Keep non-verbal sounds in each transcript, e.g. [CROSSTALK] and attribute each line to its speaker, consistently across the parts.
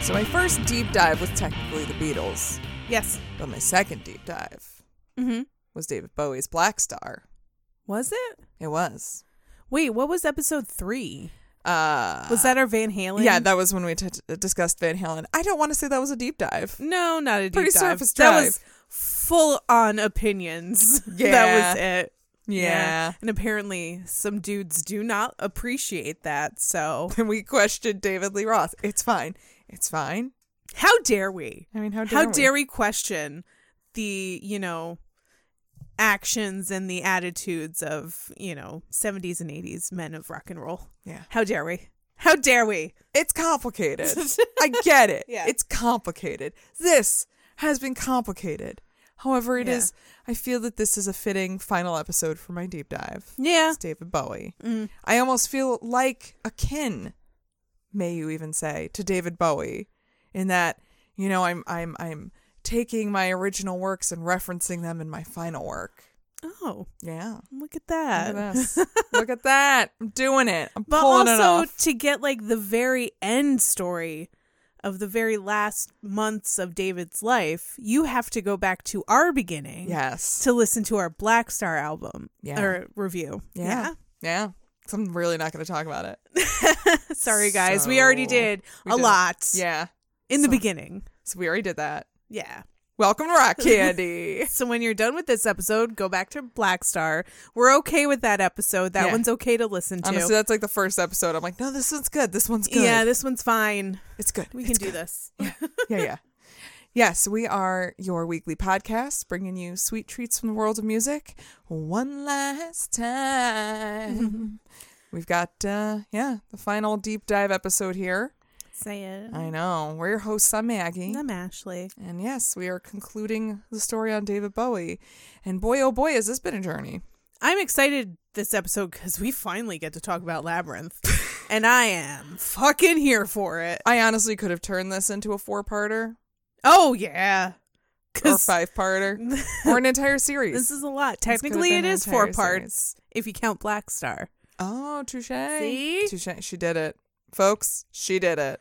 Speaker 1: So my first deep dive was technically the Beatles,
Speaker 2: Yes.
Speaker 1: but my second deep dive
Speaker 2: Mm-hmm.
Speaker 1: was David Bowie's Black Star.
Speaker 2: Was it?
Speaker 1: It was.
Speaker 2: Wait, what was episode three?
Speaker 1: Uh,
Speaker 2: Was that our Van Halen?
Speaker 1: Yeah, that was when we t- t- discussed Van Halen. I don't want to say that was a deep dive.
Speaker 2: no, not a deep
Speaker 1: Pretty
Speaker 2: dive.
Speaker 1: surface
Speaker 2: That
Speaker 1: drive.
Speaker 2: was full on opinions. [LAUGHS]
Speaker 1: Yeah.
Speaker 2: that was it.
Speaker 1: [LAUGHS] Yeah.
Speaker 2: And apparently, some dudes do not appreciate that. So,
Speaker 1: And we questioned David Lee Roth. It's fine. It's fine.
Speaker 2: how dare we?
Speaker 1: I mean, how dare
Speaker 2: How
Speaker 1: we?
Speaker 2: dare we question the, you know, actions and the attitudes of, you know, 70s and 80s men of rock and roll?
Speaker 1: Yeah.
Speaker 2: How dare we? How dare we?
Speaker 1: It's
Speaker 2: [LAUGHS]
Speaker 1: complicated. I get it.
Speaker 2: Yeah.
Speaker 1: It's complicated. This has been complicated. However, it
Speaker 2: Yeah.
Speaker 1: is. I feel that this is a fitting final episode for my deep dive.
Speaker 2: Yeah.
Speaker 1: It's David Bowie.
Speaker 2: Mm-hmm.
Speaker 1: I almost feel like akin, may you even say, to David Bowie, in that you know I'm I'm I'm taking my original works and referencing them in my final work.
Speaker 2: Oh,
Speaker 1: Yeah,
Speaker 2: look at
Speaker 1: look
Speaker 2: that.
Speaker 1: at this. look at that. I'm doing it. I'm
Speaker 2: [LAUGHS] But
Speaker 1: pulling it
Speaker 2: also [LAUGHS]
Speaker 1: off.
Speaker 2: to get like the very end story of the very last months of David's life, you have to go back to our beginning.
Speaker 1: Yes.
Speaker 2: to listen to our Black Star album
Speaker 1: Yeah.
Speaker 2: or review.
Speaker 1: Yeah. Yeah. So I'm really not going to talk about it.
Speaker 2: Yeah. [LAUGHS] Sorry, guys. we already
Speaker 1: So,
Speaker 2: did
Speaker 1: we
Speaker 2: a
Speaker 1: did it.
Speaker 2: lot
Speaker 1: Yeah.
Speaker 2: in the
Speaker 1: So-
Speaker 2: beginning.
Speaker 1: So we already did that.
Speaker 2: Yeah.
Speaker 1: Welcome to
Speaker 2: [LAUGHS]
Speaker 1: Rock Candy.
Speaker 2: So when you're done with this episode, go back to Black Star. We're okay with that episode. That
Speaker 1: Yeah.
Speaker 2: one's okay to listen to.
Speaker 1: Honestly, that's like the first episode. I'm like, no, this one's good. This one's good.
Speaker 2: yeah, this one's fine.
Speaker 1: it's good.
Speaker 2: We
Speaker 1: It's
Speaker 2: can do
Speaker 1: good.
Speaker 2: this.
Speaker 1: yeah, yeah. Yes, we are your weekly podcast, bringing you sweet treats from the world of music one last
Speaker 2: [LAUGHS]
Speaker 1: time. We've got, uh, yeah, the final deep dive episode here.
Speaker 2: [LAUGHS] Say it.
Speaker 1: I know. We're your hosts. I'm Maggie.
Speaker 2: I'm Ashley.
Speaker 1: And yes, we are concluding the story on David Bowie. And boy, oh boy, has this been a journey.
Speaker 2: I'm excited this episode because we finally get to talk
Speaker 1: [LAUGHS]
Speaker 2: about Labyrinth. and I am fucking here for it.
Speaker 1: I honestly could have turned this into a four parter
Speaker 2: Oh, yeah.
Speaker 1: or
Speaker 2: 'Cause-
Speaker 1: five parter
Speaker 2: [LAUGHS]
Speaker 1: or an entire series.
Speaker 2: This is a lot.
Speaker 1: This could've
Speaker 2: Technically,
Speaker 1: been
Speaker 2: it
Speaker 1: an
Speaker 2: is
Speaker 1: entire
Speaker 2: four
Speaker 1: series.
Speaker 2: parts if you count Black Star.
Speaker 1: Oh, touche.
Speaker 2: See?
Speaker 1: Touche. She did it. Folks, she did it.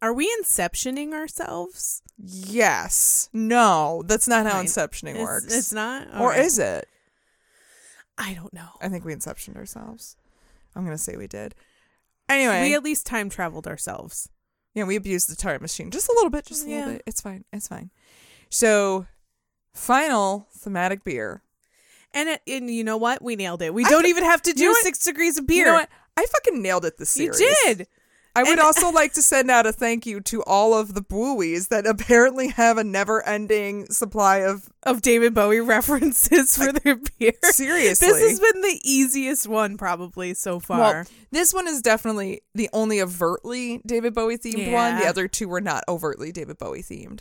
Speaker 2: Are we inceptioning ourselves?
Speaker 1: Yes. No, that's not how
Speaker 2: Fine.
Speaker 1: inceptioning
Speaker 2: It's-
Speaker 1: works.
Speaker 2: It's, not,
Speaker 1: or
Speaker 2: Alright.
Speaker 1: is it?
Speaker 2: I don't know.
Speaker 1: I think we inceptioned ourselves. I'm going to say we did. Anyway,
Speaker 2: We at least time traveled ourselves.
Speaker 1: yeah, we abused the time machine just a little bit, just a
Speaker 2: Yeah.
Speaker 1: little bit. It's fine. It's fine. So, final thematic beer.
Speaker 2: And it, and you know what? We nailed it. We
Speaker 1: I
Speaker 2: don't
Speaker 1: fu-
Speaker 2: even have to
Speaker 1: know
Speaker 2: do
Speaker 1: what?
Speaker 2: six degrees of beer.
Speaker 1: You know what? I fucking nailed it this
Speaker 2: You
Speaker 1: series.
Speaker 2: did.
Speaker 1: I would
Speaker 2: And- [LAUGHS]
Speaker 1: also like to send out a thank you to all of the buoys that apparently have a never-ending supply of.
Speaker 2: Of David Bowie [LAUGHS] references for their beer.
Speaker 1: Seriously,
Speaker 2: This has been the easiest one probably so far.
Speaker 1: Well, this one is definitely the only overtly David Bowie themed one. The
Speaker 2: Yeah.
Speaker 1: other two were not overtly David Bowie themed.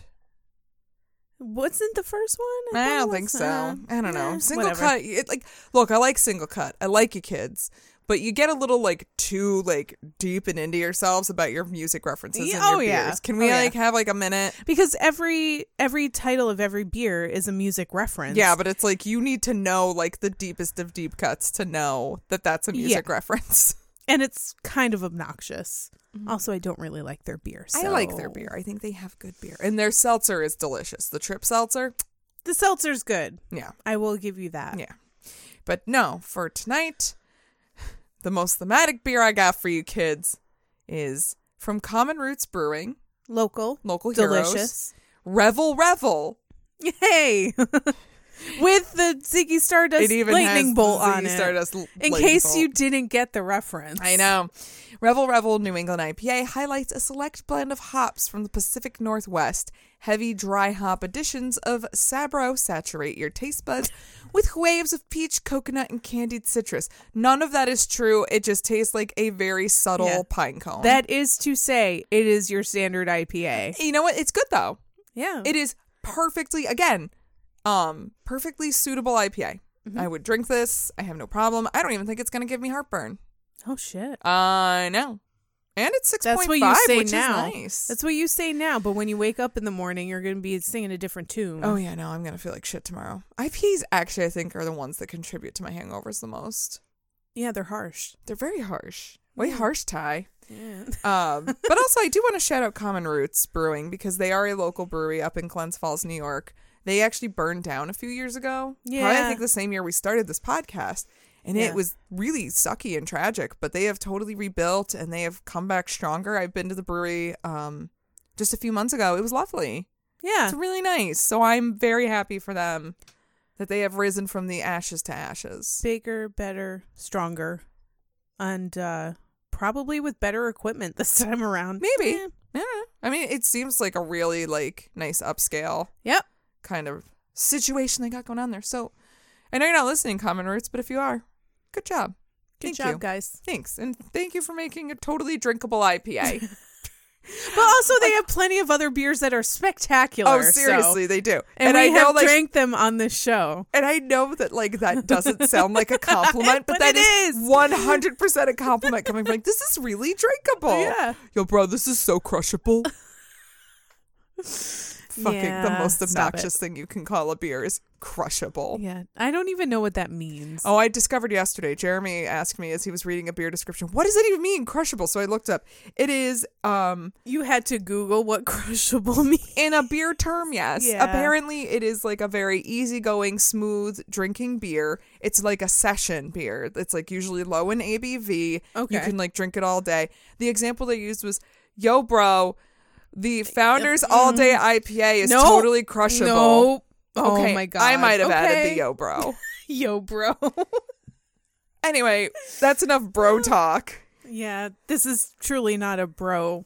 Speaker 2: Wasn't the first one?
Speaker 1: I
Speaker 2: thought it
Speaker 1: don't think
Speaker 2: was.
Speaker 1: so.
Speaker 2: Uh,
Speaker 1: I don't know.
Speaker 2: eh,
Speaker 1: Single
Speaker 2: whatever.
Speaker 1: cut. It, like, look, I like single cut. I like you kids, but you get a little like too like deep and into yourselves about your music references.
Speaker 2: Ye-
Speaker 1: and your
Speaker 2: oh, yeah.
Speaker 1: beers. Can we
Speaker 2: Oh, yeah.
Speaker 1: like have like a minute?
Speaker 2: because every every title of every beer is a music reference.
Speaker 1: Yeah, but it's like you need to know like the deepest of deep cuts to know that that's a music reference.
Speaker 2: and it's kind of obnoxious. Also, I don't really like their beer.
Speaker 1: Mm-hmm. I like their
Speaker 2: so-
Speaker 1: beer. I think they have good beer, and their seltzer is delicious. The trip seltzer,
Speaker 2: The seltzer's good.
Speaker 1: yeah,
Speaker 2: I will give you that.
Speaker 1: yeah. But no, for tonight, [SIGHS] the most thematic beer I got for you kids is from Common Roots Brewing,
Speaker 2: Local,
Speaker 1: local heroes.
Speaker 2: delicious. [LAUGHS]
Speaker 1: Revel, revel.
Speaker 2: Yay! [LAUGHS] With the Ziggy Stardust
Speaker 1: it even
Speaker 2: lightning
Speaker 1: has
Speaker 2: bolt
Speaker 1: Ziggy
Speaker 2: on it.
Speaker 1: Stardust l-
Speaker 2: in
Speaker 1: lightning
Speaker 2: case
Speaker 1: bolt.
Speaker 2: you didn't get the reference.
Speaker 1: I know. Revel Revel New England IPA highlights a select blend of hops from the Pacific Northwest. Heavy dry hop additions of Sabro saturate your taste buds with waves of peach, coconut, and candied citrus. None of that is true. It just tastes like a very subtle
Speaker 2: Yeah.
Speaker 1: pine cone.
Speaker 2: That is to say, it is your standard IPA.
Speaker 1: you know what? It's good though.
Speaker 2: Mm-hmm. Yeah.
Speaker 1: It is perfectly again, um, perfectly suitable IPA.
Speaker 2: Mm-hmm.
Speaker 1: I would drink this. I have no problem. I don't even think it's going to give me heartburn.
Speaker 2: oh shit.
Speaker 1: I know. And it's six
Speaker 2: That's
Speaker 1: point
Speaker 2: what you
Speaker 1: five,
Speaker 2: say
Speaker 1: which
Speaker 2: now.
Speaker 1: is nice.
Speaker 2: That's what you say now, but when you wake up in the morning, you're going to be singing a different tune.
Speaker 1: Oh yeah, no, I'm gonna feel like shit tomorrow. IPAs actually, I think, are the ones that contribute to my hangovers the most.
Speaker 2: yeah, they're harsh.
Speaker 1: They're very harsh, way harsh, Ty.
Speaker 2: Yeah.
Speaker 1: Um, but also, I do want to shout out Common Roots Brewing because they are a local brewery up in Glens Falls, New York. They actually burned down a few years ago. Probably, I
Speaker 2: Yeah.
Speaker 1: think the same year we started this podcast. And
Speaker 2: Yeah.
Speaker 1: it was really sucky and tragic, but they have totally rebuilt and they have come back stronger. I've been to the brewery um, just a few months ago. It was lovely.
Speaker 2: Yeah.
Speaker 1: It's really nice. So I'm very happy for them that they have risen from the ashes to ashes.
Speaker 2: Bigger, better, stronger, and uh, probably with better equipment this [LAUGHS] time around.
Speaker 1: Maybe.
Speaker 2: Eh,
Speaker 1: Yeah. I mean, it seems like a really like nice upscale
Speaker 2: Yep.
Speaker 1: kind of situation they got going on there. So I know you're not listening, Common Roots, but if you are, good job.
Speaker 2: Good
Speaker 1: Thank
Speaker 2: job,
Speaker 1: you.
Speaker 2: guys.
Speaker 1: Thanks. And thank you for making a totally drinkable
Speaker 2: [LAUGHS]
Speaker 1: IPA.
Speaker 2: But also, they have plenty of other beers that are spectacular.
Speaker 1: [LAUGHS] oh,
Speaker 2: so-
Speaker 1: seriously, they do.
Speaker 2: And,
Speaker 1: I
Speaker 2: we
Speaker 1: know
Speaker 2: have
Speaker 1: like
Speaker 2: drank them on this show.
Speaker 1: and I know that like that doesn't sound like a compliment, but,
Speaker 2: [LAUGHS] But
Speaker 1: that
Speaker 2: it
Speaker 1: is
Speaker 2: is.
Speaker 1: one hundred percent a compliment coming from like this is really drinkable.
Speaker 2: [LAUGHS] Yeah.
Speaker 1: Yo, bro, this is so crushable. Fucking the
Speaker 2: Yeah,
Speaker 1: most
Speaker 2: stop it.
Speaker 1: obnoxious thing you can call a beer is crushable.
Speaker 2: Yeah. I don't even know what that means.
Speaker 1: Oh, I discovered yesterday. Jeremy asked me as he was reading a beer description, what does it even mean, crushable? So I looked up. It is um
Speaker 2: You had to Google what [LAUGHS] crushable means.
Speaker 1: in a beer term, yes.
Speaker 2: Yeah.
Speaker 1: Apparently it is like a very easygoing, smooth drinking beer. It's like a session beer. It's like usually low in ABV. You
Speaker 2: Okay.
Speaker 1: can like drink it all day. The example they used was, yo, bro, the founders all day IPA is
Speaker 2: Mm-hmm. No.
Speaker 1: totally crushable.
Speaker 2: No. Oh
Speaker 1: Okay,
Speaker 2: my god.
Speaker 1: I might have added the
Speaker 2: Okay.
Speaker 1: yo bro.
Speaker 2: Yo, bro.
Speaker 1: anyway, that's enough
Speaker 2: [LAUGHS]
Speaker 1: bro talk.
Speaker 2: [LAUGHS] yeah, this is truly not a bro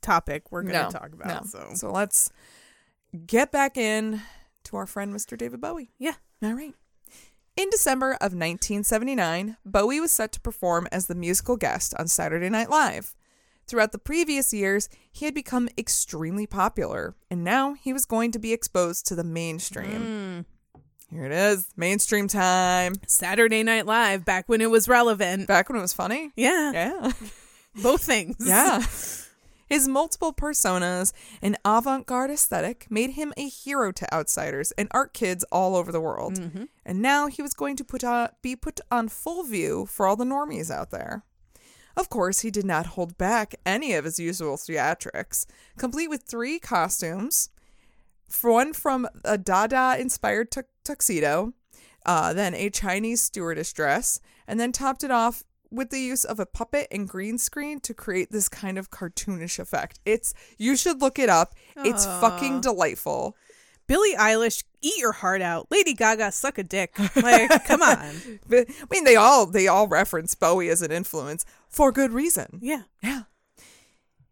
Speaker 2: topic we're going to talk about.
Speaker 1: no.
Speaker 2: So,
Speaker 1: let's get back in to our friend Mr. David Bowie.
Speaker 2: yeah.
Speaker 1: All right. In December of 1979, Bowie was set to perform as the musical guest on Saturday Night Live. Throughout the previous years, he had become extremely popular, and now he was going to be exposed to the mainstream.
Speaker 2: Mm.
Speaker 1: Here it is, mainstream time.
Speaker 2: Saturday Night Live back when it was relevant.
Speaker 1: Back when it was funny?
Speaker 2: yeah,
Speaker 1: Yeah.
Speaker 2: Both things.
Speaker 1: Yeah. [LAUGHS] His multiple personas and avant garde aesthetic made him a hero to outsiders and art kids all over the world. And now he was going to put on, be put on full view for all the normies out there. Of course, he did not hold back any of his usual theatrics, complete with three costumes for one from a Dada inspired tu- tuxedo, uh, then a Chinese stewardess dress, and then topped it off with the use of a puppet and green screen to create this kind of cartoonish effect. It's you should look it up. It's fucking delightful.
Speaker 2: Billie Eilish, eat your heart out. Lady Gaga, suck a dick. Like,
Speaker 1: [LAUGHS]
Speaker 2: come on.
Speaker 1: But- I mean, they all they all reference Bowie as an influence for good reason.
Speaker 2: Yeah.
Speaker 1: Yeah.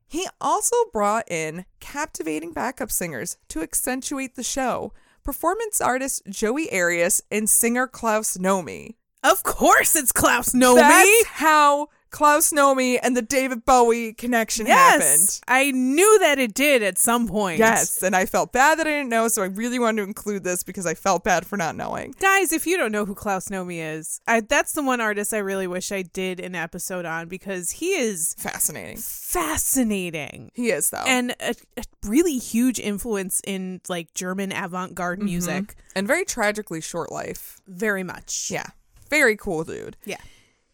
Speaker 1: He also brought in captivating backup singers to accentuate the show. Performance artist Joey Arias and singer Klaus Nomi.
Speaker 2: Of course it's Klaus Nomi.
Speaker 1: That's how Klaus Nomi and the David Bowie connection
Speaker 2: yes.
Speaker 1: happened.
Speaker 2: I knew that it did at some point.
Speaker 1: Yes, and I felt bad that I didn't know, so I really wanted to include this because I felt bad for not knowing.
Speaker 2: Guys, if you don't know who Klaus Nomi is, I, that's the one artist I really wish I did an episode on because he is
Speaker 1: Fascinating.
Speaker 2: fascinating
Speaker 1: He is though.
Speaker 2: and a, a really huge influence in like German
Speaker 1: Mm-hmm.
Speaker 2: avant-garde music.
Speaker 1: and very tragically short life.
Speaker 2: Very much.
Speaker 1: Yeah. Very cool dude.
Speaker 2: Yeah.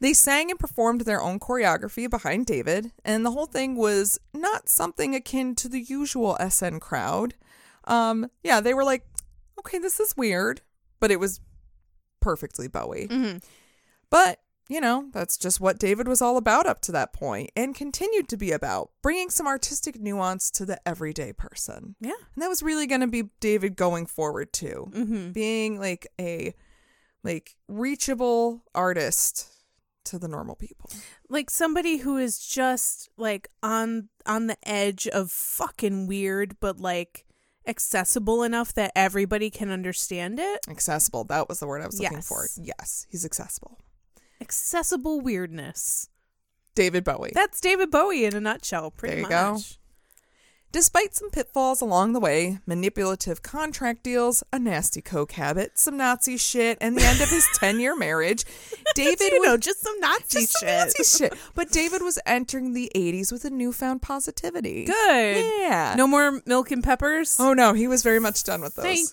Speaker 1: They sang and performed their own choreography behind David, and the whole thing was not something akin to the usual SN crowd. Um, yeah, they were like, okay, this is weird, but it was perfectly Bowie. But, you know, that's just what David was all about up to that point and continued to be about, bringing some artistic nuance to the everyday person.
Speaker 2: Yeah.
Speaker 1: And that was really going to be David going forward too, being like a like reachable artist to the normal people.
Speaker 2: Like somebody who is just like on on the edge of fucking weird but like accessible enough that everybody can understand it.
Speaker 1: Accessible. That was the word I was looking for.
Speaker 2: Yes.
Speaker 1: Yes, he's accessible.
Speaker 2: Accessible weirdness.
Speaker 1: David Bowie.
Speaker 2: That's David Bowie in a nutshell, pretty
Speaker 1: There you go.
Speaker 2: much.
Speaker 1: Despite some pitfalls along the way, manipulative contract deals, a nasty coke habit, some Nazi shit, and the end of
Speaker 2: [LAUGHS]
Speaker 1: his 10 year marriage, David
Speaker 2: you
Speaker 1: was
Speaker 2: know, just some
Speaker 1: [LAUGHS]
Speaker 2: Nazi
Speaker 1: just some
Speaker 2: shit.
Speaker 1: Nazi shit. But David was entering the 80s with a newfound positivity.
Speaker 2: Good.
Speaker 1: Yeah.
Speaker 2: No more milk and peppers.
Speaker 1: Oh no, he was very much done with those.
Speaker 2: Thank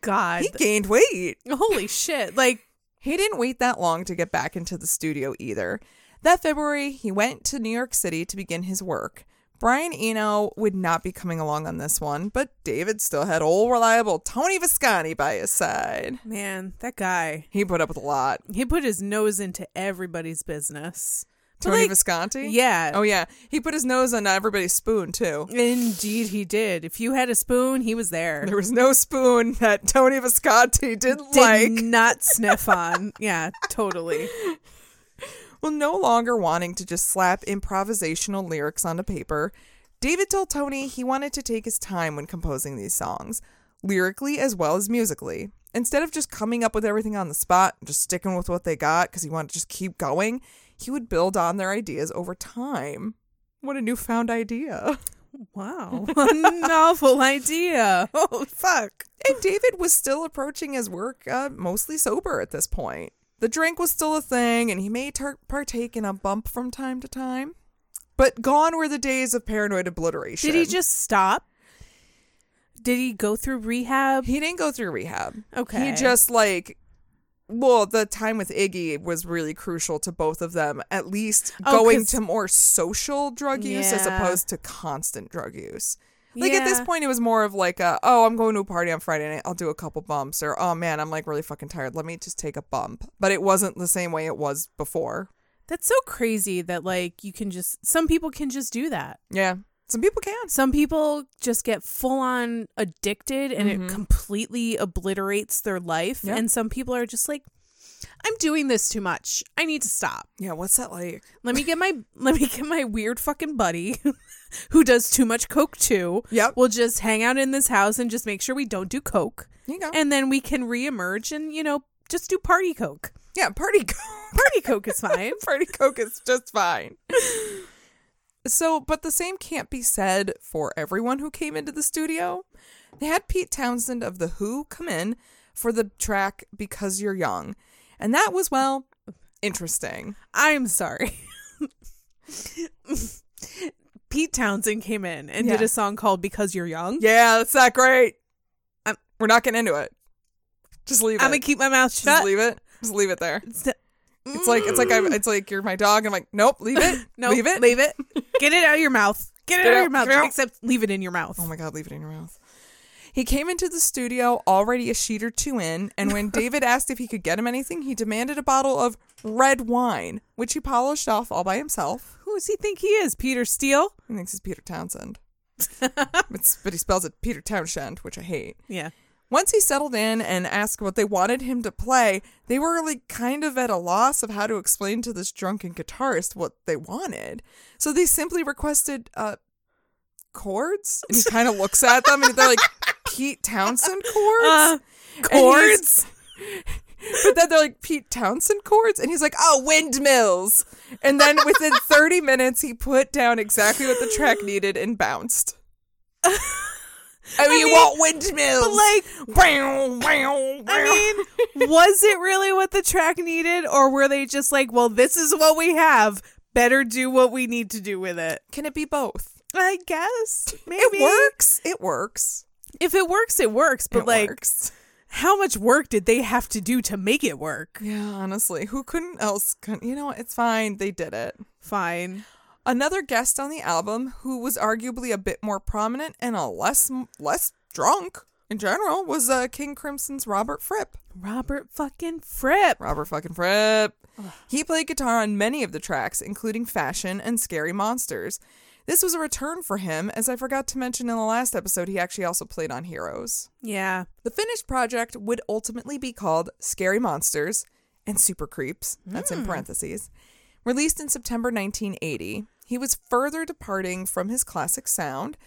Speaker 2: God.
Speaker 1: he gained weight.
Speaker 2: Holy shit. Like
Speaker 1: He didn't wait that long to get back into the studio either. That February, he went to New York City to begin his work. Brian Eno would not be coming along on this one, but David still had old reliable Tony Visconti by his side.
Speaker 2: Man, that guy.
Speaker 1: He put up with a lot.
Speaker 2: He put his nose into everybody's business. But,
Speaker 1: Tony
Speaker 2: like,
Speaker 1: Visconti?
Speaker 2: Yeah.
Speaker 1: Oh, yeah. He put his nose on everybody's spoon, too.
Speaker 2: Indeed, he did. If you had a spoon, he was there.
Speaker 1: There was no spoon that Tony Visconti didn't
Speaker 2: Did
Speaker 1: like.
Speaker 2: not sniff on. yeah,
Speaker 1: [LAUGHS]
Speaker 2: totally.
Speaker 1: Well, no longer wanting to just slap improvisational lyrics onto paper, David told Tony he wanted to take his time when composing these songs, lyrically as well as musically. Instead of just coming up with everything on the spot and just sticking with what they got because he wanted to just keep going, he would build on their ideas over time. What a newfound idea. [LAUGHS]
Speaker 2: Wow. [LAUGHS] what a novel idea. Oh, fuck.
Speaker 1: And David was still approaching his work uh, mostly sober at this point. The drink was still a thing, and he may tar- partake in a bump from time to time. But gone were the days of paranoid obliteration.
Speaker 2: Did he just stop? Did he go through rehab?
Speaker 1: He didn't go through rehab.
Speaker 2: Okay.
Speaker 1: He just like. Well, the time with Iggy was really crucial to both of them, at least
Speaker 2: Oh,
Speaker 1: going
Speaker 2: 'cause-
Speaker 1: to more social drug use as
Speaker 2: Yeah.
Speaker 1: opposed to constant drug use. Like at this
Speaker 2: Yeah.
Speaker 1: point, it was more of like, a, oh, I'm going to a party on Friday night. I'll do a couple bumps, or oh man, I'm like really fucking tired. Let me just take a bump. But it wasn't the same way it was before.
Speaker 2: That's so crazy that, like, you can just, some people can just do that.
Speaker 1: Yeah, some people can.
Speaker 2: Some people just get full on addicted and it completely obliterates their life.
Speaker 1: Yeah.
Speaker 2: And some people are just like, I'm doing this too much. I need to stop.
Speaker 1: Yeah, what's that like?
Speaker 2: Let me get my [LAUGHS] let me get my weird fucking buddy [LAUGHS] who does too much coke too.
Speaker 1: Yep.
Speaker 2: We'll just hang out in this house and just make sure we don't do coke.
Speaker 1: You go.
Speaker 2: And then we can reemerge and, you know, just do party coke.
Speaker 1: yeah, party go.
Speaker 2: Party coke is fine.
Speaker 1: [LAUGHS] Party Coke is just fine. So, but the same can't be said for everyone who came into the studio. They had Pete Townsend of The Who come in for the track Because You're Young. And that was, well, interesting.
Speaker 2: I'm sorry. Pete Townsend came in and did
Speaker 1: Yeah.
Speaker 2: a song called Because You're Young.
Speaker 1: Yeah, that's not great.
Speaker 2: I'm-
Speaker 1: We're not getting into it. Just leave
Speaker 2: I'm gonna
Speaker 1: it.
Speaker 2: keep my mouth
Speaker 1: Just
Speaker 2: shut.
Speaker 1: leave it. Just leave it there.
Speaker 2: It's the-
Speaker 1: It's like it's like I'm, it's like you're my dog. I'm like, [LAUGHS] nope, leave it.
Speaker 2: No,
Speaker 1: leave it.
Speaker 2: Leave it. Get it out of your mouth. Get it
Speaker 1: Get
Speaker 2: out of
Speaker 1: out,
Speaker 2: your mouth.
Speaker 1: get out.
Speaker 2: Except leave it in your mouth.
Speaker 1: Oh my God, leave it in your mouth. He came into the studio already a sheet or two in, and [LAUGHS] when David asked if he could get him anything, he demanded a bottle of red wine, which he polished off all by himself.
Speaker 2: Who does he think he is? Peter Steele?
Speaker 1: He thinks it's Peter [LAUGHS] Townsend. it's, but he spells it Peter Townshend, which I hate.
Speaker 2: Yeah.
Speaker 1: Once he settled in and asked what they wanted him to play, they were like kind of at a loss of how to explain to this drunken guitarist what they wanted. So they simply requested uh chords. And he kind of looks at them and they're like Pete Townsend chords?
Speaker 2: Uh,
Speaker 1: And he's-
Speaker 2: chords.
Speaker 1: [LAUGHS] But then they're like Pete Townsend chords and he's like, "Oh, windmills." And then within [LAUGHS] 30 minutes he put down exactly what the track needed and [LAUGHS] bounced. I mean, you
Speaker 2: mean,
Speaker 1: want windmills.
Speaker 2: But like,
Speaker 1: Wow, wow, wow.
Speaker 2: I mean, was it really what the track needed, or were they just like, well, this is what we have. Better do what we need to do with it.
Speaker 1: Can it be both?
Speaker 2: I guess. Maybe.
Speaker 1: [LAUGHS] It works. It works.
Speaker 2: If it works, it works. But
Speaker 1: it
Speaker 2: like,
Speaker 1: works.
Speaker 2: how much work did they have to do to make it work?
Speaker 1: yeah, honestly, who couldn't else? Con- you know, what? it's fine. They did it.
Speaker 2: Fine.
Speaker 1: Another guest on the album who was arguably a bit more prominent and a less less drunk in general was uh, King Crimson's Robert Fripp.
Speaker 2: Robert fucking Fripp.
Speaker 1: Robert fucking Fripp. He played guitar on many of the tracks, including Fashion and Scary Monsters. This was a return for him, as I forgot to mention in the last episode, he actually also played on Heroes.
Speaker 2: Yeah.
Speaker 1: The finished project would ultimately be called Scary Monsters and Super Creeps. That's in parentheses. Released in September 1980, he was further departing from his classic sound,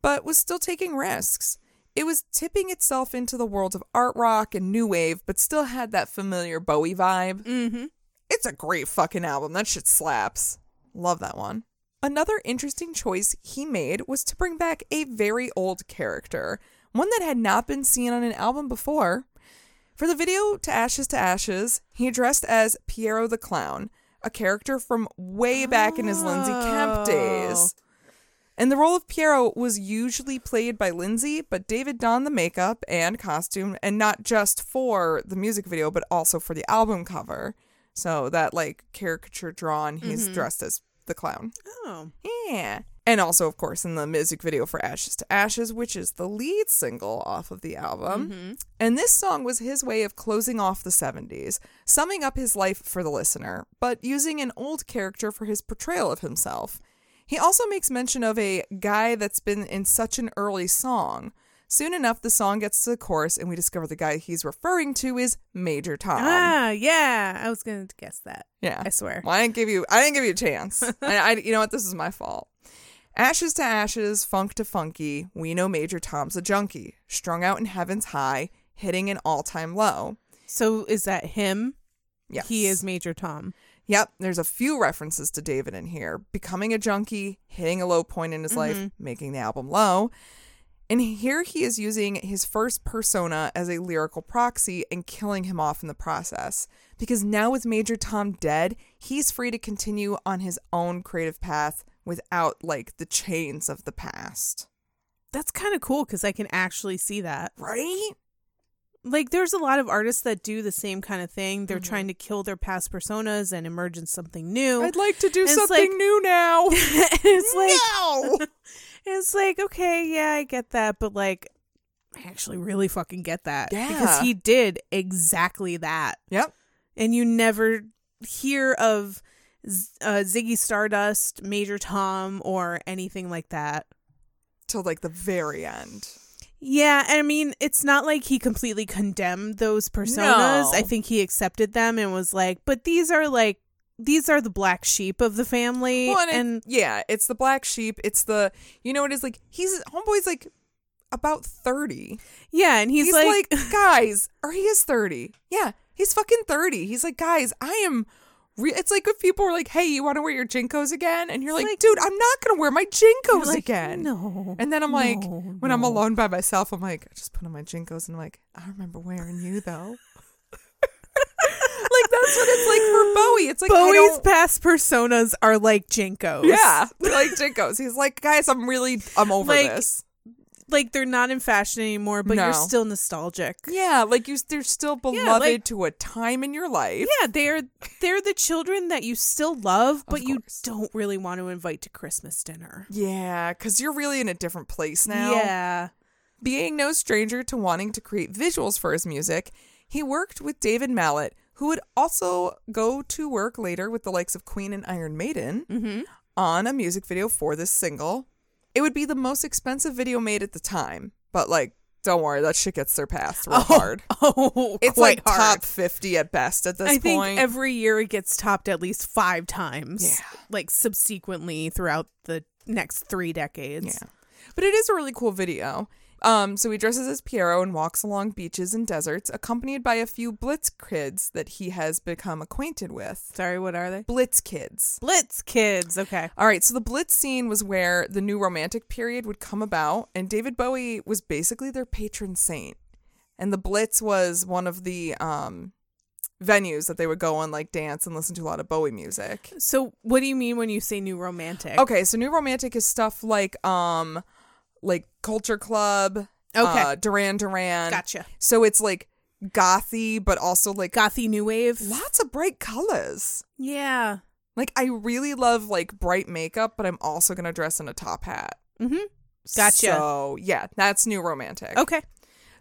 Speaker 1: but was still taking risks. It was tipping itself into the world of art rock and new wave, but still had that familiar Bowie vibe.
Speaker 2: Mm-hmm.
Speaker 1: It's a great fucking album. That shit slaps. Love that one. Another interesting choice he made was to bring back a very old character, one that had not been seen on an album before. For the video to Ashes to Ashes, he dressed as Piero the Clown, a character from way back in his Lindsay Camp days. And the role of Piero was usually played by Lindsay, but David donned the makeup and costume, and not just for the music video, but also for the album cover. So that like caricature drawn, he's
Speaker 2: Mhm.
Speaker 1: dressed as the clown.
Speaker 2: Oh.
Speaker 1: Um, Yeah. And also, of course, in the music video for Ashes to Ashes, which is the lead single off of the album. And this song was his way of closing off the 70s, summing up his life for the listener, but using an old character for his portrayal of himself. He also makes mention of a guy that's been in such an early song. Soon enough, the song gets to the chorus, and we discover the guy he's referring to is Major Tom.
Speaker 2: ah, yeah. I was gonna guess that.
Speaker 1: yeah.
Speaker 2: I swear.
Speaker 1: Uh, Well, I didn't give you. I didn't give you a
Speaker 2: [LAUGHS]
Speaker 1: chance. and I, you know what? This is my fault. Ashes to ashes, funk to funky. We know Major Tom's a junkie, strung out in heaven's high, hitting an all-time low.
Speaker 2: So is that him?
Speaker 1: Yes,
Speaker 2: He is Major Tom.
Speaker 1: Yep. There's a few references to David in here. Becoming a junkie, hitting a low point in his life,
Speaker 2: Mm-hmm.
Speaker 1: making the album low. And here he is using his first persona as a lyrical proxy and killing him off in the process. Because now, with Major Tom dead, he's free to continue on his own creative path without like the chains of the past.
Speaker 2: That's kind of cool because I can actually see that.
Speaker 1: Right?
Speaker 2: Like, there's a lot of artists that do the same kind of thing.
Speaker 1: Mm-hmm.
Speaker 2: They're trying to kill their past personas and emerge in something [LAUGHS] new.
Speaker 1: I'd like to do
Speaker 2: It's
Speaker 1: something
Speaker 2: like-
Speaker 1: new now.
Speaker 2: [LAUGHS] it's like,
Speaker 1: no!
Speaker 2: [LAUGHS] it's like, okay, yeah, I get that, but like, I actually really fucking get that because
Speaker 1: Yeah.
Speaker 2: he did exactly that.
Speaker 1: yep.
Speaker 2: and you never hear of Z- uh, Ziggy Stardust, Major Tom, or anything like that.
Speaker 1: Till like the very end.
Speaker 2: Yeah, I mean, it's not like he completely condemned those personas.
Speaker 1: No.
Speaker 2: I think he accepted them and was like, but these are like, these are the black sheep of the family.
Speaker 1: Well, and, it-
Speaker 2: and
Speaker 1: yeah, it's the black sheep. It's the you know it is like he's homeboy's like about thirty.
Speaker 2: yeah, and he's,
Speaker 1: He's,
Speaker 2: like, [LAUGHS]
Speaker 1: like, guys, or he is thirty. Yeah, he's fucking thirty. He's like, guys, I am. Re-. It's like if people were like, hey, you want to wear your jinkos again, and you're like,
Speaker 2: like-
Speaker 1: dude, I'm not gonna wear my jinkos
Speaker 2: like,
Speaker 1: again.
Speaker 2: No.
Speaker 1: And then I'm like,
Speaker 2: no,
Speaker 1: when I'm
Speaker 2: no.
Speaker 1: alone by myself, I'm like, I just put on my jinkos, and I'm like, I remember wearing you though. [LAUGHS] like that's what it's like for Bowie. It's like I
Speaker 2: Bowie's
Speaker 1: don't-
Speaker 2: past personas are like
Speaker 1: [LAUGHS]
Speaker 2: Jinkos.
Speaker 1: Yeah, they're like Jinkos. He's like, guys, I'm really, I'm over
Speaker 2: Like-
Speaker 1: this.
Speaker 2: Like they're not in fashion anymore, but you're
Speaker 1: No.
Speaker 2: still nostalgic.
Speaker 1: Yeah, like you, they're still beloved
Speaker 2: like-
Speaker 1: to a time in your life.
Speaker 2: Yeah, they're they're the children that you still love, but you
Speaker 1: course.
Speaker 2: don't really want to invite to Christmas dinner.
Speaker 1: Yeah, because you're really in a different place now.
Speaker 2: Yeah.
Speaker 1: Being no stranger to wanting to create visuals for his music, he worked with David Mallet, who would also go to work later with the likes of Queen and Iron Maiden on a music video for this single. It would be the most expensive video made at the time, but like, don't worry, that shit gets surpassed [LAUGHS] real hard.
Speaker 2: [LAUGHS] Oh,
Speaker 1: It's
Speaker 2: quite
Speaker 1: like
Speaker 2: hard.
Speaker 1: top 50 at best at this
Speaker 2: I think
Speaker 1: point.
Speaker 2: every year it gets topped at least five times.
Speaker 1: Yeah.
Speaker 2: Like subsequently throughout the next three decades.
Speaker 1: yeah. But it is a really cool video. Um, so he dresses as Piero and walks along beaches and deserts, accompanied by a few Blitz kids that he has become acquainted with.
Speaker 2: Sorry, what are they?
Speaker 1: Blitz kids.
Speaker 2: Blitz kids. Okay.
Speaker 1: All right, so the Blitz scene was where the new romantic period would come about, and David Bowie was basically their patron saint. And the Blitz was one of the um, venues that they would go and like dance and listen to a lot of Bowie music.
Speaker 2: So what do you mean when you say new romantic?
Speaker 1: Okay, so new romantic is stuff like um like Culture Club, okay, uh, Duran Duran.
Speaker 2: Gotcha.
Speaker 1: So it's like gothy, but also like
Speaker 2: Gothy new wave.
Speaker 1: lots of bright colors.
Speaker 2: Yeah.
Speaker 1: Like I really love like bright makeup, but I'm also gonna dress in a top hat.
Speaker 2: Mhm. Gotcha.
Speaker 1: So
Speaker 2: Oh.
Speaker 1: yeah, that's new romantic.
Speaker 2: Okay.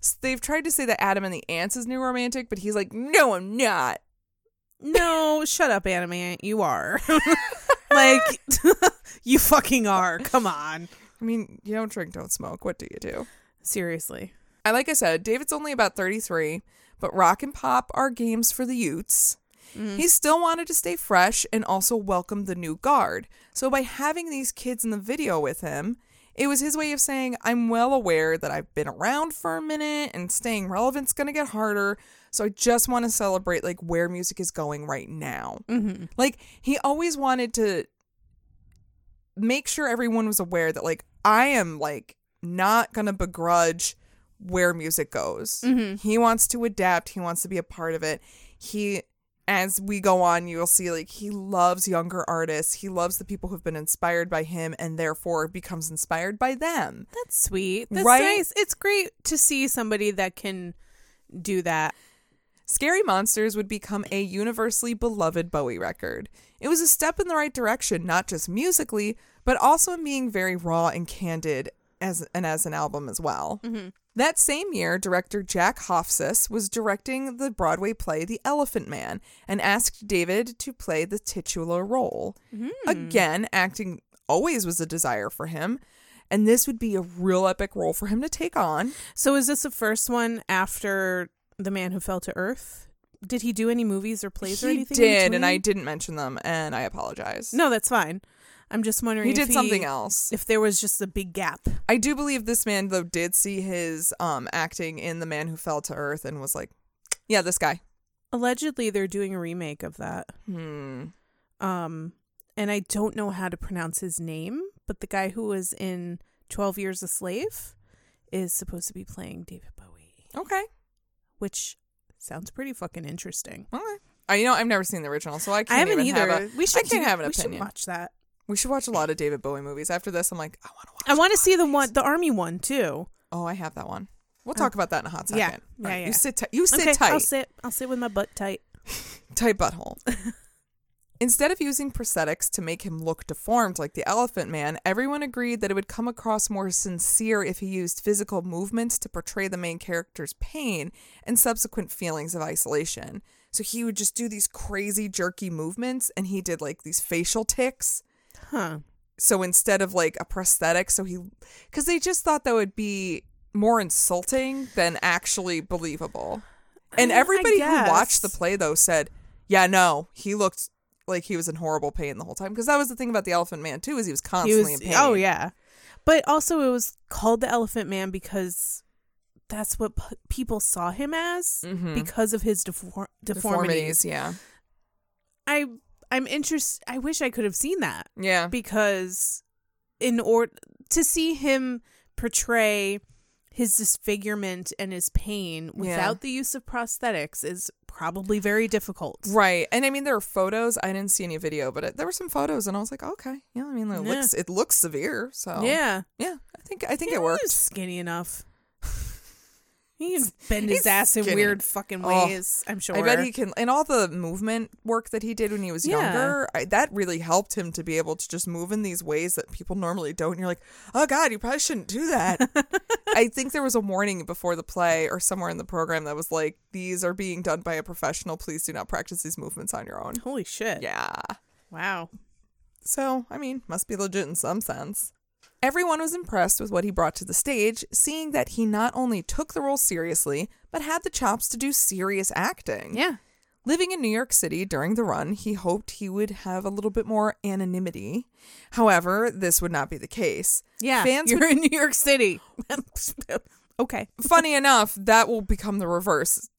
Speaker 1: S- They've tried to say that Adam and the Ants is new romantic, but he's like, no, I'm not.
Speaker 2: No, shut up, anime. Ant.
Speaker 1: [LAUGHS]
Speaker 2: You are. [LAUGHS] like, [LAUGHS] you fucking are. Come on.
Speaker 1: I mean, you don't drink, don't smoke. What do you do?
Speaker 2: Seriously.
Speaker 1: I like I said, David's only about 33, but rock and pop are games for the youths. He still wanted to stay fresh and also welcome the new guard. So by having these kids in the video with him, it was his way of saying, I'm well aware that I've been around for a minute and staying relevant's gonna get harder. So I just wanna celebrate like where music is going right now.
Speaker 2: Mm-hmm.
Speaker 1: Like he always wanted to make sure everyone was aware that like I am like not going to begrudge where music goes. He wants to adapt, he wants to be a part of it. He as we go on, you'll see like he loves younger artists. He loves the people who've been inspired by him and therefore becomes inspired by them.
Speaker 2: That's sweet. That's
Speaker 1: Right?
Speaker 2: nice. It's great to see somebody that can do that.
Speaker 1: Scary Monsters would become a universally beloved Bowie record. It was a step in the right direction, not just musically, but also in being very raw and candid as and as an album as well.
Speaker 2: Mm-hmm.
Speaker 1: That same year, director Jack Hofstas was directing the Broadway play The Elephant Man and asked David to play the titular role.
Speaker 2: Mm.
Speaker 1: Again, acting always was a desire for him, and this would be a real epic role for him to take on.
Speaker 2: So is this the first one after The Man Who Fell to Earth? Did he do any movies or plays or
Speaker 1: he
Speaker 2: anything? in
Speaker 1: did, and I
Speaker 2: between?
Speaker 1: didn't mention them, and I apologize.
Speaker 2: No, that's fine. I'm just wondering
Speaker 1: he
Speaker 2: if
Speaker 1: did something
Speaker 2: [LAUGHS]
Speaker 1: else.
Speaker 2: If there was just a big gap.
Speaker 1: I do believe this man though did see his um acting in The Man Who Fell to Earth and was like, "Yeah, this guy."
Speaker 2: Allegedly they're doing a remake of that.
Speaker 1: Hmm.
Speaker 2: Um and I don't know how to pronounce his name, but the guy who was in 12 Years a Slave is supposed to be playing David Bowie,
Speaker 1: Okay.
Speaker 2: which sounds pretty fucking interesting.
Speaker 1: Okay. I, you know, I've never seen the original, so I can't
Speaker 2: I haven't
Speaker 1: even
Speaker 2: either.
Speaker 1: Have a,
Speaker 2: we should
Speaker 1: I can't
Speaker 2: do-
Speaker 1: have an
Speaker 2: we should
Speaker 1: opinion.
Speaker 2: watch that.
Speaker 1: we should watch a lot of David Bowie movies. After this, I'm like, I want to watch.
Speaker 2: I want to see the
Speaker 1: movies.
Speaker 2: one, the army one too.
Speaker 1: Oh, I have that one. We'll talk about that in a hot second.
Speaker 2: yeah.
Speaker 1: All right,
Speaker 2: Yeah,
Speaker 1: You
Speaker 2: yeah.
Speaker 1: sit. T- you sit
Speaker 2: okay,
Speaker 1: tight.
Speaker 2: I'll sit. I'll sit with my butt tight.
Speaker 1: tight butthole. [LAUGHS] Instead of using prosthetics to make him look deformed like the Elephant Man, everyone agreed that it would come across more sincere if he used physical movements to portray the main character's pain and subsequent feelings of isolation. So he would just do these crazy jerky movements and he did like these facial ticks.
Speaker 2: Huh.
Speaker 1: So instead of like a prosthetic, so he, because they just thought that would be more insulting than actually believable. And
Speaker 2: I- I
Speaker 1: everybody who watched the
Speaker 2: guess.
Speaker 1: play though said, "Yeah, no, he looked like he was in horrible pain the whole time." Because that was the thing about the Elephant Man too, is he was
Speaker 2: He
Speaker 1: constantly
Speaker 2: was.
Speaker 1: in pain.
Speaker 2: Oh yeah. But also, it was called the Elephant Man because that's what p- people saw him as
Speaker 1: Mhm.
Speaker 2: because of his defor- deformities.
Speaker 1: deformities. Yeah,
Speaker 2: I I'm interested. I wish I could have seen that
Speaker 1: yeah,
Speaker 2: because in order to see him portray his disfigurement and his pain without the use of prosthetics is probably very difficult.
Speaker 1: right. And I mean, there are photos. I didn't see any video, but it, there were some photos, and I was like, "Okay, yeah." I mean, it
Speaker 2: Yeah.
Speaker 1: looks it looks severe. So
Speaker 2: Yeah.
Speaker 1: yeah. I think I think
Speaker 2: Yeah,
Speaker 1: it
Speaker 2: he
Speaker 1: worked.
Speaker 2: was skinny enough. [LAUGHS] He can bend his
Speaker 1: He's
Speaker 2: ass in
Speaker 1: skinny.
Speaker 2: weird fucking
Speaker 1: Oh,
Speaker 2: ways. I'm sure.
Speaker 1: I bet he can, and all the movement work that he did when he was
Speaker 2: Yeah.
Speaker 1: younger, I, that really helped him to be able to just move in these ways that people normally don't. And you're like, oh God, you probably shouldn't do that. I think there was a warning before the play or somewhere in the program that was like, these are being done by a professional. Please do not practice these movements on your own.
Speaker 2: Holy shit!
Speaker 1: Yeah.
Speaker 2: Wow.
Speaker 1: So, I mean, must be legit in some sense. Everyone was impressed with what he brought to the stage, seeing that he not only took the role seriously, but had the chops to do serious acting.
Speaker 2: Yeah.
Speaker 1: Living in New York City during the run, he hoped he would have a little bit more anonymity. However, this would not be the case.
Speaker 2: Yeah.
Speaker 1: Fans
Speaker 2: You're in New York City.
Speaker 1: [LAUGHS]
Speaker 2: okay.
Speaker 1: Funny enough, that will become the reverse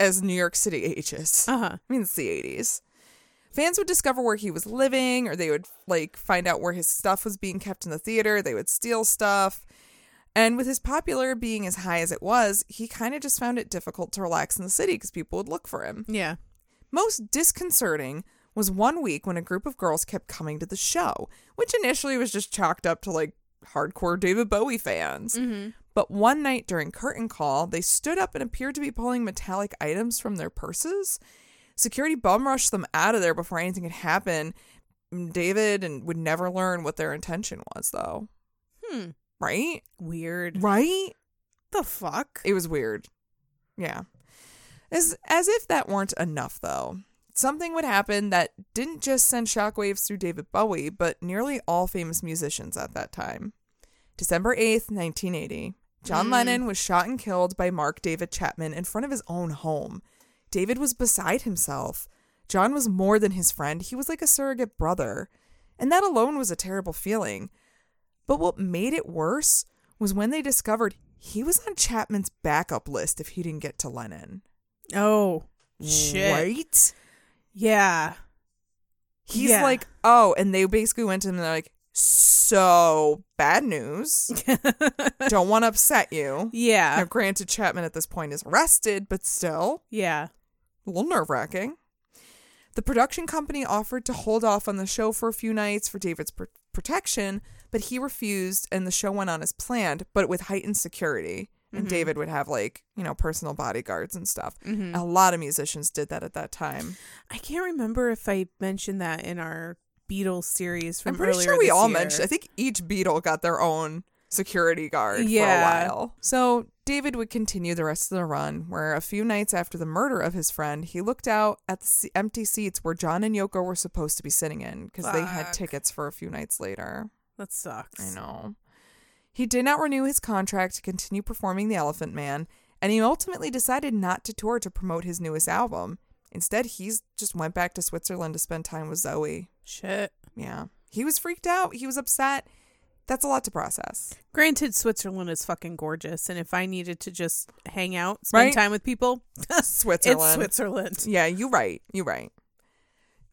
Speaker 1: as New York City ages.
Speaker 2: Uh huh.
Speaker 1: I mean, it's the 80s. Fans would discover where he was living, or they would like find out where his stuff was being kept in the theater. They would steal stuff. And with his popular being as high as it was, he kind of just found it difficult to relax in the city because people would look for him.
Speaker 2: Yeah.
Speaker 1: Most disconcerting was one week when a group of girls kept coming to the show, which initially was just chalked up to like hardcore David Bowie fans. But one night during curtain call, they stood up and appeared to be pulling metallic items from their purses. Security bum rushed them out of there before anything could happen. Mm, David and would never learn what their intention was, though.
Speaker 2: Hmm.
Speaker 1: Right?
Speaker 2: Weird.
Speaker 1: Right?
Speaker 2: The fuck.
Speaker 1: It was weird. Yeah. As as if that weren't enough though. Something would happen that didn't just send shockwaves through David Bowie, but nearly all famous musicians at that time. December 8th, 1980, John Lennon was shot and killed by Mark David Chapman in front of his own home. David was beside himself. John was more than his friend, he was like a surrogate brother. And that alone was a terrible feeling. But what made it worse was when they discovered he was on Chapman's backup list if he didn't get to Lennon.
Speaker 2: Oh. Shit.
Speaker 1: Right?
Speaker 2: Yeah. [LAUGHS]
Speaker 1: He's
Speaker 2: Yeah.
Speaker 1: like, oh, and they basically went to him and they're like, so bad
Speaker 2: [LAUGHS]
Speaker 1: news. Don't want to upset you. Now,
Speaker 2: yeah.
Speaker 1: granted, Chapman at this point is arrested, but still,
Speaker 2: Yeah.
Speaker 1: a little nerve wracking. The production company offered to hold off on the show for a few nights for David's pr- protection, but he refused, and the show went on as planned, but with heightened security. and David would have like, you know, personal bodyguards and stuff. A lot of musicians did that at that time.
Speaker 2: I can't remember if I mentioned that in our Beatles series from
Speaker 1: I'm pretty
Speaker 2: earlier
Speaker 1: sure we
Speaker 2: this
Speaker 1: all
Speaker 2: year.
Speaker 1: mentioned I think each Beatle got their own security guard
Speaker 2: Yeah.
Speaker 1: for a while. So David would continue the rest of the run where a few nights after the murder of his friend, he looked out at the se- empty seats where John and Yoko were supposed to be sitting in because they had
Speaker 2: Fuck.
Speaker 1: tickets for a few nights later.
Speaker 2: That sucks.
Speaker 1: I know. He did not renew his contract to continue performing The Elephant Man, and he ultimately decided not to tour to promote his newest album. Instead, he's just went back to Switzerland to spend time with Zoe.
Speaker 2: Shit.
Speaker 1: Yeah. He was freaked out. He was upset. That's a lot to process.
Speaker 2: Granted, Switzerland is fucking gorgeous, and if I needed to just hang out, spend
Speaker 1: Right?
Speaker 2: time with people, [LAUGHS] it's
Speaker 1: Switzerland.
Speaker 2: Switzerland.
Speaker 1: Yeah, you're right. You're right.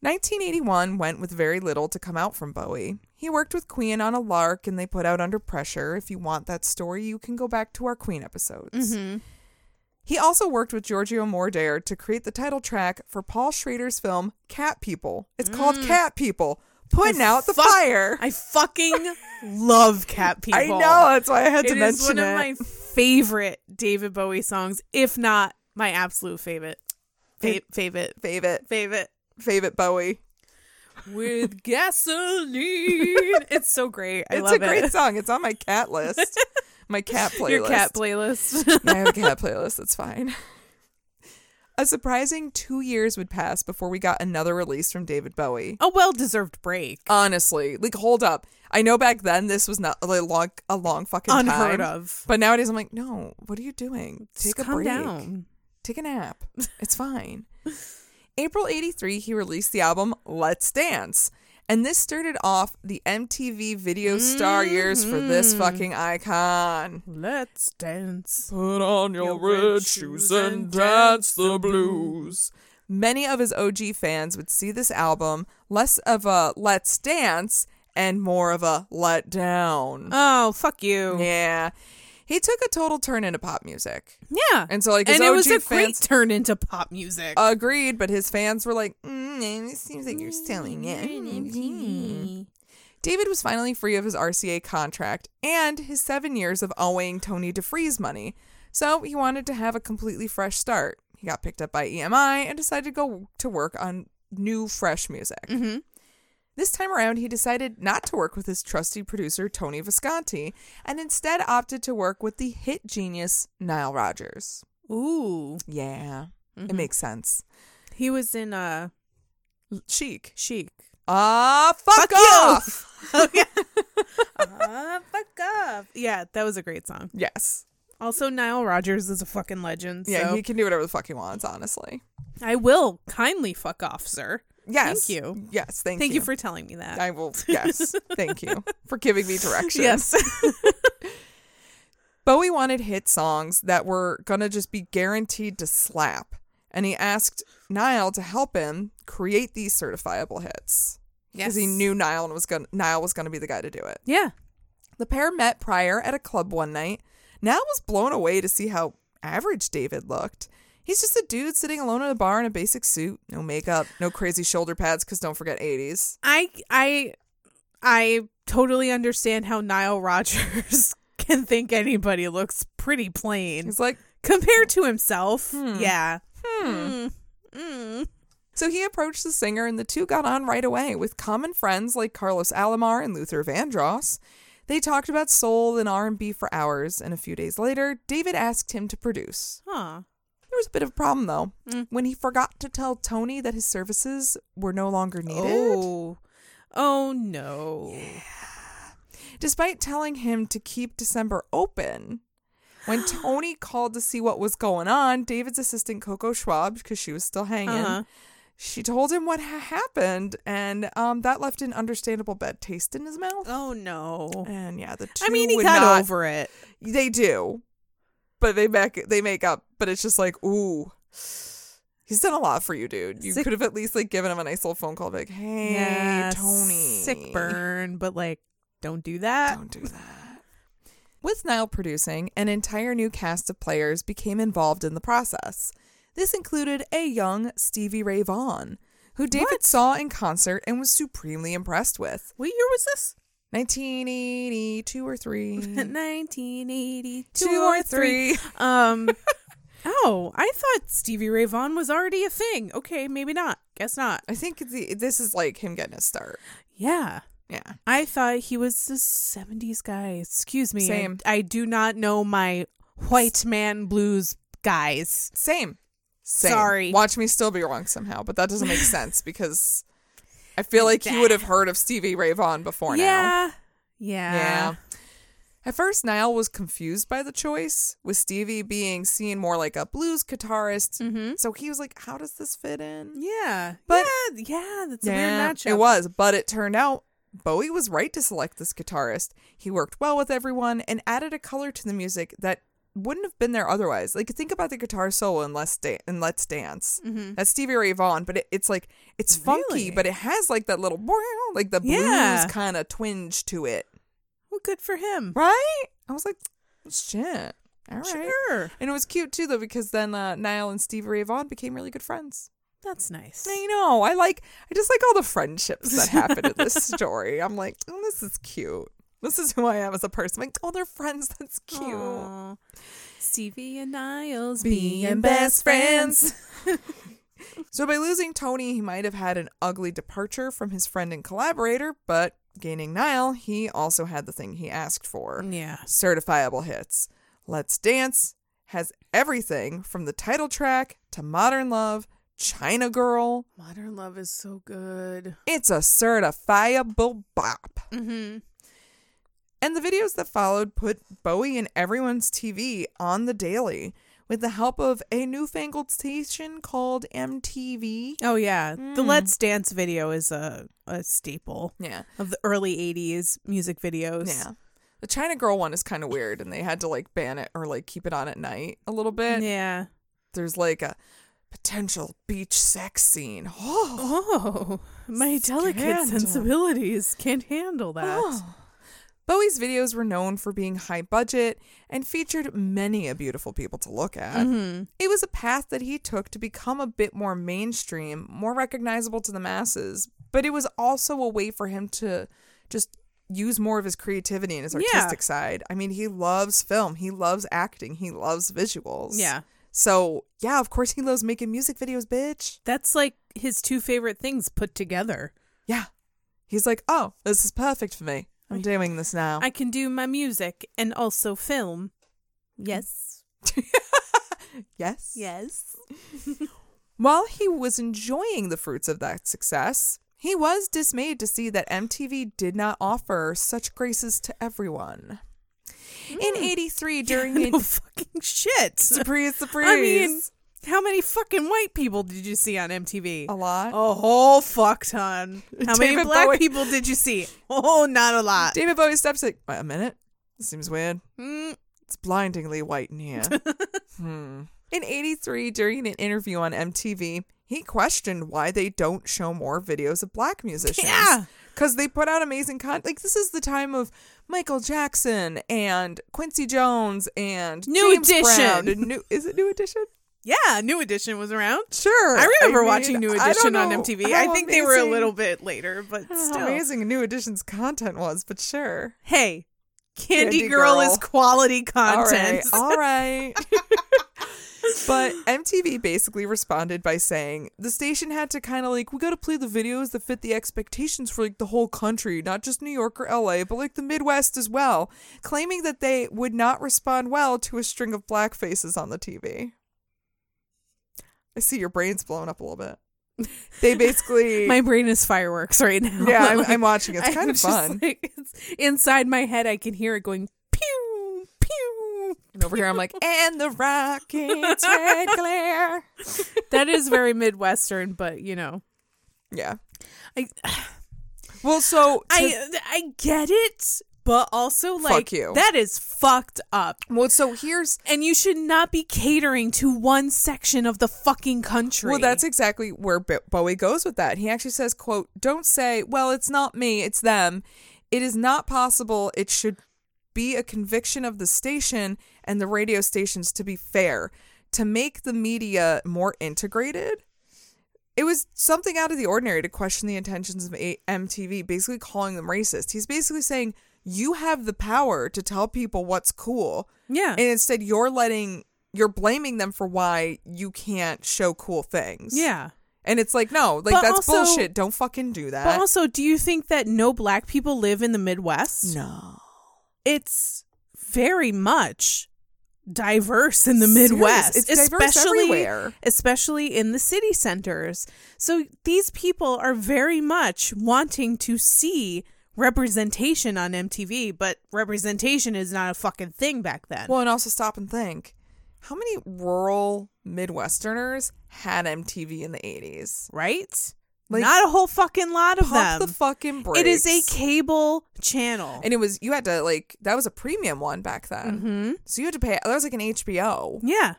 Speaker 1: 1981 went with very little to come out from Bowie. He worked with Queen on a lark and they put out Under Pressure. If you want that story, you can go back to our Queen episodes.
Speaker 2: Mhm.
Speaker 1: He also worked with Giorgio Moroder to create the title track for Paul Schrader's film Cat People. It's called Cat People, putting out the
Speaker 2: Mm. fuck-
Speaker 1: fire.
Speaker 2: I fucking love cat
Speaker 1: [LAUGHS]
Speaker 2: people.
Speaker 1: I know, that's why I had
Speaker 2: It
Speaker 1: to
Speaker 2: is
Speaker 1: mention
Speaker 2: one
Speaker 1: it.
Speaker 2: of my favorite David Bowie songs, if not my absolute favorite. Fa-
Speaker 1: It-
Speaker 2: favorite.
Speaker 1: favorite,
Speaker 2: Favorite.
Speaker 1: favorite Bowie.
Speaker 2: With gasoline. [LAUGHS] It's so great. I
Speaker 1: it's
Speaker 2: love
Speaker 1: a great
Speaker 2: it.
Speaker 1: song. It's on my cat list,
Speaker 2: [LAUGHS]
Speaker 1: my cat playlist.
Speaker 2: Your cat
Speaker 1: [LAUGHS]
Speaker 2: playlist. [LAUGHS]
Speaker 1: I have a cat playlist. That's fine. A surprising two years would pass before we got another release from David Bowie.
Speaker 2: a well deserved break.
Speaker 1: Honestly, like hold up. I know back then this was not like long, a long fucking
Speaker 2: Unheard
Speaker 1: time.
Speaker 2: of.
Speaker 1: But nowadays I'm like, no, what are you doing? Take
Speaker 2: Just
Speaker 1: a
Speaker 2: calm
Speaker 1: break.
Speaker 2: down.
Speaker 1: Take a
Speaker 2: [LAUGHS]
Speaker 1: nap. It's fine. April 83, he released the album Let's Dance. And this started off the MTV video star years for this
Speaker 2: Mm-hmm.
Speaker 1: fucking icon.
Speaker 2: Let's dance.
Speaker 1: Put on
Speaker 2: your red shoes and dance the blues.
Speaker 1: Many of his OG fans would see this album less of a let's dance and more of a let down.
Speaker 2: Oh, fuck you.
Speaker 1: Yeah. He took a total turn into pop music.
Speaker 2: Yeah.
Speaker 1: And so, like, his
Speaker 2: and it was
Speaker 1: OG
Speaker 2: a great
Speaker 1: fans- Uh,
Speaker 2: turn into pop music.
Speaker 1: Agreed, but his fans were like, mm, it seems like you're selling it.
Speaker 2: Mm.
Speaker 1: David was finally free of his RCA contract and his seven years of owing Tony DeFries money, so he wanted to have a completely fresh start. He got picked up by EMI and decided to go to work on new, fresh music. This time around, he decided not to work with his trusty producer, Tony Visconti, and instead opted to work with the hit genius, Nile Rodgers.
Speaker 2: Ooh.
Speaker 1: Yeah, it makes sense.
Speaker 2: He was in uh
Speaker 1: Chic.
Speaker 2: Chic.
Speaker 1: Ah, fuck,
Speaker 2: Fuck you! Oh,
Speaker 1: off!
Speaker 2: [LAUGHS] Uh, fuck up. Yeah, that was a great song.
Speaker 1: Yes.
Speaker 2: Also, Nile Rodgers is a fucking legend.
Speaker 1: Yeah,
Speaker 2: so
Speaker 1: he can do whatever the fuck he wants, honestly.
Speaker 2: I will kindly fuck off, sir.
Speaker 1: Yes.
Speaker 2: Thank you.
Speaker 1: Yes, thank,
Speaker 2: Thank
Speaker 1: you.
Speaker 2: you for telling me that.
Speaker 1: I will [LAUGHS] yes. thank you for giving me directions.
Speaker 2: yes. [LAUGHS]
Speaker 1: Bowie wanted hit songs that were gonna just be guaranteed to slap. And he asked Niall to help him create these certifiable hits. Because he
Speaker 2: Yes.
Speaker 1: knew Niall was gonna Niall was gonna be the guy to do it.
Speaker 2: yeah.
Speaker 1: The pair met prior at a club one night. Niall was blown away to see how average David looked. He's just a dude sitting alone in a bar in a basic suit, no makeup, no crazy shoulder pads, because don't forget 80s.
Speaker 2: I I I totally understand how Nile Rodgers [LAUGHS] can think anybody looks pretty plain
Speaker 1: He's like,
Speaker 2: compared to himself. Yeah. Hmm.
Speaker 1: So he approached the singer, and the two got on right away with common friends like Carlos Alomar and Luther Vandross. They talked about soul and R&B for hours, and a few days later, David asked him to produce.
Speaker 2: Huh.
Speaker 1: There was a bit of a problem though when he forgot to tell Tony that his services were no longer needed.
Speaker 2: Oh. Oh no.
Speaker 1: Despite telling him to keep December open,
Speaker 2: [GASPS]
Speaker 1: when Tony called to see what was going on, David's assistant Coco Schwab, because she was still hanging,
Speaker 2: Uh-huh.
Speaker 1: she told him what ha- happened, and um, that left an understandable bad taste in his mouth.
Speaker 2: Oh no.
Speaker 1: And yeah, the two
Speaker 2: I mean, he
Speaker 1: would
Speaker 2: got
Speaker 1: not-
Speaker 2: over it.
Speaker 1: They do, but they back they make up. But it's just like, ooh, he's done a lot for you, dude. You
Speaker 2: Sick-
Speaker 1: could have at least like given him a nice little phone call, be like, hey, Tony,
Speaker 2: Sick burn, but like, don't do that.
Speaker 1: Don't do that. Uh, With Nile producing, an entire new cast of players became involved in the process. This included a young Stevie Ray Vaughan, who David saw in concert and was supremely impressed with.
Speaker 2: What year was this?
Speaker 1: 1982 or [LAUGHS]
Speaker 2: Hmm.
Speaker 1: 3.
Speaker 2: 1982
Speaker 1: Two or three.
Speaker 2: [LAUGHS] Um, oh, I thought Stevie Ray Vaughan was already a thing. Okay, maybe not. Guess not.
Speaker 1: I think the, this is like him getting his start.
Speaker 2: Yeah.
Speaker 1: Yeah.
Speaker 2: I thought he was the 70s guy. Excuse me. I-
Speaker 1: Same.
Speaker 2: I, do not know my white man blues guys.
Speaker 1: Same. Same.
Speaker 2: Sorry.
Speaker 1: Watch me still be wrong somehow, but that doesn't [LAUGHS] make sense because I feel like he would have heard of Stevie Ray Vaughan before now.
Speaker 2: yeah. Yeah.
Speaker 1: Yeah. Uh, At first, Niall was confused by the choice, with Stevie being seen more like a blues guitarist. So he was like, How does this fit in?
Speaker 2: Yeah.
Speaker 1: But-
Speaker 2: yeah, yeah, that's a weird matchup.
Speaker 1: It was, but it turned out Bowie was right to select this guitarist. He worked well with everyone and added a color to the music that wouldn't have been there otherwise. Like think about the guitar solo in Let's, da- in Let's Dance. That's Stevie Ray Vaughan, but it, it's like it's funky,
Speaker 2: Really?
Speaker 1: but it has like that little like the blues
Speaker 2: Yeah.
Speaker 1: kind of twinge to it,
Speaker 2: Well, good for him.
Speaker 1: right? I was like, shit, all right.
Speaker 2: Sure.
Speaker 1: And it was cute too, though, because then uh, Niall and Stevie Ray Vaughan became really good friends.
Speaker 2: That's nice.
Speaker 1: I know. I like. I just like all the friendships that happen in
Speaker 2: [LAUGHS]
Speaker 1: this story. I'm like, oh, this is cute. This is who I am as a person. Like, oh, they're friends. That's cute.
Speaker 2: Aw. Stevie and Niles
Speaker 1: Being
Speaker 2: being
Speaker 1: best
Speaker 2: best
Speaker 1: friends. [LAUGHS]
Speaker 2: friends.
Speaker 1: So by losing Tony, he might have had an ugly departure from his friend and collaborator, but gaining Niall, he also had the thing he asked for:
Speaker 2: Yeah.
Speaker 1: certifiable hits. Let's Dance has everything from the title track to Modern Love, China Girl.
Speaker 2: Modern Love is so good.
Speaker 1: It's a certifiable bop.
Speaker 2: Mm-hmm.
Speaker 1: And the videos that followed put Bowie in everyone's TV on the daily with the help of a newfangled station called MTV.
Speaker 2: Oh yeah, the
Speaker 1: Mm.
Speaker 2: Let's Dance video is a a staple
Speaker 1: Yeah.
Speaker 2: of the early '80s music videos.
Speaker 1: Yeah. The China Girl one is kind of weird and they had to like ban it or like keep it on at night a little bit.
Speaker 2: yeah.
Speaker 1: There's like a potential beach sex scene. Oh.
Speaker 2: Oh, my
Speaker 1: Scandal.
Speaker 2: delicate sensibilities can't handle that.
Speaker 1: Oh. Bowie's videos were known for being high budget and featured many a beautiful people to look at.
Speaker 2: Mm-hmm.
Speaker 1: It was a path that he took to become a bit more mainstream, more recognizable to the masses, but it was also a way for him to just use more of his creativity and his
Speaker 2: Yeah.
Speaker 1: artistic side. I mean, he loves film, he loves acting, he loves visuals.
Speaker 2: Yeah,
Speaker 1: So, yeah, of course he loves making music videos, bitch.
Speaker 2: that's like his two favorite things put together.
Speaker 1: Yeah. He's like, "Oh, this is perfect for me. I'm doing this now."
Speaker 2: I can do my music and also film. Yes.
Speaker 1: yes.
Speaker 2: Yes.
Speaker 1: While he was enjoying the fruits of that success, he was dismayed to see that MTV did not offer such graces to everyone. In
Speaker 2: Hmm.
Speaker 1: 83, during
Speaker 2: [LAUGHS] No
Speaker 1: the.
Speaker 2: fucking [LAUGHS] shit.
Speaker 1: Surprise, surprise.
Speaker 2: I mean, how many fucking white people did you see on MTV?
Speaker 1: a lot.
Speaker 2: A whole fuck ton. [LAUGHS] How many
Speaker 1: David
Speaker 2: black
Speaker 1: Bowie.
Speaker 2: people did you see? Oh, not a lot.
Speaker 1: David Bowie steps like, Wait a minute. This seems weird. Hmm.
Speaker 2: Mm,
Speaker 1: It's blindingly white in
Speaker 2: [LAUGHS]
Speaker 1: here. hmm. In 83, during an interview on MTV, he questioned why they don't show more videos of black musicians.
Speaker 2: Yeah.
Speaker 1: Because they put out amazing content. Like, this is the time of Michael Jackson and Quincy Jones and
Speaker 2: New
Speaker 1: James Brown
Speaker 2: Edition.
Speaker 1: and new, is it New Edition?
Speaker 2: yeah, New Edition was around.
Speaker 1: Sure.
Speaker 2: I remember
Speaker 1: mean,
Speaker 2: watching New
Speaker 1: I don't
Speaker 2: Edition on
Speaker 1: know
Speaker 2: MTV.
Speaker 1: how
Speaker 2: I think they were a
Speaker 1: amazing-
Speaker 2: little bit later, but
Speaker 1: I don't know
Speaker 2: still.
Speaker 1: How amazing New Edition's content was, but sure.
Speaker 2: Hey, Candy,
Speaker 1: Candy
Speaker 2: Girl,
Speaker 1: Girl.
Speaker 2: is quality content.
Speaker 1: All right. [LAUGHS] All right. but MTV basically responded by saying the station had to kind of like we got to play the videos that fit the expectations for like the whole country, not just New York or LA, but like the Midwest as well, claiming that they would not respond well to a string of black faces on the TV. I see your brain's blown up a little bit. They [LAUGHS] basically
Speaker 2: My brain is fireworks right now.
Speaker 1: Yeah, [LAUGHS]
Speaker 2: [LAUGHS]
Speaker 1: I'm, I'm watching. It's
Speaker 2: I'm
Speaker 1: kind of
Speaker 2: just
Speaker 1: fun.
Speaker 2: like- it's- inside my head, I can hear it going pew, pew.
Speaker 1: and over here I'm like, and the [LAUGHS] rockets red glare.
Speaker 2: That is very Midwestern, but you know.
Speaker 1: Yeah.
Speaker 2: I- [SIGHS]
Speaker 1: well, so to-
Speaker 2: I I get it, but also like
Speaker 1: you.
Speaker 2: that is fucked up.
Speaker 1: well, so here's
Speaker 2: And you should not be catering to one section of the fucking country.
Speaker 1: well, that's exactly where B- Bowie goes with that. He actually says, "quote Don't say, well, it's not me, it's them. It is not possible. It should be a conviction of the station and the radio stations to be fair, to make the media more integrated." It was something out of the ordinary to question the intentions of A- MTV, basically calling them racist. He's basically saying, you have the power to tell people what's cool.
Speaker 2: Yeah.
Speaker 1: And instead, you're letting, you're blaming them for why you can't show cool things.
Speaker 2: yeah.
Speaker 1: And it's like, no, like
Speaker 2: But
Speaker 1: that's
Speaker 2: also-
Speaker 1: bullshit. Don't fucking do that.
Speaker 2: But also, do you think that no black people live in the Midwest?
Speaker 1: no.
Speaker 2: It's very much diverse in the
Speaker 1: Serious.
Speaker 2: Midwest.
Speaker 1: It's diverse everywhere.
Speaker 2: Especially in the city centers. So these people are very much wanting to see representation on MTV, but representation is not a fucking thing back then.
Speaker 1: Well, and also stop and think how many rural Midwesterners had MTV in the 80s?
Speaker 2: right?
Speaker 1: Like,
Speaker 2: not a whole fucking lot of
Speaker 1: Pump
Speaker 2: them.
Speaker 1: the fucking brakes.
Speaker 2: it is a cable channel.
Speaker 1: And it was, you had to, like, that was a premium one back then.
Speaker 2: hmm
Speaker 1: So you had to pay, that was like an HBO.
Speaker 2: Yeah.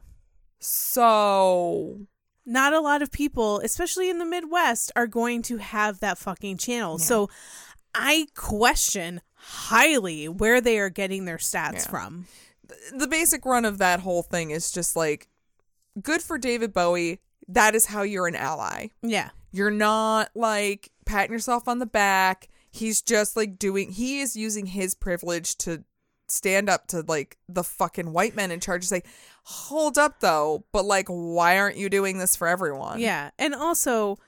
Speaker 1: So
Speaker 2: not a lot of people, especially in the Midwest, are going to have that fucking channel. So I question highly where they are getting their stats
Speaker 1: Yeah.
Speaker 2: from.
Speaker 1: the basic run of that whole thing is just like, good for David Bowie. That is how you're an ally.
Speaker 2: Yeah.
Speaker 1: You're not like patting yourself on the back. He's just like doing, he is using his privilege to stand up to like the fucking white men in charge. It's like, hold up though, but like, why aren't you doing this for everyone?
Speaker 2: Yeah. And also,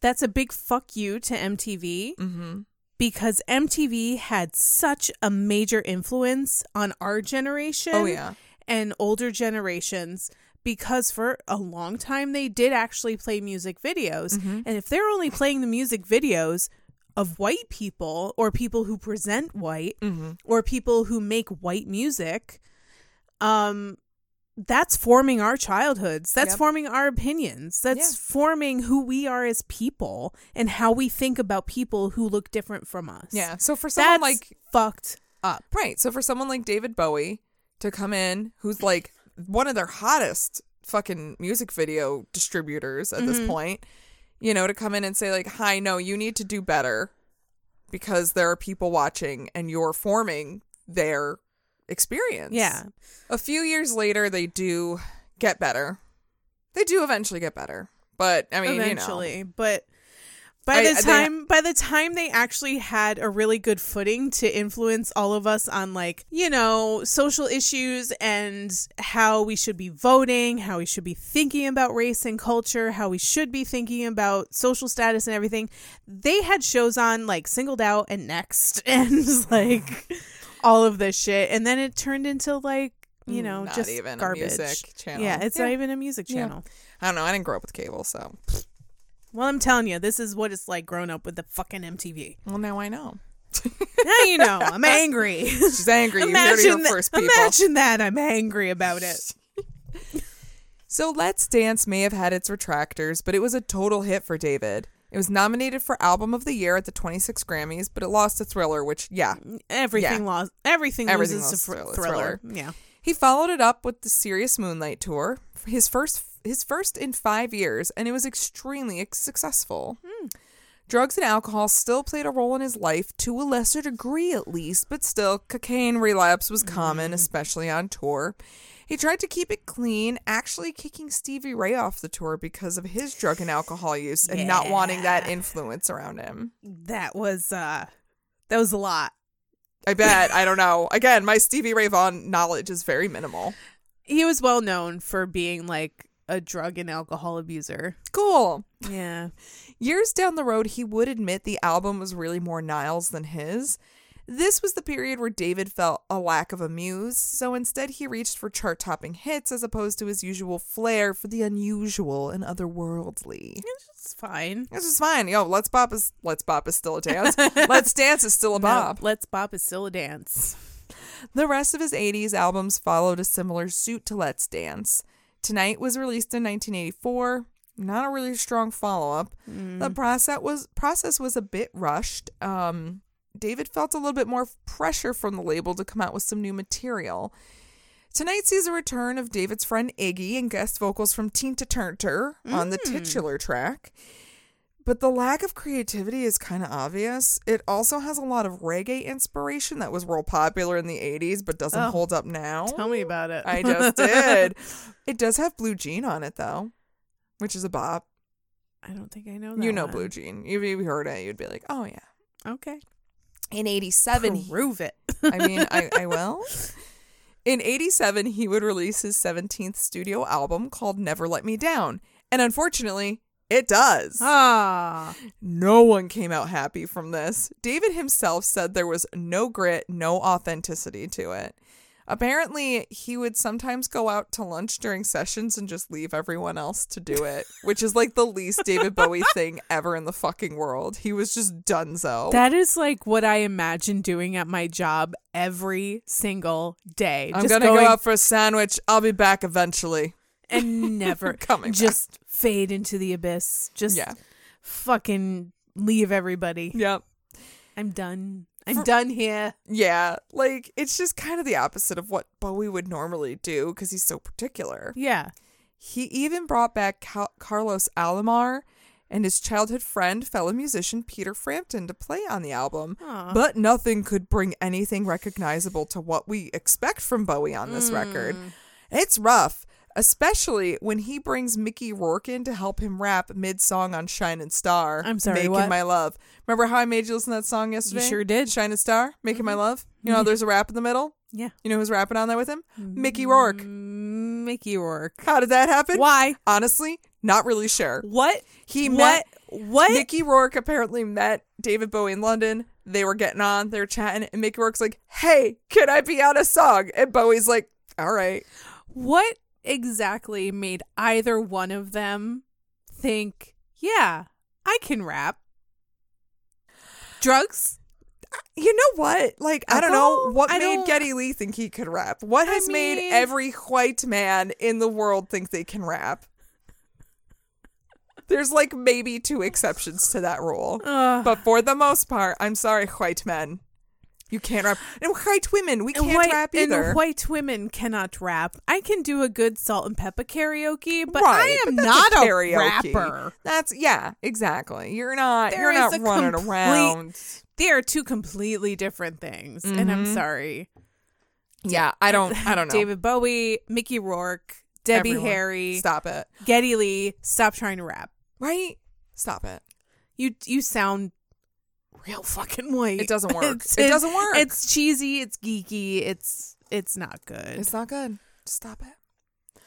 Speaker 2: that's a big fuck you to MTV
Speaker 1: Mm-hmm.
Speaker 2: because MTV had such a major influence on our generation
Speaker 1: Oh, yeah.
Speaker 2: and older generations because for a long time they did actually play music videos.
Speaker 1: Mm-hmm.
Speaker 2: And if they're only playing the music videos of white people or people who present white
Speaker 1: Mm-hmm.
Speaker 2: or people who make white music, um that's forming our childhoods. That's
Speaker 1: Yep.
Speaker 2: forming our opinions. That's
Speaker 1: Yeah.
Speaker 2: forming who we are as people and how we think about people who look different from us.
Speaker 1: Yeah. So for someone
Speaker 2: That's
Speaker 1: like
Speaker 2: like fucked up.
Speaker 1: Right. So for someone like David Bowie to come in, who's like one of their hottest fucking music video distributors at
Speaker 2: Mm-hmm.
Speaker 1: this point, you know, to come in and say like, "Hi, no, you need to do better because there are people watching and you're forming their experience."
Speaker 2: Yeah.
Speaker 1: A few years later, they do get better. They do eventually get better, but I mean, you know,
Speaker 2: eventually but by
Speaker 1: I-
Speaker 2: the
Speaker 1: I- they-
Speaker 2: time by the time they actually had a really good footing to influence all of us on like you know social issues and how we should be voting how we should be thinking about race and culture how we should be thinking about social status and everything they had shows on like singled out and next [LAUGHS] and like all of this shit and then it turned into like you know
Speaker 1: Mm, Not
Speaker 2: just
Speaker 1: even a
Speaker 2: garbage
Speaker 1: music channel.
Speaker 2: yeah it's
Speaker 1: Yeah.
Speaker 2: not even a music channel
Speaker 1: I don't know. I didn't grow up with cable, so
Speaker 2: well, I'm telling you, this is what it's like growing up with the fucking MTV.
Speaker 1: well now I know.
Speaker 2: Now you know,
Speaker 1: [LAUGHS]
Speaker 2: I'm angry.
Speaker 1: She's angry. you heard it here
Speaker 2: imagine, tha-
Speaker 1: first, people.
Speaker 2: imagine that I'm angry about it.
Speaker 1: So Let's Dance may have had its retractors, but it was a total hit for David. It was nominated for Album of the Year at the 26 Grammys, but it lost to Thriller, which, [LAUGHS] yeah.
Speaker 2: Everything
Speaker 1: Yeah.
Speaker 2: lost. Everything,
Speaker 1: Everything
Speaker 2: loses
Speaker 1: lost
Speaker 2: to thr-
Speaker 1: Thriller-
Speaker 2: thriller. Yeah.
Speaker 1: He followed it up with the Serious Moonlight Tour, his first his first in five years, and it was extremely ex- successful. Drugs and alcohol still played a role in his life, to a lesser degree at least, but still, cocaine relapse was common, especially on tour. He tried to keep it clean, actually kicking Stevie Ray off the tour because of his drug and alcohol use and not wanting that influence around him.
Speaker 2: That was uh that was a lot.
Speaker 1: I bet. I don't know. Again, my Stevie Ray Vaughan knowledge is very minimal.
Speaker 2: He was well known for being like a drug and alcohol abuser.
Speaker 1: Cool.
Speaker 2: Yeah.
Speaker 1: Years down the road, he would admit the album was really more Niles than his. This was the period where David felt a lack of a muse, so instead he reached for chart topping hits as opposed to his usual flair for the unusual and otherworldly.
Speaker 2: It's fine.
Speaker 1: This is fine. Yo, Let's Bop is Let's Bop is still a dance. Let's Dance is still a bop.
Speaker 2: No, let's bop is still a dance.
Speaker 1: The rest of his 80s albums followed a similar suit to Let's Dance. Tonight was released in 1984. Not a really strong follow up. The process was process was a bit rushed. Um, David felt a little bit more pressure from the label to come out with some new material. Tonight sees a return of David's friend Iggy and guest vocals from Tinta Turner on
Speaker 2: Mm.
Speaker 1: the titular track. But the lack of creativity is kind of obvious. It also has a lot of reggae inspiration that was real popular in the 80s but doesn't
Speaker 2: Oh.
Speaker 1: hold up now.
Speaker 2: Tell me about it.
Speaker 1: I
Speaker 2: [LAUGHS]
Speaker 1: just did. It does have Blue Jean on it though, which is a bop.
Speaker 2: I don't think I know that.
Speaker 1: You know
Speaker 2: one.
Speaker 1: Blue Jean. If you heard it, you'd be like, oh, yeah.
Speaker 2: Okay.
Speaker 1: In 87, he-
Speaker 2: Prove it.
Speaker 1: I mean, I, I will. In 87, he would release his 17th studio album called Never Let Me Down. And unfortunately, it does.
Speaker 2: [LAUGHS] Ah.
Speaker 1: No one came out happy from this. David himself said there was no grit, no authenticity to it. Apparently, he would sometimes go out to lunch during sessions and just leave everyone else to do it, which is like the least David
Speaker 2: [LAUGHS]
Speaker 1: Bowie thing ever in the fucking world. He was just donezo.
Speaker 2: That is like what I imagine doing at my job every single day.
Speaker 1: I'm
Speaker 2: Just
Speaker 1: gonna
Speaker 2: going
Speaker 1: go out for a sandwich. I'll be back eventually.
Speaker 2: [LAUGHS]
Speaker 1: [LAUGHS]
Speaker 2: and never
Speaker 1: Coming back.
Speaker 2: Just fade into the abyss. Just
Speaker 1: Yeah.
Speaker 2: fucking leave everybody.
Speaker 1: Yep.
Speaker 2: I'm done. I'm done here.
Speaker 1: Yeah. Like, it's just kind of the opposite of what Bowie would normally do because he's so particular.
Speaker 2: Yeah.
Speaker 1: He even brought back Cal- Carlos Alomar and his childhood friend, fellow musician Peter Frampton to play on the album, but nothing could bring anything recognizable to what we expect from Bowie on this record.
Speaker 2: Mm.
Speaker 1: It's rough, especially when he brings Mickey Rourke in to help him rap mid song on Shining Star.
Speaker 2: I'm sorry,
Speaker 1: Making
Speaker 2: what?
Speaker 1: My Love. Remember how I made you listen to that song yesterday?
Speaker 2: sure did. Mm-hmm.
Speaker 1: Shining Star, Making My Love. You know, how there's a rap in the middle.
Speaker 2: Yeah.
Speaker 1: You know who's rapping on there with him? Mickey Rourke.
Speaker 2: Mickey Rourke.
Speaker 1: How did that happen?
Speaker 2: Mm. Why?
Speaker 1: Honestly, not really sure.
Speaker 2: What?
Speaker 1: He
Speaker 2: what?
Speaker 1: met
Speaker 2: What?
Speaker 1: Mickey Rourke apparently met David Bowie in London. They were getting on, they were chatting, and Mickey Rourke's like, Hey, can I be on a song? And Bowie's like, All right.
Speaker 2: What exactly made either one of them think, yeah, I can rap? Drugs?
Speaker 1: You know what? Like, I don't know
Speaker 2: Alcohol?
Speaker 1: what
Speaker 2: I
Speaker 1: made
Speaker 2: don't-
Speaker 1: Getty Lee think he could rap. What has made
Speaker 2: mean-
Speaker 1: every white man in the world think they can rap? There's like maybe two exceptions to that rule.
Speaker 2: Ugh.
Speaker 1: But for the most part, I'm sorry, white men. You can't rap. And white women, we
Speaker 2: And
Speaker 1: can't
Speaker 2: white,
Speaker 1: rap either.
Speaker 2: And white women cannot rap. I can do a good salt and pepper karaoke, but
Speaker 1: Right,
Speaker 2: I am
Speaker 1: that's
Speaker 2: not a,
Speaker 1: karaoke.
Speaker 2: rapper.
Speaker 1: That's yeah, exactly. You're not
Speaker 2: There
Speaker 1: you're
Speaker 2: is
Speaker 1: not
Speaker 2: a
Speaker 1: running
Speaker 2: complete-
Speaker 1: around.
Speaker 2: They are two completely different things, and I'm sorry.
Speaker 1: Yeah, I don't Mm-hmm. I don't know.
Speaker 2: David Bowie, Mickey Rourke, Debbie
Speaker 1: Everyone,
Speaker 2: Harry,
Speaker 1: Stop it.
Speaker 2: Getty Lee, stop trying to rap.
Speaker 1: Right? Stop it.
Speaker 2: You you sound real fucking white.
Speaker 1: It
Speaker 2: [LAUGHS]
Speaker 1: doesn't work.
Speaker 2: It's-
Speaker 1: It
Speaker 2: it's-
Speaker 1: doesn't work.
Speaker 2: It's cheesy. It's geeky. It's it's not good.
Speaker 1: It's not good. Stop it.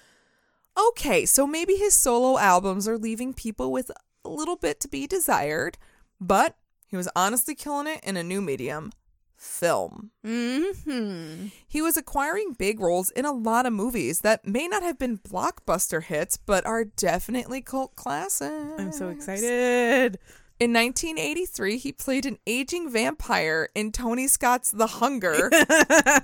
Speaker 1: Okay, so maybe his solo albums are leaving people with a little bit to be desired, but he was honestly killing it in a new medium, film.
Speaker 2: mm-hmm.
Speaker 1: He was acquiring big roles in a lot of movies that may not have been blockbuster hits, but are definitely cult classics.
Speaker 2: I'm so excited. [LAUGHS]
Speaker 1: In 1983, he played an aging vampire in Tony Scott's The [LAUGHS] Hunger,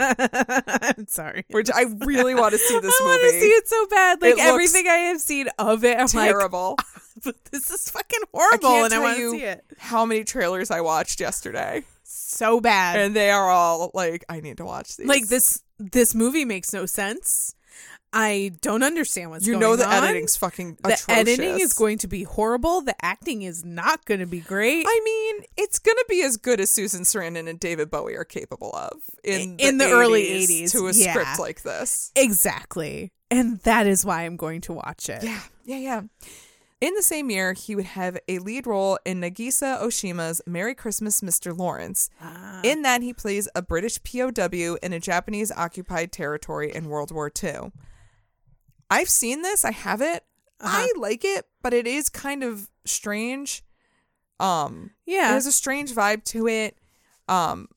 Speaker 2: I'm sorry.
Speaker 1: which I really want to see this
Speaker 2: I
Speaker 1: movie.
Speaker 2: want to see it so bad.
Speaker 1: It
Speaker 2: Like
Speaker 1: looks
Speaker 2: everything I have seen of it, I'm [LAUGHS]
Speaker 1: Terrible.
Speaker 2: like, this is fucking
Speaker 1: I
Speaker 2: horrible,
Speaker 1: can't
Speaker 2: and I
Speaker 1: tell
Speaker 2: want
Speaker 1: you
Speaker 2: to see it
Speaker 1: how many trailers I watched yesterday,
Speaker 2: so bad.
Speaker 1: and they are all like, "I need to watch these."
Speaker 2: like this, this movie makes no sense. I don't understand what's
Speaker 1: you
Speaker 2: going
Speaker 1: know, the
Speaker 2: on.
Speaker 1: editing's fucking
Speaker 2: the
Speaker 1: atrocious.
Speaker 2: editing is going to be horrible. The acting is not going to be great.
Speaker 1: I mean, it's going to be as good as Susan Sarandon and David Bowie are capable of in the,
Speaker 2: In the early
Speaker 1: 80s
Speaker 2: 80s,
Speaker 1: to a
Speaker 2: yeah.
Speaker 1: script like this.
Speaker 2: Exactly. And that is why I'm going to watch it.
Speaker 1: Yeah, yeah, yeah. In the same year, he would have a lead role in Nagisa Oshima's Merry Christmas, Mr. Lawrence.
Speaker 2: Ah.
Speaker 1: In that, he plays a British POW in a Japanese occupied territory in World War II. I've seen this, I have it.
Speaker 2: Uh-huh.
Speaker 1: I like it, but it is kind of strange. Um,
Speaker 2: Yeah.
Speaker 1: it has a strange vibe to it. Um,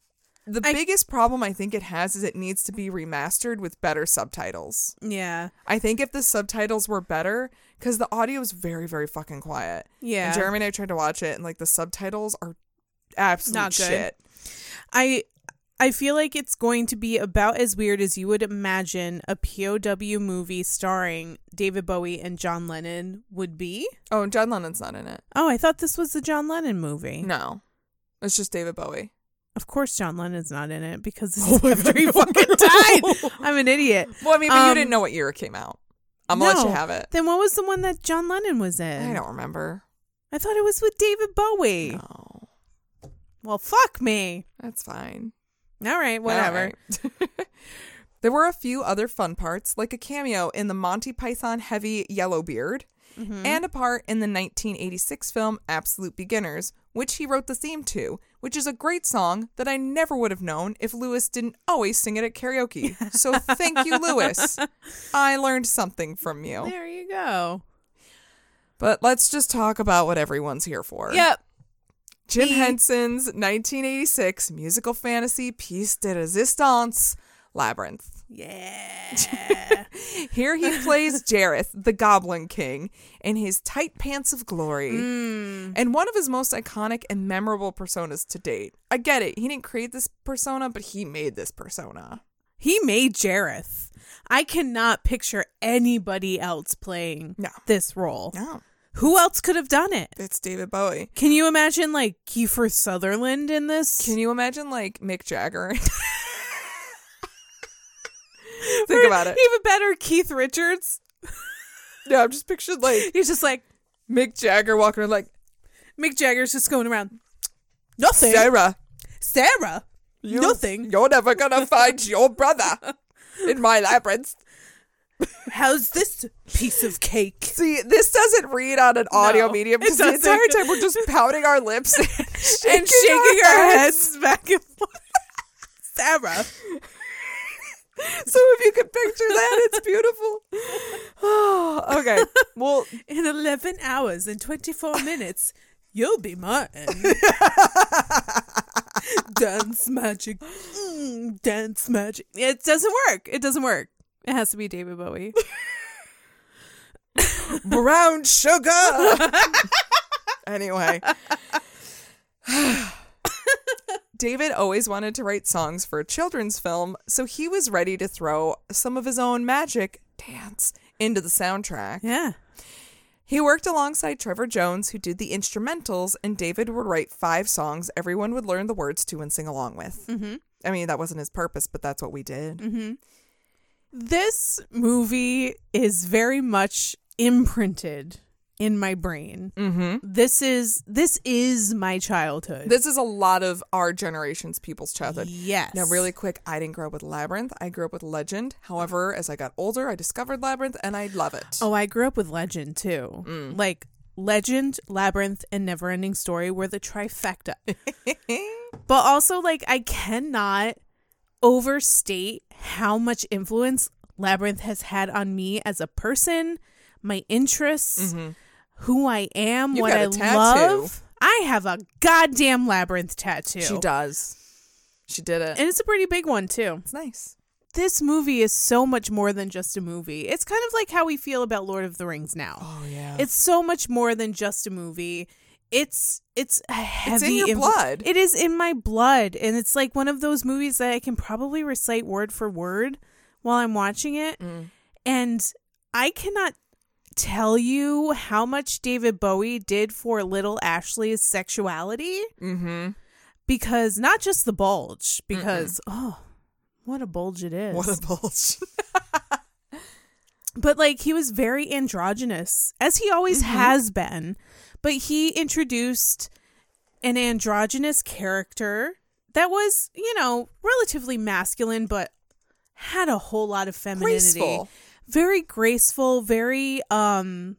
Speaker 1: the
Speaker 2: I-
Speaker 1: biggest problem I think it has is it needs to be remastered with better subtitles.
Speaker 2: Yeah.
Speaker 1: I think if the subtitles were better, because the audio is very, very fucking quiet.
Speaker 2: Yeah.
Speaker 1: And Jeremy and I tried to watch it, and like the subtitles are absolute
Speaker 2: Not good.
Speaker 1: shit.
Speaker 2: I I feel like it's going to be about as weird as you would imagine a POW movie starring David Bowie and John Lennon would be.
Speaker 1: Oh, and John Lennon's not in it.
Speaker 2: Oh, I thought this was the John Lennon movie.
Speaker 1: No, it's just David Bowie.
Speaker 2: Of course John Lennon's not in it
Speaker 1: [LAUGHS]
Speaker 2: because it's after he fucking died. I'm an idiot.
Speaker 1: Well, I mean, but you
Speaker 2: Um,
Speaker 1: didn't know what year it came out. I'm gonna let
Speaker 2: no.
Speaker 1: you have it.
Speaker 2: Then what was the one that John Lennon was in?
Speaker 1: I don't remember.
Speaker 2: I thought it was with David Bowie.
Speaker 1: No,
Speaker 2: Well, fuck me.
Speaker 1: that's fine.
Speaker 2: All right, whatever.
Speaker 1: All right. [LAUGHS] there were a few other fun parts, like a cameo in the Monty Python heavy Yellowbeard, and a part in the 1986 film Absolute Beginners, which he wrote the theme to, which is a great song that I never would have known if Lewis didn't always sing it at karaoke. So thank you, Lewis. I learned something from you.
Speaker 2: There you go.
Speaker 1: But let's just talk about what everyone's here for.
Speaker 2: Yep.
Speaker 1: Jim
Speaker 2: Me.
Speaker 1: Henson's 1986 musical fantasy piece de resistance, Labyrinth.
Speaker 2: Yeah.
Speaker 1: Here he plays Jareth, the Goblin King, in his tight pants of glory and one of his most iconic and memorable personas to date. I get it. He didn't create this persona, but he made this persona.
Speaker 2: he made Jareth. I cannot picture anybody else playing
Speaker 1: No.
Speaker 2: this role.
Speaker 1: No,
Speaker 2: Who else could have done it?
Speaker 1: it's David Bowie.
Speaker 2: Can you imagine like Kiefer Sutherland in this?
Speaker 1: Can you imagine, like, Mick Jagger? [LAUGHS] Think about it.
Speaker 2: Even better, Keith Richards.
Speaker 1: No, I'm just pictured, like,
Speaker 2: He's just like
Speaker 1: Mick Jagger walking around, like,
Speaker 2: Mick Jagger's just going around. Nothing,
Speaker 1: Sarah.
Speaker 2: Sarah.
Speaker 1: You,
Speaker 2: Nothing.
Speaker 1: You're never gonna find your brother [LAUGHS] in my labyrinth.
Speaker 2: How's this piece of cake?
Speaker 1: See, this doesn't read on an audio
Speaker 2: No,
Speaker 1: medium
Speaker 2: it
Speaker 1: because the
Speaker 2: doesn't.
Speaker 1: entire time we're just pouting our lips and [LAUGHS]
Speaker 2: [LAUGHS]
Speaker 1: shaking,
Speaker 2: and shaking
Speaker 1: our,
Speaker 2: our
Speaker 1: heads.
Speaker 2: heads back and forth. [LAUGHS] Sarah.
Speaker 1: So if you could picture that, it's
Speaker 2: [SIGHS]
Speaker 1: beautiful. Oh, okay. Well,
Speaker 2: In 11 hours
Speaker 1: [LAUGHS]
Speaker 2: and 24 minutes, you'll be mine. dance magic. Mm, dance magic. It doesn't work. It doesn't work. It has to be
Speaker 1: [LAUGHS]
Speaker 2: David Bowie.
Speaker 1: brown
Speaker 2: [LAUGHS]
Speaker 1: sugar. anyway. [SIGHS] David always wanted to write songs for a children's film, so he was ready to throw some of his own magic dance into the soundtrack.
Speaker 2: Yeah.
Speaker 1: He worked alongside Trevor Jones, who did the instrumentals, and David would write five songs everyone would learn the words to and sing along with. Mm-hmm. I mean, that wasn't his purpose, but that's what we did.
Speaker 2: Mm-hmm. This movie is very much imprinted in my brain. Mm-hmm. This is this is my childhood.
Speaker 1: This is a lot of our generation's people's childhood.
Speaker 2: yes.
Speaker 1: Now, really quick, I didn't grow up with Labyrinth. I grew up with Legend. However, as I got older, I discovered Labyrinth and I love it.
Speaker 2: Oh, I grew up with Legend too.
Speaker 1: Mm.
Speaker 2: Like Legend, Labyrinth, and Neverending Story were
Speaker 1: [LAUGHS]
Speaker 2: the trifecta. but also, like, I cannot overstate how much influence Labyrinth has had on me as a person, my interests, who I am,
Speaker 1: You've Mm-hmm.
Speaker 2: what
Speaker 1: got
Speaker 2: I
Speaker 1: a tattoo.
Speaker 2: love. I have a goddamn Labyrinth tattoo.
Speaker 1: She does. She did it.
Speaker 2: And it's a pretty big one too.
Speaker 1: It's nice.
Speaker 2: This movie is so much more than just a movie. It's kind of like how we feel about Lord of the Rings now.
Speaker 1: Oh, yeah.
Speaker 2: It's so much more than just a movie. It's it's a heavy.
Speaker 1: your
Speaker 2: influ-
Speaker 1: blood.
Speaker 2: It is in my blood, and it's like one of those movies that I can probably recite word for word while I'm watching it,
Speaker 1: Mm.
Speaker 2: and I cannot tell you how much David Bowie did for little Ashley's sexuality. Mm-hmm. Because not just the bulge, because oh, what a bulge it is!
Speaker 1: what a bulge.
Speaker 2: but like he was very androgynous as he always
Speaker 1: Mm-hmm.
Speaker 2: has been but he introduced an androgynous character that was you know relatively masculine but had a whole lot of femininity
Speaker 1: Graceful.
Speaker 2: very graceful very um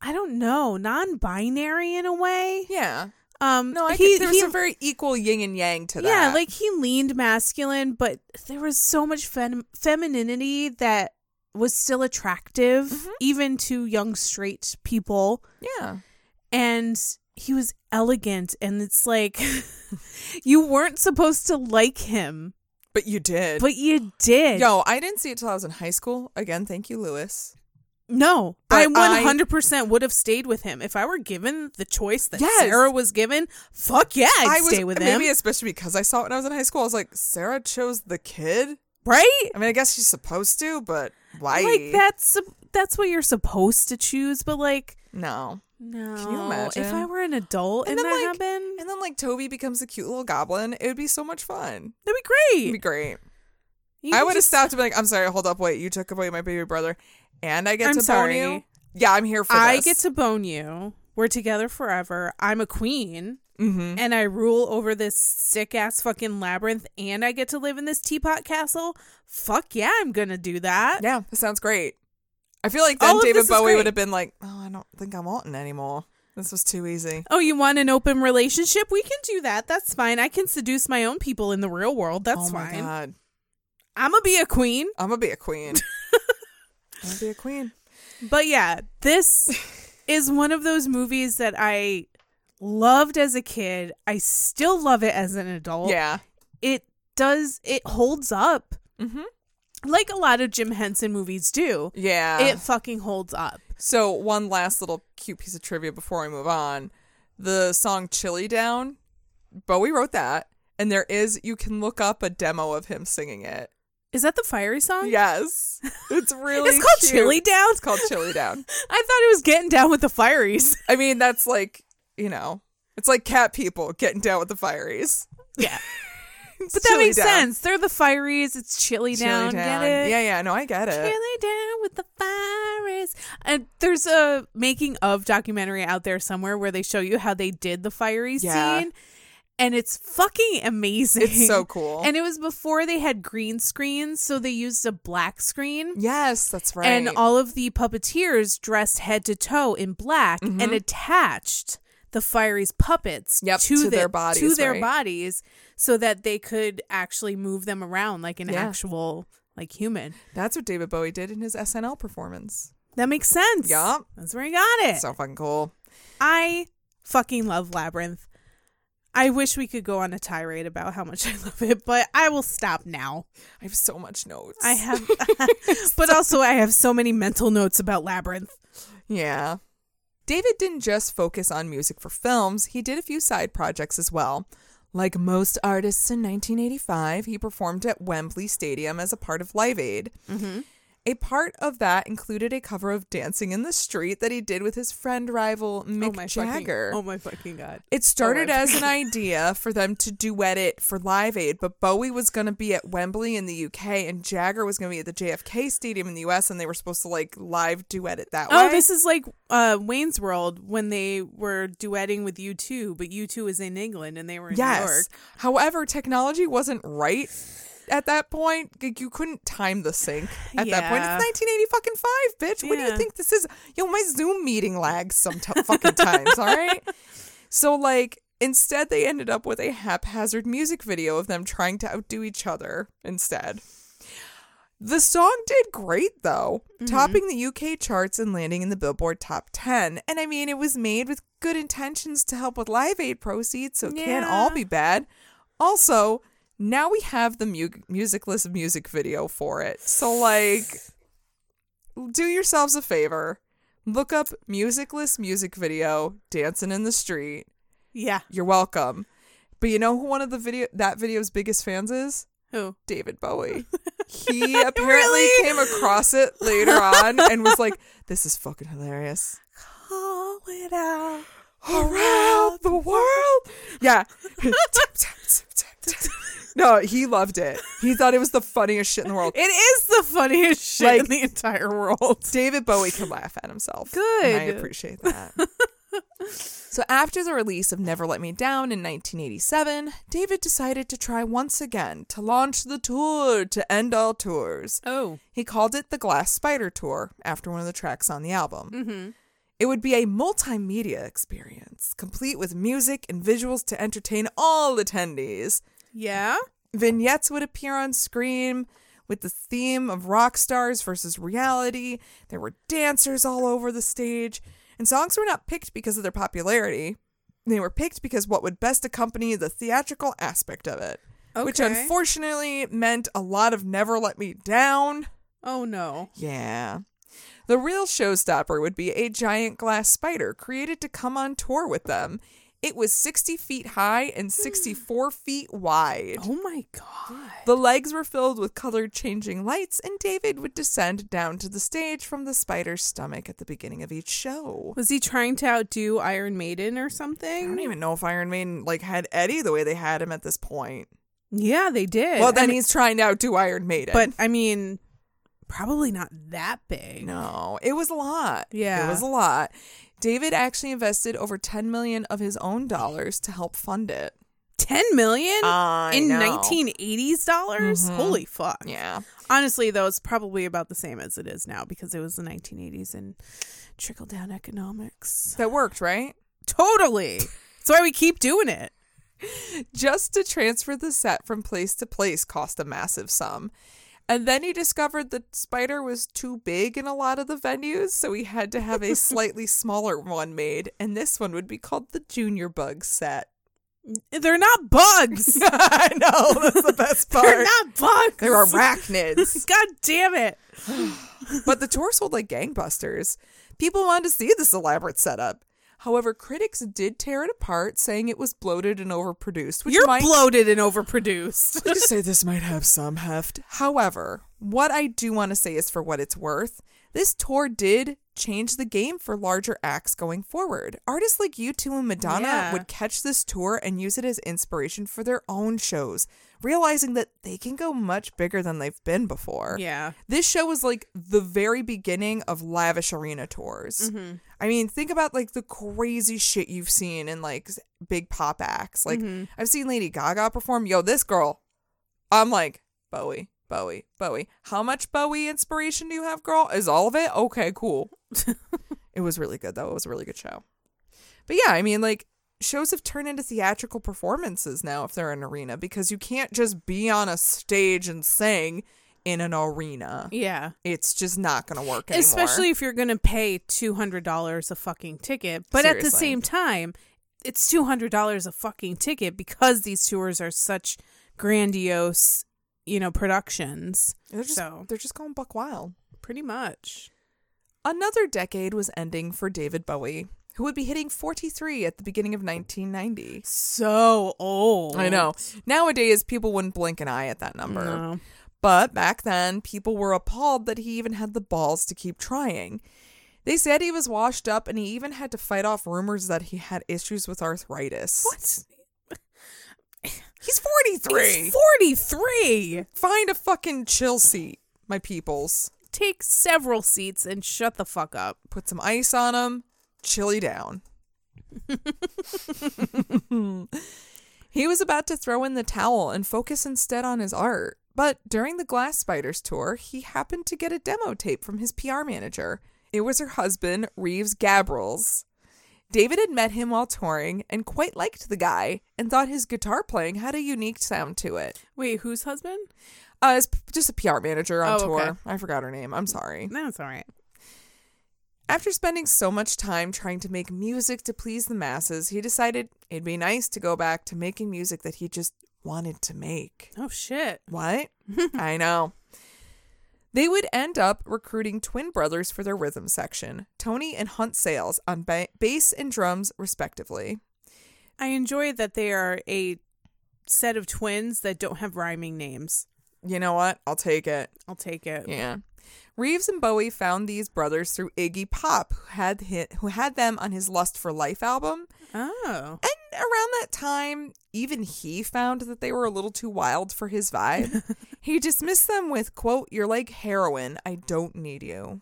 Speaker 2: i don't know non-binary in a way
Speaker 1: Yeah.
Speaker 2: um
Speaker 1: No, I
Speaker 2: he,
Speaker 1: think there's
Speaker 2: he-
Speaker 1: a very equal yin and yang to that.
Speaker 2: yeah, like he leaned masculine, but there was so much fem- femininity that was still attractive
Speaker 1: Mm-hmm.
Speaker 2: even to young straight people.
Speaker 1: yeah.
Speaker 2: And he was elegant and it's like [LAUGHS] you weren't supposed to like him,
Speaker 1: But you did.
Speaker 2: but you did.
Speaker 1: Yo, I didn't see it till I was in high school. Again, thank you, Lewis.
Speaker 2: no, I
Speaker 1: But I-
Speaker 2: 100% would have stayed with him if I were given the choice that
Speaker 1: Yes.
Speaker 2: Sarah was given. Fuck yeah, I'd
Speaker 1: was
Speaker 2: stay with him.
Speaker 1: maybe especially because I saw it when I was in high school. I was like, Sarah chose the kid.
Speaker 2: right?
Speaker 1: I mean, I guess she's supposed to, but why?
Speaker 2: Like that's that's what you're supposed to choose, but like
Speaker 1: No.
Speaker 2: No.
Speaker 1: imagine?
Speaker 2: If I were an adult and, that
Speaker 1: like,
Speaker 2: happened,
Speaker 1: and then like Toby becomes a cute little goblin. It would be so much fun.
Speaker 2: that'd
Speaker 1: It'd
Speaker 2: be
Speaker 1: be
Speaker 2: great.
Speaker 1: great.
Speaker 2: You
Speaker 1: I
Speaker 2: could
Speaker 1: would have
Speaker 2: just-
Speaker 1: stopped and be like, I'm sorry, hold up, wait, you took away my baby brother, and I get
Speaker 2: I'm
Speaker 1: to
Speaker 2: sorry.
Speaker 1: bone you. Yeah, I'm here for
Speaker 2: I
Speaker 1: this.
Speaker 2: get to bone you. We're together forever. I'm a queen.
Speaker 1: Mm-hmm.
Speaker 2: And I rule over this sick ass fucking labyrinth, and I get to live in this teapot castle. Fuck yeah, I'm gonna do that.
Speaker 1: Yeah, that sounds great. I feel like
Speaker 2: All
Speaker 1: then
Speaker 2: of
Speaker 1: David
Speaker 2: this is
Speaker 1: Bowie
Speaker 2: great.
Speaker 1: would have been like, "Oh, I don't think I'm wanting anymore. This was too easy."
Speaker 2: Oh, you want an open relationship? We can do that. That's fine. I can seduce my own people in the real world. That's
Speaker 1: oh my
Speaker 2: fine.
Speaker 1: god,
Speaker 2: I'm gonna be a queen.
Speaker 1: I'm gonna be a
Speaker 2: [LAUGHS]
Speaker 1: queen. I'm gonna be a queen.
Speaker 2: But yeah, this is one of those movies that I loved as a kid. I still love it as an adult.
Speaker 1: Yeah,
Speaker 2: It does it holds up. Mm-hmm. Like a lot of Jim Henson movies do.
Speaker 1: yeah.
Speaker 2: It fucking holds up.
Speaker 1: So one last little cute piece of trivia before we move on. The song Chilly Down, Bowie wrote that. And there is you can look up a demo of him singing it.
Speaker 2: Is that the fiery song? [LAUGHS]
Speaker 1: Yes. It's really
Speaker 2: It's called
Speaker 1: cute.
Speaker 2: Chili Down.
Speaker 1: It's called Chilly Down.
Speaker 2: [LAUGHS] I thought it was getting down with
Speaker 1: [LAUGHS]
Speaker 2: the fieries.
Speaker 1: I mean, that's like, you know, it's like cat people getting down with the fieries. [LAUGHS]
Speaker 2: Yeah.
Speaker 1: It's
Speaker 2: But that
Speaker 1: Chilly
Speaker 2: makes
Speaker 1: Down.
Speaker 2: sense. They're the fieries. It's chilly
Speaker 1: Chilly
Speaker 2: down.
Speaker 1: Down.
Speaker 2: Get it?
Speaker 1: Yeah, yeah, no, I get it.
Speaker 2: Chilly down with the fieries. And there's a making of documentary out there somewhere where they show you how they did the fiery
Speaker 1: Yeah.
Speaker 2: scene. And it's fucking amazing.
Speaker 1: It's
Speaker 2: [LAUGHS]
Speaker 1: so cool.
Speaker 2: And it was before they had green screens, so they used a black screen.
Speaker 1: yes, that's right.
Speaker 2: And all of the puppeteers dressed head to toe in black and attached the Fiery's puppets
Speaker 1: Mm-hmm. Yep,
Speaker 2: to,
Speaker 1: to
Speaker 2: the-
Speaker 1: their bodies,
Speaker 2: to their
Speaker 1: right.
Speaker 2: bodies so that they could actually move them around like an
Speaker 1: Yeah.
Speaker 2: actual like human.
Speaker 1: that's what David Bowie did in his SNL performance.
Speaker 2: That makes sense.
Speaker 1: Yeah.
Speaker 2: That's where he got it.
Speaker 1: So fucking cool.
Speaker 2: I fucking love Labyrinth. I wish we could go on a tirade about how much [LAUGHS] I love it, but I will stop now.
Speaker 1: I have so much notes.
Speaker 2: I have, [LAUGHS] but also I have so many mental notes about Labyrinth.
Speaker 1: Yeah. David didn't just focus on music for films, he did a few side projects as well. Like most artists in 1985, he performed at Wembley Stadium as a part of Live Aid.
Speaker 2: Mm-hmm.
Speaker 1: A part of that included a cover of Dancing in the Street that he did with his friend rival Mick Jagger.
Speaker 2: Fucking, oh my fucking god!
Speaker 1: [LAUGHS] It started
Speaker 2: Oh, I-
Speaker 1: as an idea for them to duet it for Live Aid, but Bowie was going to be at Wembley in the UK and Jagger was going to be at the JFK Stadium in the US, and they were supposed to like live duet it that way.
Speaker 2: Oh, this is like uh, Wayne's World when they were duetting with U two, but U two is in England and they were in New York.
Speaker 1: However, technology wasn't right at that point. Like, You couldn't time the sync at that point.
Speaker 2: Yeah.
Speaker 1: It's 1980 fucking five, bitch. What do you
Speaker 2: Yeah.
Speaker 1: think this is? Yo, my Zoom meeting lags some t- fucking times. All right. So like. Instead, they ended up with a haphazard music video of them trying to outdo each other instead. The song did great though, topping the UK charts and landing in the Billboard top 10. And I mean, it was made with good intentions to help with Live Aid proceeds, so it can't all
Speaker 2: Yeah.
Speaker 1: be bad. Also, now we have the mu- musicless music video for it. So like do yourselves a favor, look up musicless music video dancing in the street.
Speaker 2: Yeah.
Speaker 1: You're welcome. But you know who one of the video that video's biggest fans is?
Speaker 2: Who?
Speaker 1: David Bowie. He apparently
Speaker 2: Really?
Speaker 1: came across it later on and was like, "This is fucking hilarious."
Speaker 2: Call it out.
Speaker 1: Around the world, yeah. Tap, [LAUGHS] tap, tap, tap, tap. no, he loved it. He thought it was the funniest shit in the world.
Speaker 2: It is the funniest shit in
Speaker 1: Like-
Speaker 2: the entire world.
Speaker 1: David Bowie can laugh at himself.
Speaker 2: Good.
Speaker 1: And I appreciate that. so after the release of Never Let Me Down in 1987, David decided to try once again to launch the tour to end all tours.
Speaker 2: Oh.
Speaker 1: He called it the Glass Spider Tour after one of the tracks on the album. Mm-hmm. It would be a multimedia experience, complete with music and visuals to entertain all attendees.
Speaker 2: Yeah.
Speaker 1: Vignettes would appear on screen with the theme of rock stars versus reality. There were dancers all over the stage, and songs were not picked because of their popularity. They were picked because what would best accompany the theatrical aspect of it, which
Speaker 2: Okay.
Speaker 1: unfortunately meant a lot of Never Let Me Down.
Speaker 2: Oh no.
Speaker 1: Yeah. The real showstopper would be a giant glass spider created to come on tour with them. It was 60 feet high and 64 feet wide.
Speaker 2: Hmm. Oh my god.
Speaker 1: The legs were filled with color changing lights, and David would descend down to the stage from the spider's stomach at the beginning of each show.
Speaker 2: Was he trying to outdo Iron Maiden or
Speaker 1: I don't
Speaker 2: something?
Speaker 1: even know if Iron Maiden like had Eddie the way they had him at this point.
Speaker 2: Yeah, they did.
Speaker 1: Well, then
Speaker 2: I mean-
Speaker 1: he's trying to outdo Iron Maiden.
Speaker 2: But I mean, probably not that big.
Speaker 1: No, it was a lot.
Speaker 2: Yeah.
Speaker 1: it was a lot. David actually invested over 10 million of his own dollars to help fund it.
Speaker 2: 10 million
Speaker 1: I
Speaker 2: in
Speaker 1: know. Mm-hmm.
Speaker 2: 1980s dollars? Holy fuck.
Speaker 1: Yeah.
Speaker 2: Honestly, though, it's probably about the same as it is now because it was the 1980s and trickle down economics.
Speaker 1: That worked, right? [LAUGHS]
Speaker 2: Totally. That's why we keep doing it.
Speaker 1: Just to transfer the set from place to place cost a massive sum. And then he discovered that Spider was too big in a lot of the venues, so he had to [LAUGHS] have a slightly smaller one made, and this one would be called the Junior Bug set. [LAUGHS]
Speaker 2: They're not bugs.
Speaker 1: I know, that's the best part.
Speaker 2: They're not bugs.
Speaker 1: [LAUGHS] They're arachnids.
Speaker 2: [LAUGHS] God damn it.
Speaker 1: but the tour sold like gangbusters. People wanted to see this elaborate setup. However, critics did tear it apart, saying it was bloated and overproduced. Which
Speaker 2: You're
Speaker 1: might [LAUGHS]
Speaker 2: bloated and overproduced.
Speaker 1: to say this might have some heft. However, what I do want to say is for what it's worth, this tour did change the game for larger acts going forward. Artists like U2 and Madonna
Speaker 2: Yeah.
Speaker 1: would catch this tour and use it as inspiration for their own shows, realizing that they can go much bigger than they've been before.
Speaker 2: [LAUGHS] yeah.
Speaker 1: This show was like the very beginning of lavish arena tours. I mean, think about like the crazy shit you've seen in like s- big pop acts. Like
Speaker 2: Mm-hmm.
Speaker 1: I've seen Lady Gaga perform. Yo, this girl. I'm like Bowie, Bowie, Bowie. How much Bowie inspiration do you have, girl? Is all of it? Okay,
Speaker 2: [LAUGHS]
Speaker 1: cool. it was really good though. It was a really good show. But yeah, I mean, like shows have turned into theatrical performances now if they're in an arena because you can't just be on a stage and sing in an arena.
Speaker 2: Yeah.
Speaker 1: It's just not going to work anymore.
Speaker 2: Especially if you're going to pay $200 a fucking ticket. But at the
Speaker 1: Seriously.
Speaker 2: same time, it's $200 a fucking ticket because these tours are such grandiose, you know, productions.
Speaker 1: they're just
Speaker 2: so,
Speaker 1: they're just going buck wild.
Speaker 2: pretty much.
Speaker 1: Another decade was ending for David Bowie, who would be hitting 43 at the beginning of 1990.
Speaker 2: So old.
Speaker 1: I know. Nowadays people wouldn't blink an eye at that number.
Speaker 2: No.
Speaker 1: But back then, people were appalled that he even had the balls to keep trying. They said he was washed up and he even had to fight off rumors that he had issues with arthritis.
Speaker 2: What?
Speaker 1: He's 43.
Speaker 2: He's 43.
Speaker 1: Find a fucking chill seat, my peoples.
Speaker 2: Take several seats and shut the fuck up.
Speaker 1: Put some ice on him, chilly down. he was about to throw in the towel and focus instead on his art. But during the Glass Spiders tour, he happened to get a demo tape from his PR manager. It was her husband, Reeves Gabrels. David had met him while touring and quite liked the guy and thought his guitar playing had a unique sound to it.
Speaker 2: Wait, whose husband?
Speaker 1: Uh, it's p- just a PR manager on
Speaker 2: Oh,
Speaker 1: tour.
Speaker 2: okay.
Speaker 1: I forgot her name. I'm sorry.
Speaker 2: That's all right.
Speaker 1: After spending so much time trying to make music to please the masses, he decided it'd be nice to go back to making music that he just wanted to make.
Speaker 2: Oh, shit.
Speaker 1: What? I know. They would end up recruiting twin brothers for their rhythm section, Tony and Hunt Sales, on ba- bass and drums, respectively.
Speaker 2: I enjoy that they are a set of twins that don't have rhyming names.
Speaker 1: You know what? I'll take it.
Speaker 2: I'll take it.
Speaker 1: Yeah. Reeves and Bowie found these brothers through Iggy Pop, who had hit, who had them on his Lust for Life album.
Speaker 2: Oh.
Speaker 1: And around that time, even he found that they were a little too wild for his
Speaker 2: [LAUGHS]
Speaker 1: vibe. he dismissed them with, quote, You're like heroin. I don't need you.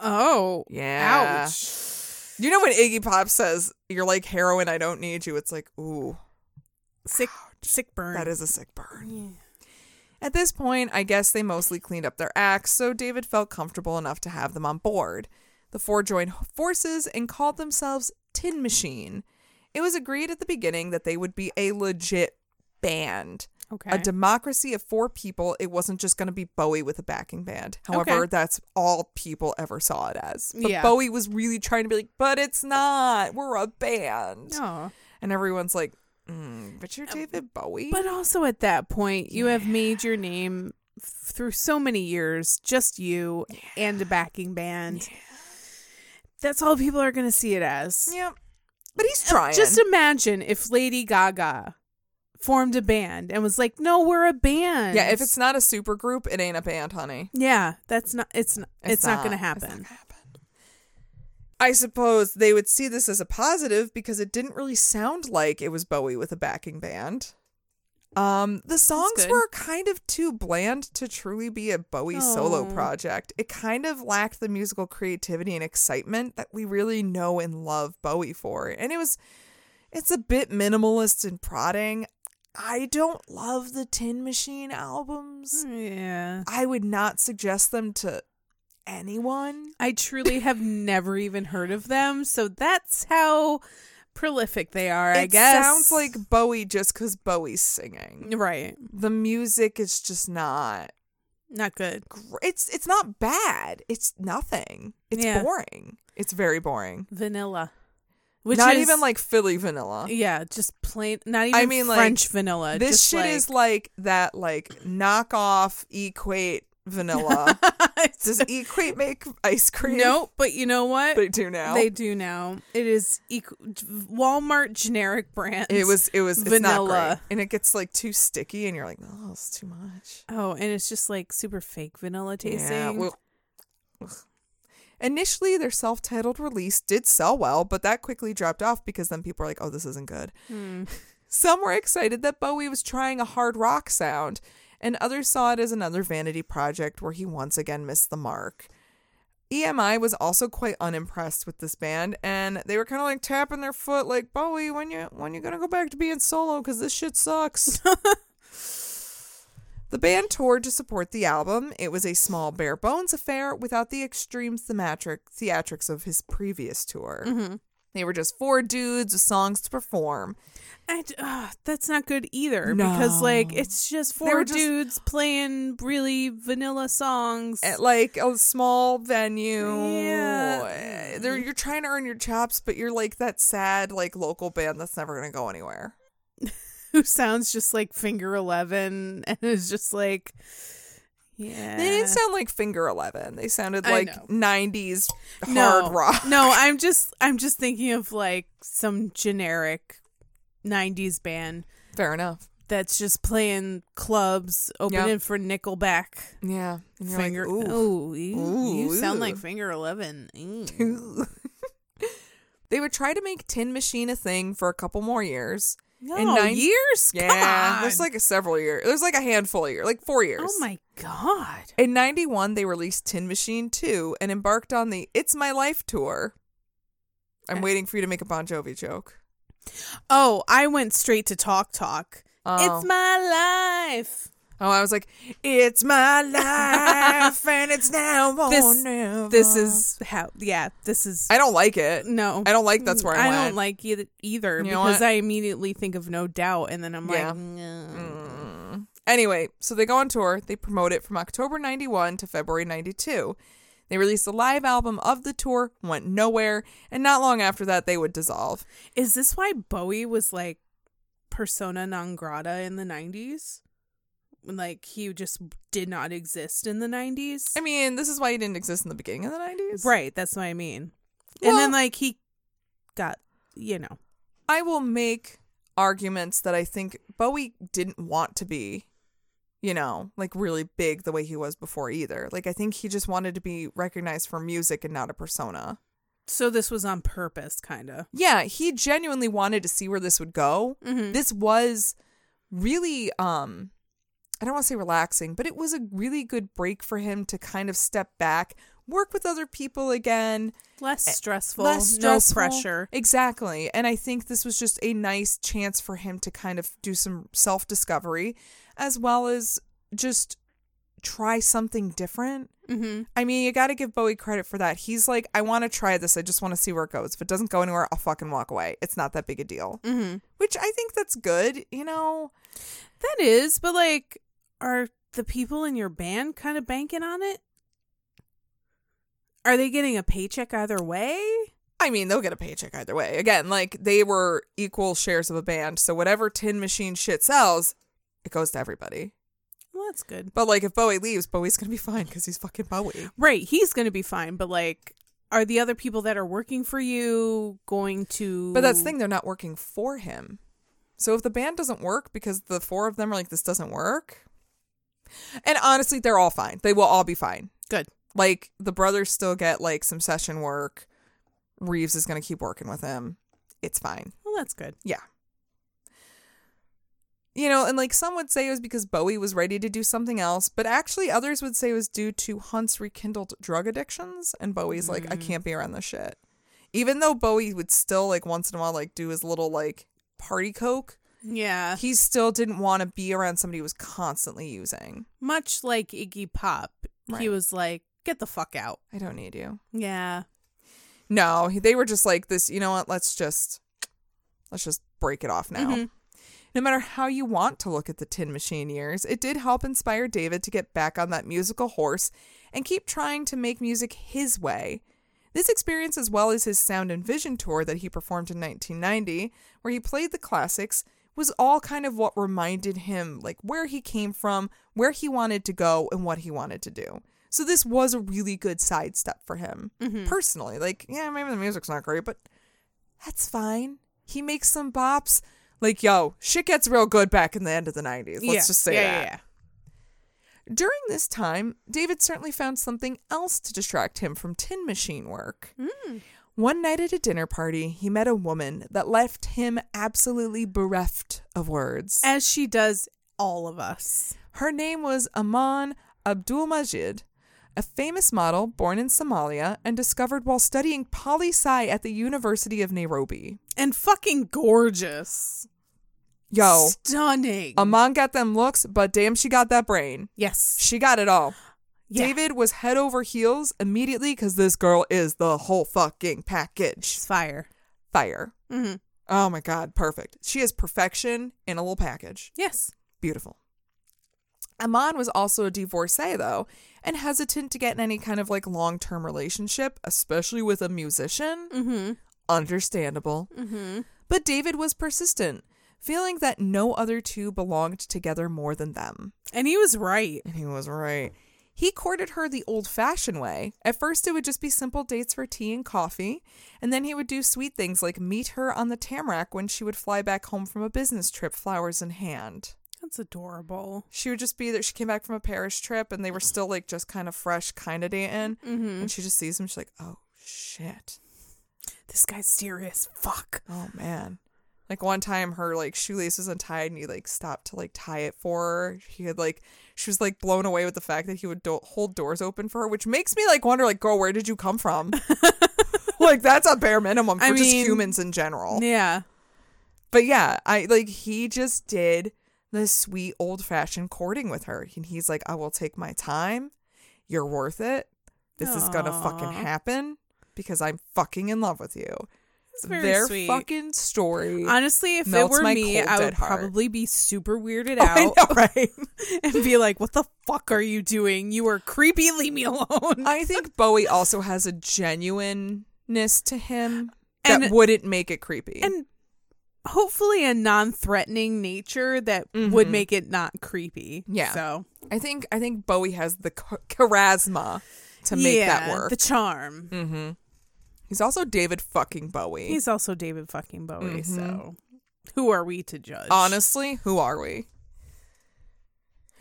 Speaker 2: Oh.
Speaker 1: Yeah.
Speaker 2: Ouch.
Speaker 1: You know when Iggy Pop says, You're like heroin, I don't need you, it's like, ooh,
Speaker 2: Sick sick burn.
Speaker 1: that is a sick burn. At this point, I guess they mostly cleaned up their acts, so David felt comfortable enough to have them on board. The four joined forces and called themselves Tin Machine. It was agreed at the beginning that they would be a legit band.
Speaker 2: okay.
Speaker 1: a democracy of four people, it wasn't just going to be Bowie with a backing band. However,
Speaker 2: Okay.
Speaker 1: that's all people ever saw it as. But
Speaker 2: Yeah.
Speaker 1: Bowie was really trying to be like, but it's not. We're a band.
Speaker 2: oh.
Speaker 1: And everyone's like, mm, but you're David Bowie?
Speaker 2: Um, But also at that point, you have made your name f- through so many years, just you and a backing band. That's all people are going to see it as.
Speaker 1: yeah. But he's trying.
Speaker 2: uh, Just imagine if Lady Gaga formed a band and was like, "No, we're a band."
Speaker 1: yeah, if it's not a super group, it ain't a band, honey.
Speaker 2: yeah, that's not. It's not. It's, not, going to
Speaker 1: it's
Speaker 2: happen.
Speaker 1: not gonna happen. I suppose they would see this as a positive because it didn't really sound like it was Bowie with a backing band. Um, the songs
Speaker 2: good.
Speaker 1: were kind of too bland to truly be a Bowie solo
Speaker 2: Oh.
Speaker 1: project. It kind of lacked the musical creativity and excitement that we really know and love Bowie for. And it was it's a bit minimalist and prodding. I don't love the Tin Machine albums.
Speaker 2: Yeah.
Speaker 1: I would not suggest them to anyone.
Speaker 2: I truly have never even heard of them, so that's how prolific they are, I
Speaker 1: it
Speaker 2: guess.
Speaker 1: sounds like Bowie just because Bowie's singing.
Speaker 2: Right.
Speaker 1: The music is just not.
Speaker 2: Not good.
Speaker 1: gr- It's it's not bad. It's nothing. It's
Speaker 2: Yeah.
Speaker 1: boring. It's very boring.
Speaker 2: Vanilla. Which
Speaker 1: not
Speaker 2: is-
Speaker 1: even like Philly vanilla.
Speaker 2: Yeah, just plain not even
Speaker 1: I mean, like,
Speaker 2: French vanilla.
Speaker 1: this
Speaker 2: just
Speaker 1: shit
Speaker 2: like, [LAUGHS]
Speaker 1: is like that like knockoff equate
Speaker 2: [LAUGHS]
Speaker 1: vanilla. Does equate make ice cream?
Speaker 2: Nope, but you know what?
Speaker 1: They do now.
Speaker 2: They do now. It is equ- Walmart generic brands.
Speaker 1: it was it was it's not great.
Speaker 2: vanilla.
Speaker 1: And it gets like too sticky and you're like, oh, it's too much.
Speaker 2: Oh, and it's just like super fake vanilla tasting.
Speaker 1: well- ugh. Initially, their self titled release did sell well, but that quickly dropped off because then people were like, oh, this isn't good. [LAUGHS] Some were excited that Bowie was trying a hard rock sound, and others saw it as another vanity project where he once again missed the mark. EMI was also quite unimpressed with this band, and they were kind of like tapping their foot, like Bowie, when you when you gonna go back to being solo? Because this shit sucks. [LAUGHS] The band toured to support the album. It was a small, bare bones affair without the extreme thematic theatrics of his previous tour.
Speaker 2: Mm-hmm.
Speaker 1: They were just four dudes with songs to perform.
Speaker 2: I d- ugh, that's not good either because like
Speaker 1: No.
Speaker 2: it's just
Speaker 1: They
Speaker 2: four
Speaker 1: were just-
Speaker 2: dudes playing really vanilla songs.
Speaker 1: at like a small venue.
Speaker 2: Yeah.
Speaker 1: Uh, They're, you're trying to earn your chops, but you're like that sad like local band that's never gonna go anywhere.
Speaker 2: [LAUGHS] who sounds just like Finger Eleven and is just like, yeah.
Speaker 1: They didn't sound like Finger Eleven. They sounded
Speaker 2: I
Speaker 1: like
Speaker 2: know.
Speaker 1: '90s hard
Speaker 2: no,
Speaker 1: rock.
Speaker 2: No, I'm just I'm just thinking of like some generic '90s band
Speaker 1: Fair enough.
Speaker 2: that's just playing clubs, opening
Speaker 1: Yep.
Speaker 2: for Nickelback.
Speaker 1: Yeah. And you're
Speaker 2: Finger.
Speaker 1: Like, "Ooh."
Speaker 2: oh, you, you
Speaker 1: Ooh,
Speaker 2: sound
Speaker 1: ooh.
Speaker 2: like Finger
Speaker 1: [LAUGHS]
Speaker 2: Eleven. Ooh.
Speaker 1: They would try to make Tin Machine a thing for a couple more years.
Speaker 2: No,
Speaker 1: In nine-
Speaker 2: years. Come on.
Speaker 1: there's like a several years. There's like a handful of years, like four years.
Speaker 2: oh my god.
Speaker 1: In 91, they released Tin Machine 2 and embarked on the It's My Life tour. I'm
Speaker 2: Okay.
Speaker 1: waiting for you to make a Bon Jovi joke.
Speaker 2: Oh, I went straight to talk talk.
Speaker 1: Oh.
Speaker 2: It's my life.
Speaker 1: Oh, I was like, It's
Speaker 2: [LAUGHS]
Speaker 1: my life and it's now or
Speaker 2: This-
Speaker 1: never."
Speaker 2: This is how. Yeah, this is.
Speaker 1: Uh-huh. I don't like it.
Speaker 2: no,
Speaker 1: I don't like that's where I,
Speaker 2: I
Speaker 1: went.
Speaker 2: don't like either, either
Speaker 1: You know
Speaker 2: because
Speaker 1: what?
Speaker 2: I immediately think of No Doubt, and then I'm
Speaker 1: Yeah. Mm.
Speaker 2: like, "Mm." no.
Speaker 1: Anyway, so they go on tour. They promote it from October 91 to February 92. They released a live album of the tour, went nowhere, and not long after that, they would dissolve.
Speaker 2: is this why Bowie was like persona non grata in the '90s? When, Like he just did not exist in the '90s,
Speaker 1: I mean, this is why he didn't exist in the beginning of the 90s.
Speaker 2: right? That's what I mean.
Speaker 1: Well-
Speaker 2: and then like he got, you know,
Speaker 1: I will make arguments that I think Bowie didn't want to be, you know, like really big the way he was before either. Like I think he just wanted to be recognized for music and not a persona.
Speaker 2: so this was on purpose, kind of.
Speaker 1: Yeah, he genuinely wanted to see where this would go.
Speaker 2: Mm-hmm.
Speaker 1: This was really um I don't want to say relaxing, but it was a really good break for him to kind of step back, work with other people again,
Speaker 2: less stressful,
Speaker 1: Eh, less stressful.
Speaker 2: no pressure.
Speaker 1: Exactly. And I think this was just a nice chance for him to kind of do some self discovery as well as just try something different.
Speaker 2: Mm-hmm.
Speaker 1: I mean, you got to give Bowie credit for that. He's like, I want to try this. I just want to see where it goes. If it doesn't go anywhere, I'll fucking walk away. It's not that big a deal,
Speaker 2: Mm-hmm.
Speaker 1: which I think that's good, you know?
Speaker 2: That is, but like, are the people in your band kind of banking on it? Are they getting a paycheck either way?
Speaker 1: I mean, they'll get a paycheck either way. Again, like they were equal shares of a band. So whatever Tin Machine shit sells, it goes to everybody.
Speaker 2: Well, that's good.
Speaker 1: But like, if Bowie leaves, Bowie's gonna be [LAUGHS] fine because he's fucking Bowie.
Speaker 2: Right, he's going to be fine, but like, are the other people that are working for you going to?
Speaker 1: But that's the thing; they're not working for him. So if the band doesn't work because the four of them are like, "This doesn't work," and honestly, they're all fine. They will all be fine.
Speaker 2: Good.
Speaker 1: Like the brothers still get like some session work. Reeves is gonna keep working with him. It's fine.
Speaker 2: Well, that's good.
Speaker 1: Yeah. You know, and like some would say it was because Bowie was ready to do something else, but actually others would say it was due to Hunt's rekindled drug addictions and Bowie's like, I can't be around this shit. Even though Bowie would still like once in a while like do his little like party coke,
Speaker 2: Yeah.
Speaker 1: He still didn't want to be around somebody who was constantly using.
Speaker 2: Much like Iggy Pop, he
Speaker 1: Right.
Speaker 2: was like, get the fuck out.
Speaker 1: I don't need you.
Speaker 2: Yeah.
Speaker 1: No, he- they were just like this. You know what? Let's just let's just break it off now.
Speaker 2: Mhm.
Speaker 1: No matter how you want to look at the Tin Machine years, it did help inspire David to get back on that musical horse and keep trying to make music his way. This experience, as well as his Sound and Vision tour that he performed in 1990, where he played the classics, was all kind of what reminded him like where he came from, where he wanted to go, and what he wanted to do. So this was a really good sidestep for him
Speaker 2: Mm-hmm.
Speaker 1: personally. Like, yeah, maybe the music's not great, but that's fine. He makes some bops. Like, yo, shit gets real good back in the end of the 90s. Let's
Speaker 2: yeah.
Speaker 1: just say
Speaker 2: yeah,
Speaker 1: that.
Speaker 2: Yeah,
Speaker 1: During this time, David certainly found something else to distract him from tin machine work. One night at a dinner party, he met a woman that left him absolutely bereft of words.
Speaker 2: yeah. As she does all of us.
Speaker 1: Her name was Aman Abdul Majid, a famous model born in Somalia and discovered while studying poli sci at the University of Nairobi.
Speaker 2: And fucking gorgeous.
Speaker 1: Yo,
Speaker 2: Stunning.
Speaker 1: Aman got them looks, but damn, she got that brain.
Speaker 2: yes.
Speaker 1: She got it all.
Speaker 2: Yeah.
Speaker 1: David was head over heels immediately because this girl is the whole fucking package.
Speaker 2: She's fire.
Speaker 1: Fire.
Speaker 2: Mhm.
Speaker 1: Oh my God, perfect. She is perfection in a little package.
Speaker 2: Yes.
Speaker 1: Beautiful. Aman was also a divorcee, though, and hesitant to get in any kind of like long term relationship, especially with a musician.
Speaker 2: Mm-hmm.
Speaker 1: Understandable.
Speaker 2: Mm-hmm.
Speaker 1: But David was persistent, feeling that no other two belonged together more than them.
Speaker 2: And he was right.
Speaker 1: And he was right. He courted her the old fashioned way. At first, it would just be simple dates for tea and coffee, and then he would do sweet things like meet her on the tamarack when she would fly back home from a business trip, flowers in hand
Speaker 2: That's adorable.
Speaker 1: she would just be there. She came back from a Paris trip and they were still like just kind of fresh, kind of dating. And she just sees him. She's like, oh shit.
Speaker 2: This guy's serious. Fuck.
Speaker 1: Oh man. Like one time her like shoelace was untied and he like stopped to like tie it for her. He had like, she was like blown away with the fact that he would do- hold doors open for her, which makes me like wonder, like, girl, where did you come
Speaker 2: [LAUGHS]
Speaker 1: from? like that's a bare minimum for
Speaker 2: I
Speaker 1: just
Speaker 2: mean-
Speaker 1: humans in general.
Speaker 2: Yeah.
Speaker 1: But yeah, I like he just did the sweet old fashioned courting with her. And he's like, I will take my time. You're worth it. This is gonna fucking
Speaker 2: Aw.
Speaker 1: happen because I'm fucking in love with you.
Speaker 2: It's very
Speaker 1: Their
Speaker 2: sweet.
Speaker 1: fucking story.
Speaker 2: Honestly, if it
Speaker 1: melts
Speaker 2: were
Speaker 1: my
Speaker 2: me,
Speaker 1: cold,
Speaker 2: I
Speaker 1: dead
Speaker 2: would
Speaker 1: heart.
Speaker 2: probably be super [LAUGHS]
Speaker 1: [LAUGHS]
Speaker 2: weirded
Speaker 1: I
Speaker 2: out
Speaker 1: know, right?
Speaker 2: [LAUGHS] and be like, "What the fuck are you doing? You are creepy. Leave me alone."
Speaker 1: I think Bowie also has a genuineness to him that
Speaker 2: And-
Speaker 1: wouldn't make it creepy.
Speaker 2: [LAUGHS] and hopefully, a non-threatening nature that would make it not creepy.
Speaker 1: Mm-hmm. Yeah.
Speaker 2: So
Speaker 1: I think I think Bowie has the ch- charisma to make that
Speaker 2: Yeah,
Speaker 1: work. Mm-hmm.
Speaker 2: The charm.
Speaker 1: He's also David fucking Bowie.
Speaker 2: He's also David fucking
Speaker 1: Mm-hmm.
Speaker 2: Bowie. So who are we to judge?
Speaker 1: Honestly, who are we?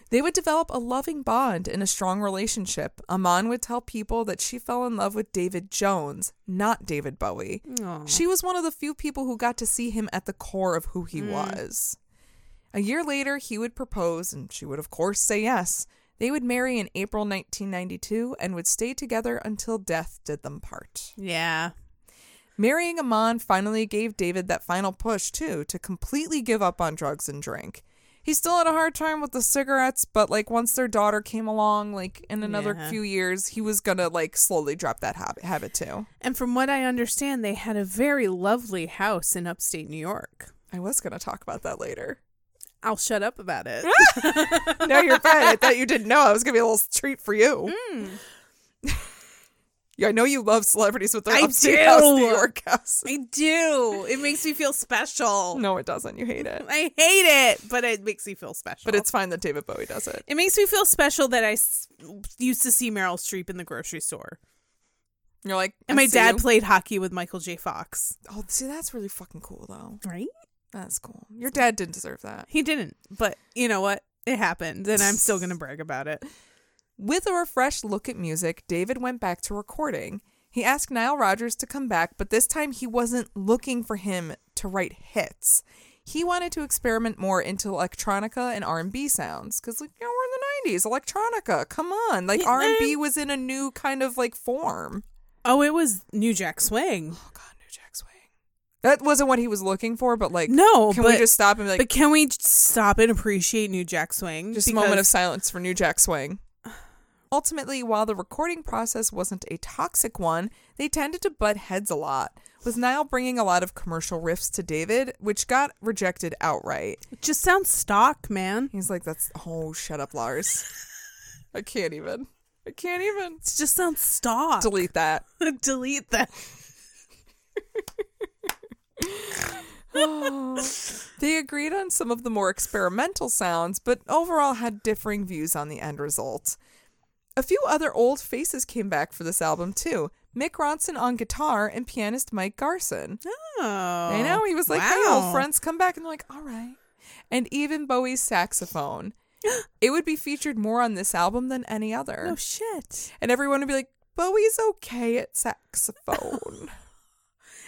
Speaker 1: They would develop a loving bond and a strong relationship. Aman would tell people that she fell in love with David Jones, not David Bowie.
Speaker 2: Aw.
Speaker 1: She was one of the few people who got to see him at the core of who he was. A year later, he would propose, and she would, of course, say yes. They would marry in April 1992 and would stay together until death did them part.
Speaker 2: Yeah.
Speaker 1: Marrying Amon finally gave David that final push, too, to completely give up on drugs and drink. He still had a hard time with the cigarettes, but like once their daughter came along, like in another
Speaker 2: Yeah.
Speaker 1: few years, he was gonna like slowly drop that habit, habit too.
Speaker 2: And from what I understand, they had a very lovely house in upstate New York.
Speaker 1: I was gonna talk about that later.
Speaker 2: I'll shut up about
Speaker 1: [LAUGHS]
Speaker 2: it.
Speaker 1: no, you're fine. I thought you didn't know. It was gonna be a little treat for you. yeah, I know you love celebrities with their
Speaker 2: I
Speaker 1: upstate
Speaker 2: do.
Speaker 1: house, New York house.
Speaker 2: I do. It makes me feel special.
Speaker 1: No, it doesn't. You hate it,
Speaker 2: I hate it, but it makes me feel special.
Speaker 1: but it's fine that David Bowie does it.
Speaker 2: it makes me feel special that I s- used to see Meryl Streep in the grocery store,
Speaker 1: You're like,
Speaker 2: and
Speaker 1: I
Speaker 2: my
Speaker 1: see
Speaker 2: dad
Speaker 1: you.
Speaker 2: played hockey with Michael J. Fox.
Speaker 1: Oh, see, that's really fucking cool, though.
Speaker 2: Right?
Speaker 1: That's cool. Your dad didn't deserve that.
Speaker 2: He didn't, but you know what? It happened, and I'm still gonna brag about it.
Speaker 1: With a refreshed look at music, David went back to recording. He asked Nile Rodgers to come back, but this time he wasn't looking for him to write hits. He wanted to experiment more into electronica and R&B sounds cuz like you know, we're in the 90s, electronica. Come on. Like
Speaker 2: Yeah.
Speaker 1: R&B was in a new kind of like form.
Speaker 2: Oh, it was New Jack Swing.
Speaker 1: Oh god, New Jack Swing. That wasn't what he was looking for, but like,
Speaker 2: No,
Speaker 1: can
Speaker 2: but,
Speaker 1: we just stop and be like,
Speaker 2: but can we just stop and appreciate New Jack Swing?
Speaker 1: Just a moment of
Speaker 2: Because-
Speaker 1: silence for New Jack Swing. Ultimately, while the recording process wasn't a toxic one, they tended to butt heads a lot, with Niall bringing a lot of commercial riffs to David, which got rejected outright.
Speaker 2: It just sounds stock, man.
Speaker 1: He's like, that's, oh, shut up, Lars. [LAUGHS] I can't even. I can't even.
Speaker 2: It just sounds stock.
Speaker 1: Delete that. [LAUGHS]
Speaker 2: Delete that.
Speaker 1: They agreed on some of the more experimental sounds, but overall had differing views on the end result. A few other old faces came back for this album, too Mick Ronson on guitar and pianist Mike Garson.
Speaker 2: Oh,
Speaker 1: I know, he was like, hey,
Speaker 2: wow.
Speaker 1: old friends, come back. And they're like, all right. And even Bowie's saxophone.
Speaker 2: [GASPS]
Speaker 1: it would be featured more on this album than any other.
Speaker 2: No shit.
Speaker 1: and everyone would be like, Bowie's okay at
Speaker 2: [LAUGHS]
Speaker 1: saxophone.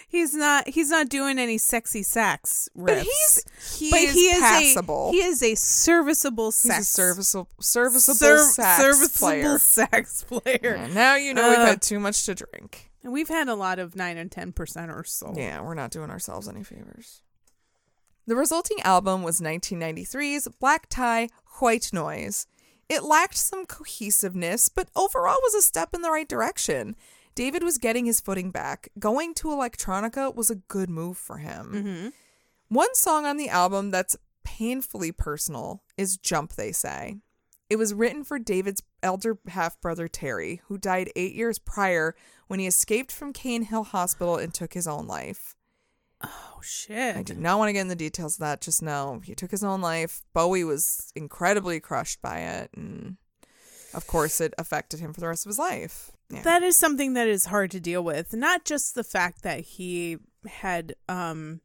Speaker 2: He's not. He's not doing any sexy sax riffs.
Speaker 1: but he's, he
Speaker 2: But
Speaker 1: is
Speaker 2: he is
Speaker 1: passable.
Speaker 2: a he is a serviceable
Speaker 1: He's
Speaker 2: sax.
Speaker 1: a serviceable, serviceable
Speaker 2: serv-
Speaker 1: sax
Speaker 2: serviceable
Speaker 1: player.
Speaker 2: sax player.
Speaker 1: And now you know we've
Speaker 2: Uh,
Speaker 1: had too much to drink.
Speaker 2: And we've had a lot of nine and ten percent or so.
Speaker 1: Yeah, we're not doing ourselves any favors. The resulting album was 1993's Black Tie White Noise. It lacked some cohesiveness, but overall was a step in the right direction. David was getting his footing back. Going to electronica was a good move for him.
Speaker 2: Mm-hmm.
Speaker 1: One song on the album that's painfully personal is Jump, They Say. It was written for David's elder half brother Terry, who died eight years prior when he escaped from Cane Hill Hospital and took his own life.
Speaker 2: Oh
Speaker 1: I
Speaker 2: shit.
Speaker 1: do not want to get into the details of that. Just know he took his own life. Bowie was incredibly crushed by it, and of course, it affected him for the rest of his life. Yeah.
Speaker 2: That is something that is hard to deal with. Not just the fact that he had um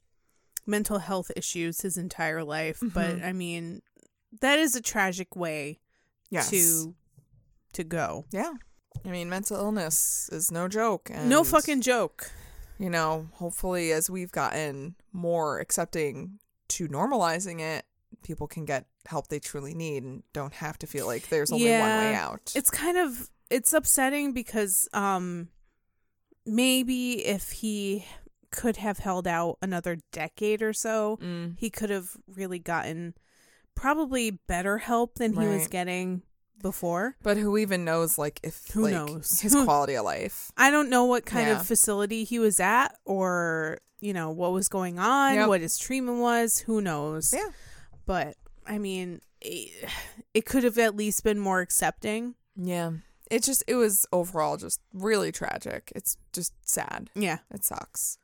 Speaker 2: mental health issues his entire life,
Speaker 1: Mm-hmm.
Speaker 2: but I mean that is a tragic way
Speaker 1: yes.
Speaker 2: to to go.
Speaker 1: yeah. I mean, mental illness is no joke. And
Speaker 2: no fucking joke.
Speaker 1: you know, hopefully as we've gotten more accepting to normalizing it, people can get help they truly need and don't have to feel like there's only one way
Speaker 2: Yeah.
Speaker 1: out.
Speaker 2: It's kind of it's upsetting because um maybe if he could have held out another decade or so,
Speaker 1: Mm.
Speaker 2: he could have really gotten probably better help than he was
Speaker 1: Right.
Speaker 2: getting before.
Speaker 1: but who even knows like if
Speaker 2: Who
Speaker 1: like,
Speaker 2: knows? [LAUGHS]
Speaker 1: his quality of life.
Speaker 2: I don't know what kind
Speaker 1: Yeah.
Speaker 2: of facility he was at or, you know, what was going on,
Speaker 1: Yep.
Speaker 2: what his treatment was, who knows.
Speaker 1: Yeah.
Speaker 2: But I mean, it, it could have at least been more accepting.
Speaker 1: Yeah. It just it was overall just really tragic. It's just sad.
Speaker 2: Yeah.
Speaker 1: It sucks.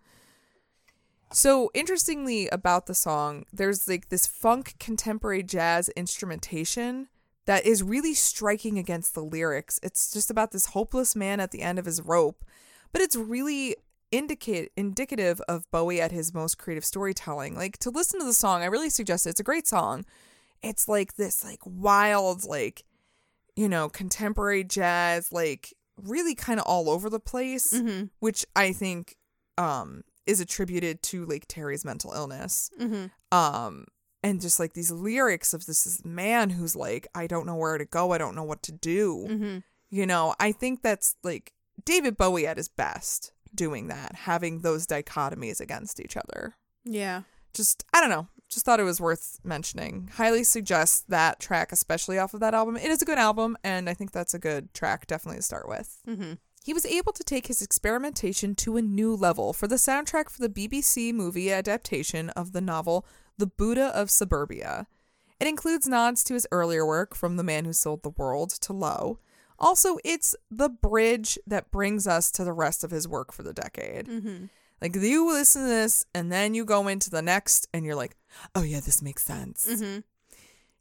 Speaker 1: So interestingly about the song, there's like this funk contemporary jazz instrumentation that is really striking against the lyrics. It's just about this hopeless man at the end of his rope, but it's really indicate indicative of Bowie at his most creative storytelling. Like to listen to the song, I really suggest it. It's a great song. It's like this like wild like you know, contemporary jazz like really kind of all over the place
Speaker 2: Mm-hmm.
Speaker 1: which I think um is attributed to like Terry's mental illness.
Speaker 2: Mm-hmm.
Speaker 1: Um and just like these lyrics of this, this man who's like I don't know where to go, I don't know what to do.
Speaker 2: Mm-hmm.
Speaker 1: You know, I think that's like David Bowie at his best doing that, having those dichotomies against each other.
Speaker 2: Yeah.
Speaker 1: Just I don't know, just thought it was worth mentioning. Highly suggest that track especially off of that album. It is a good album and I think that's a good track definitely to start with.
Speaker 2: Mm-hmm.
Speaker 1: He was able to take his experimentation to a new level for the soundtrack for the BBC movie adaptation of the novel The Buddha of Suburbia. It includes nods to his earlier work, From the Man Who Sold the World to Low. Also, it's the bridge that brings us to the rest of his work for the decade.
Speaker 2: Mm-hmm.
Speaker 1: Like, you listen to this, and then you go into the next, and you're like, oh, yeah, this makes sense.
Speaker 2: Mm-hmm.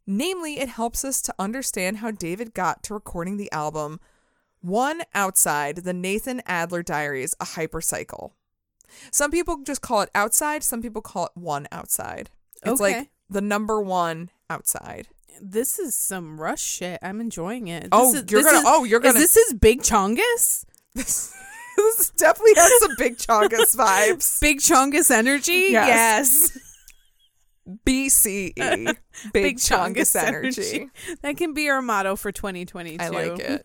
Speaker 1: Namely, it helps us to understand how David got to recording the album One Outside the Nathan Adler Diaries, a hypercycle. Some people just call it outside, some people call it one outside. It's like
Speaker 2: Okay.
Speaker 1: the number one outside. [LAUGHS]
Speaker 2: This is some rush shit. I'm enjoying it.
Speaker 1: Oh,
Speaker 2: This is-
Speaker 1: you're
Speaker 2: this
Speaker 1: gonna-
Speaker 2: is-
Speaker 1: oh, you're gonna-
Speaker 2: Is this is Big Chongus?
Speaker 1: This, this definitely has some big chongus vibes.
Speaker 2: Big Chongus energy?
Speaker 1: Yes.
Speaker 2: Yes.
Speaker 1: BCE. E. Big,
Speaker 2: [LAUGHS] Big
Speaker 1: chongus,
Speaker 2: Chongus
Speaker 1: energy.
Speaker 2: energy. That can be our motto for 2022.
Speaker 1: I like it.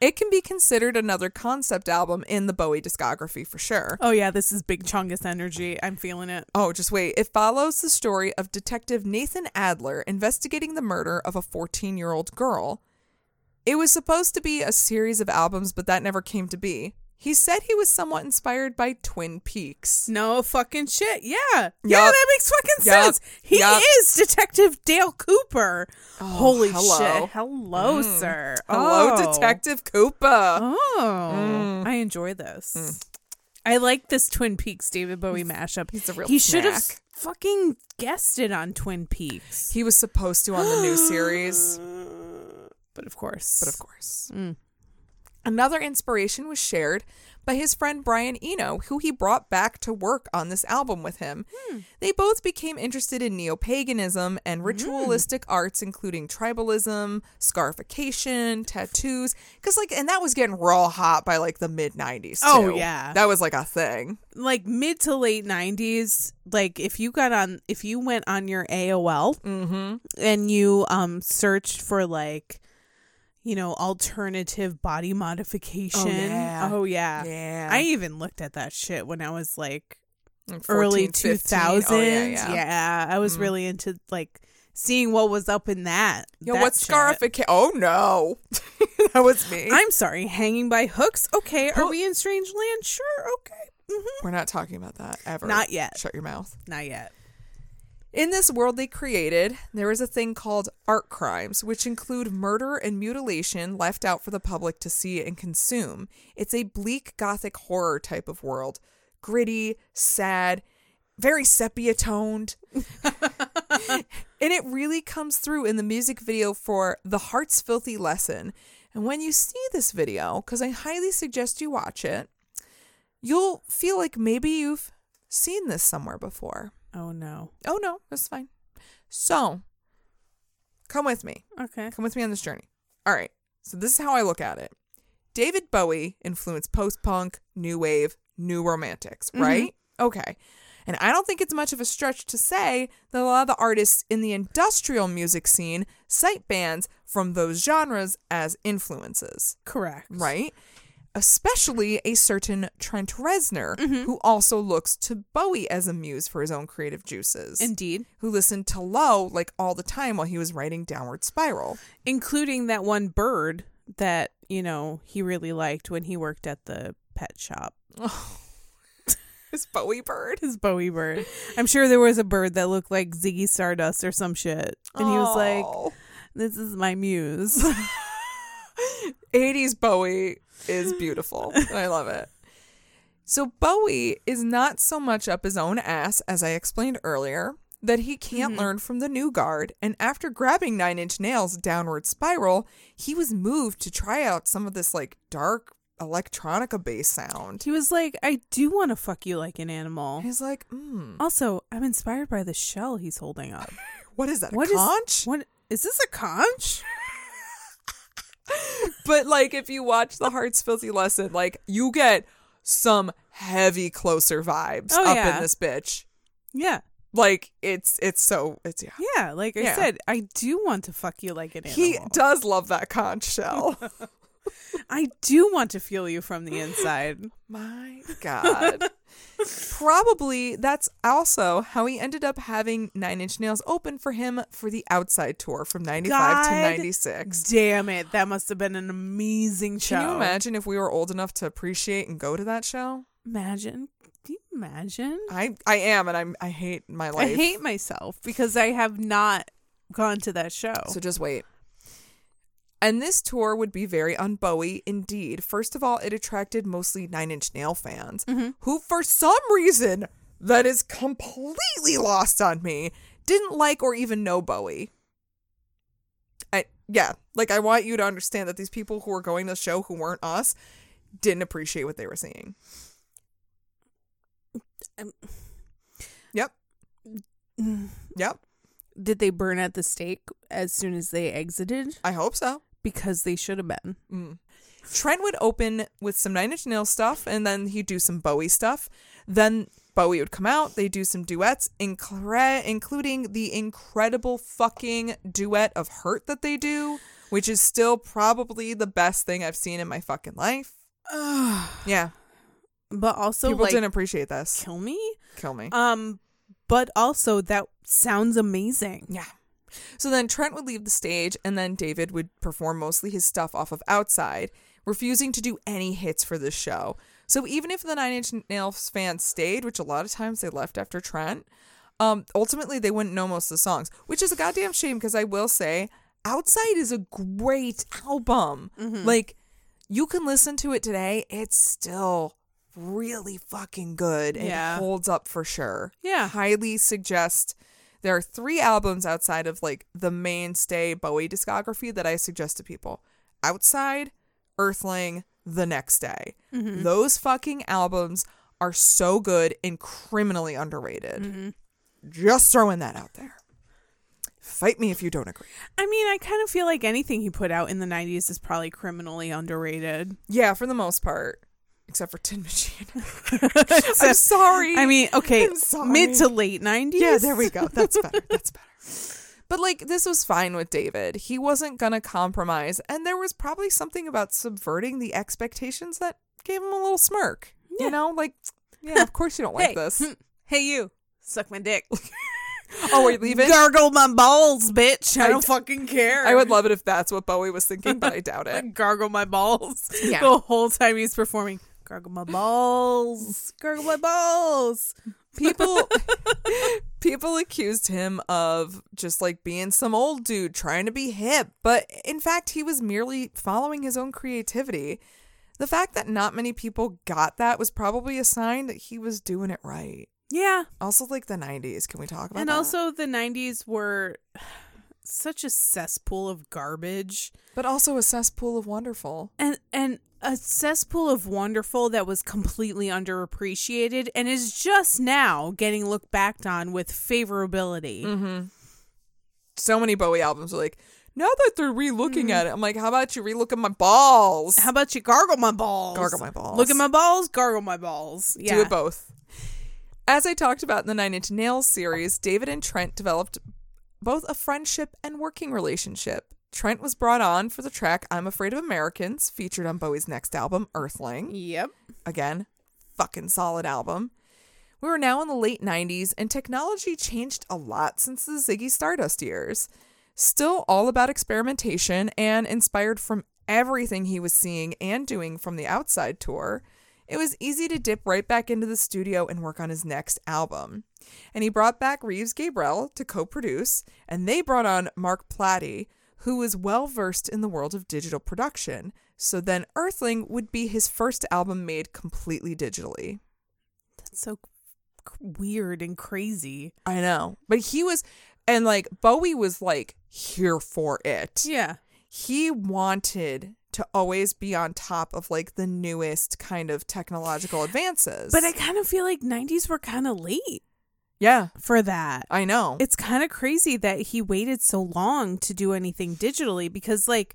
Speaker 1: It can be considered another concept album in the Bowie discography for sure.
Speaker 2: Oh yeah, this is big chungus energy. I'm feeling it.
Speaker 1: Oh, just wait. It follows the story of Detective Nathan Adler investigating the murder of a 14 year old girl. It was supposed to be a series of albums, but that never came to be. He said he was somewhat inspired by Twin Peaks.
Speaker 2: No fucking shit. Yeah. Yeah, that makes fucking
Speaker 1: Yup.
Speaker 2: sense. He
Speaker 1: Yup. Oh,
Speaker 2: is Detective Dale Cooper. Holy
Speaker 1: hello. Mm.
Speaker 2: shit. Hello, sir.
Speaker 1: Hello, Mm.
Speaker 2: Oh.
Speaker 1: Detective Koopa.
Speaker 2: Oh, I enjoy this. I like this Twin Peaks David Bowie mashup.
Speaker 1: Mm. He's a real
Speaker 2: He should have
Speaker 1: snack.
Speaker 2: fucking guessed it on Twin Peaks.
Speaker 1: He was supposed to on the new series. [GASPS]
Speaker 2: But of course.
Speaker 1: but of course.
Speaker 2: Mm.
Speaker 1: Another inspiration was shared by his friend Brian Eno, who he brought back to work on this album with him.
Speaker 2: Hmm.
Speaker 1: They both became interested in neo paganism and ritualistic arts, including tribalism, scarification, tattoos. Because, like, and that was getting real hot by like the mid 90s.
Speaker 2: Oh, yeah.
Speaker 1: That was like a thing.
Speaker 2: like mid to late 90s like if you got on if you went on your aol
Speaker 1: Mm-hmm.
Speaker 2: and you um searched for like you know alternative body modification
Speaker 1: yeah.
Speaker 2: Oh, yeah.
Speaker 1: Yeah.
Speaker 2: i even looked at that shit when i was like
Speaker 1: Like, 14,
Speaker 2: early
Speaker 1: 15.
Speaker 2: 2000s
Speaker 1: Oh, Mm-hmm.
Speaker 2: yeah, i was really into like seeing what was up in that
Speaker 1: Yo,
Speaker 2: that
Speaker 1: what's
Speaker 2: shit.
Speaker 1: scarification? Oh, no. [LAUGHS] that was me.
Speaker 2: i'm sorry hanging by hooks okay are we in strange land sure okay hmm
Speaker 1: We're not talking about that ever.
Speaker 2: Not yet.
Speaker 1: Shut your mouth.
Speaker 2: not yet
Speaker 1: In this world they created, there is a thing called art crimes, which include murder and mutilation left out for the public to see and consume. It's a bleak gothic horror type of world. Gritty, sad, very sepia toned. and it really comes through in the music video for The Heart's Filthy Lesson. And when you see this video, because I highly suggest you watch it, you'll feel like maybe you've seen this somewhere before.
Speaker 2: oh no
Speaker 1: Oh no, that's fine. So, come with me.
Speaker 2: okay
Speaker 1: Come with me on this journey. All right. So this is how I look at it. David Bowie influenced post-punk, new wave, new romantics, right? Okay. And I don't think it's much of a stretch to say that a lot of the artists in the industrial music scene cite bands from those genres as influences.
Speaker 2: correct
Speaker 1: Right? Especially a certain Trent Reznor, who also looks to Bowie as a muse for his own creative juices,
Speaker 2: indeed
Speaker 1: who listened to Low like all the time while he was writing Downward Spiral.
Speaker 2: including that one bird that you know he really liked when he worked at the pet shop [LAUGHS]
Speaker 1: His Bowie bird.
Speaker 2: his bowie bird i'm sure there was a bird that looked like ziggy stardust or some shit and he was like
Speaker 1: Aw.
Speaker 2: this is my muse [LAUGHS]
Speaker 1: 80s Bowie is
Speaker 2: [LAUGHS]
Speaker 1: beautiful. and I love it. So Bowie is not so much up his own ass, as I explained earlier, that he
Speaker 2: Mm-hmm.
Speaker 1: can't learn from the new guard. And after grabbing Nine Inch Nails Downward Spiral, he was moved to try out some of this like dark electronica bass sound.
Speaker 2: he was like i do want to fuck you like an animal
Speaker 1: He's like, hmm,
Speaker 2: also i'm inspired by the shell he's
Speaker 1: [LAUGHS]
Speaker 2: holding up
Speaker 1: what is that?
Speaker 2: What
Speaker 1: a
Speaker 2: is
Speaker 1: conch?
Speaker 2: what is this a conch
Speaker 1: but like if you watch the Heart's Filthy Lesson, like you get some heavy closer vibes
Speaker 2: Oh,
Speaker 1: up
Speaker 2: yeah.
Speaker 1: in this bitch.
Speaker 2: yeah
Speaker 1: Like it's it's so it's yeah.
Speaker 2: yeah like i
Speaker 1: Yeah.
Speaker 2: said i do want to fuck you like an animal
Speaker 1: He does love that conch
Speaker 2: [LAUGHS]
Speaker 1: shell. [LAUGHS]
Speaker 2: i do want to feel you from the inside
Speaker 1: My God. Probably that's also how he ended up having Nine Inch Nails open for him for the outside tour from 95 to
Speaker 2: God
Speaker 1: 96.
Speaker 2: Damn it. That must have been an amazing show.
Speaker 1: Can you imagine if we were old enough to appreciate and go to that show?
Speaker 2: Imagine. Can you imagine?
Speaker 1: I, I am, and I'm, I hate my
Speaker 2: I
Speaker 1: life.
Speaker 2: hate myself because I have not gone to that show.
Speaker 1: So just wait. And this tour would be very on Bowie indeed. First of all, it attracted mostly Nine Inch Nail fans who, for some reason that is completely lost on me, didn't like or even know Bowie. I, yeah, like I want you to understand that these people who were going to the show who weren't us didn't appreciate what they were seeing.
Speaker 2: Um.
Speaker 1: Yep. Yep.
Speaker 2: Mm-hmm. Did they burn at the stake as soon as they exited?
Speaker 1: I hope so.
Speaker 2: Because they should have
Speaker 1: [SIGHS]
Speaker 2: been.
Speaker 1: Trent would open with some Nine Inch Nails stuff, and then he'd do some Bowie stuff. Then Bowie would come out. They do some duets, incre- including the incredible fucking duet of "Hurt" that they do which is still probably the best thing I've seen in my fucking life. Yeah.
Speaker 2: but also
Speaker 1: People
Speaker 2: like
Speaker 1: didn't appreciate this.
Speaker 2: kill me.
Speaker 1: Kill me.
Speaker 2: Um, but also that sounds amazing.
Speaker 1: Yeah. So then Trent would leave the stage, and then David would perform mostly his stuff off of outside, refusing to do any hits for this show. So even if the Nine Inch Nails fans stayed, which a lot of times they left after Trent, um, ultimately they wouldn't know most of the songs, which is a goddamn shame because I will say, Outside is a great album. Like, you can listen to it today, it's still really fucking good and
Speaker 2: Yeah.
Speaker 1: holds up for sure
Speaker 2: Yeah.
Speaker 1: highly suggest there are three albums outside of like the mainstay Bowie discography that I suggest to people. Outside, Earthling, The Next Day. Those fucking albums are so good and criminally underrated. Just throwing that out there. Fight me if you don't agree.
Speaker 2: I mean, I kind of feel like anything he put out in the '90s is probably
Speaker 1: [LAUGHS]
Speaker 2: criminally underrated.
Speaker 1: Yeah, for the most part. Except for Tin [LAUGHS] Machine. I'm sorry. [LAUGHS]
Speaker 2: I mean, okay,
Speaker 1: I'm sorry.
Speaker 2: mid to late '90s.
Speaker 1: Yeah, there we
Speaker 2: [LAUGHS]
Speaker 1: go. That's better. That's better. But like this was fine with David. He wasn't gonna compromise, and there was probably something about subverting the expectations that gave him a little smirk.
Speaker 2: Yeah.
Speaker 1: You know,
Speaker 2: [LAUGHS]
Speaker 1: like yeah, of course you don't like
Speaker 2: Hey. [LAUGHS] hmm,
Speaker 1: this.
Speaker 2: Hey, you suck
Speaker 1: [LAUGHS]
Speaker 2: my dick,
Speaker 1: Oh wait, leave it.
Speaker 2: gargle my balls, bitch. I,
Speaker 1: I
Speaker 2: don't
Speaker 1: d-
Speaker 2: fucking care. [LAUGHS]
Speaker 1: I would love it if that's what Bowie was thinking, but I doubt it.
Speaker 2: Like, gargle my balls
Speaker 1: [LAUGHS] Yeah.
Speaker 2: the whole time he's performing. Gargle my balls, gargle my balls. [LAUGHS]
Speaker 1: people people accused him of just like being some old dude trying to be hip but in fact he was merely following his own creativity the fact that not many people got that was probably a sign that he was doing it right
Speaker 2: Yeah,
Speaker 1: also like the 90s can we talk about
Speaker 2: and
Speaker 1: that?
Speaker 2: also the '90s were [SIGHS] such a cesspool of garbage.
Speaker 1: but also a cesspool of wonderful
Speaker 2: and and a cesspool of wonderful that was completely underappreciated and is just now getting looked back on with favorability.
Speaker 1: Mm-hmm. so many bowie albums are like now that they're re-looking at it i'm like how about you re-look at my balls
Speaker 2: Mm-hmm. How about you gargle my balls?
Speaker 1: Gargle my balls.
Speaker 2: Look at my balls. Gargle my balls. Yeah.
Speaker 1: Do it both. As I talked about in the Nine Inch Nails series, David and Trent developed both a friendship and working relationship. Trent was brought on for the track I'm Afraid of Americans, featured on Bowie's next album, Earthling.
Speaker 2: Yep.
Speaker 1: Again, fucking solid album. We were now in the late 90s, and technology changed a lot since the Ziggy Stardust years. Still all about experimentation and inspired from everything he was seeing and doing from the outside tour, it was easy to dip right back into the studio and work on his next album. And he brought back Reeves Gabrel to co produce, and they brought on Mark Platty, who was well versed in the world of digital production. So then Earthling would be his first album made completely digitally.
Speaker 2: That's so c- weird and crazy.
Speaker 1: I know. But he was, and like Bowie was like here for it.
Speaker 2: Yeah.
Speaker 1: He wanted to always be on top of like the newest kind of technological advances.
Speaker 2: But I kind of feel like '90s were kind of late
Speaker 1: yeah,
Speaker 2: for that.
Speaker 1: I know.
Speaker 2: It's kind of crazy that he waited so long to do anything digitally because, like,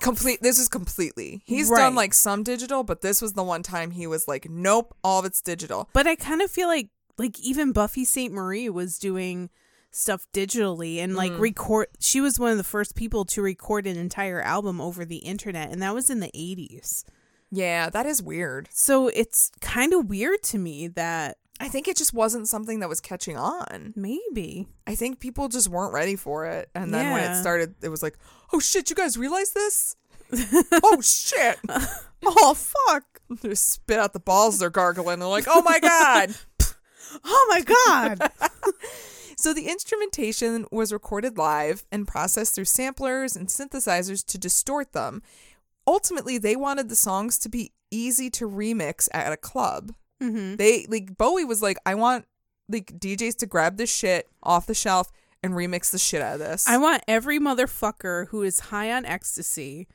Speaker 1: Complete. This is completely. He's
Speaker 2: Right.
Speaker 1: done like some digital, but this was the one time he was like, nope, all of it's digital.
Speaker 2: But I kind of feel like like even Buffy St. Marie was doing stuff digitally and like record she was one of the first people to record an entire album over the internet and that was in the 80s.
Speaker 1: Yeah, that is weird.
Speaker 2: So it's kind of weird to me that
Speaker 1: I think it just wasn't something that was catching on.
Speaker 2: maybe
Speaker 1: I think people just weren't ready for it. And then when it
Speaker 2: Yeah.
Speaker 1: started, it was like, oh shit, you guys realize this?
Speaker 2: [LAUGHS]
Speaker 1: oh shit. oh fuck. They spit out the balls they're gargling. They're like, oh my God.
Speaker 2: Oh my god.
Speaker 1: so the instrumentation was recorded live and processed through samplers and synthesizers to distort them. Ultimately, they wanted the songs to be easy to remix at a club.
Speaker 2: mhm.
Speaker 1: They like Bowie was like, I want like DJs to grab this shit off the shelf and remix the shit out of this.
Speaker 2: [LAUGHS] I want every motherfucker who is high on ecstasy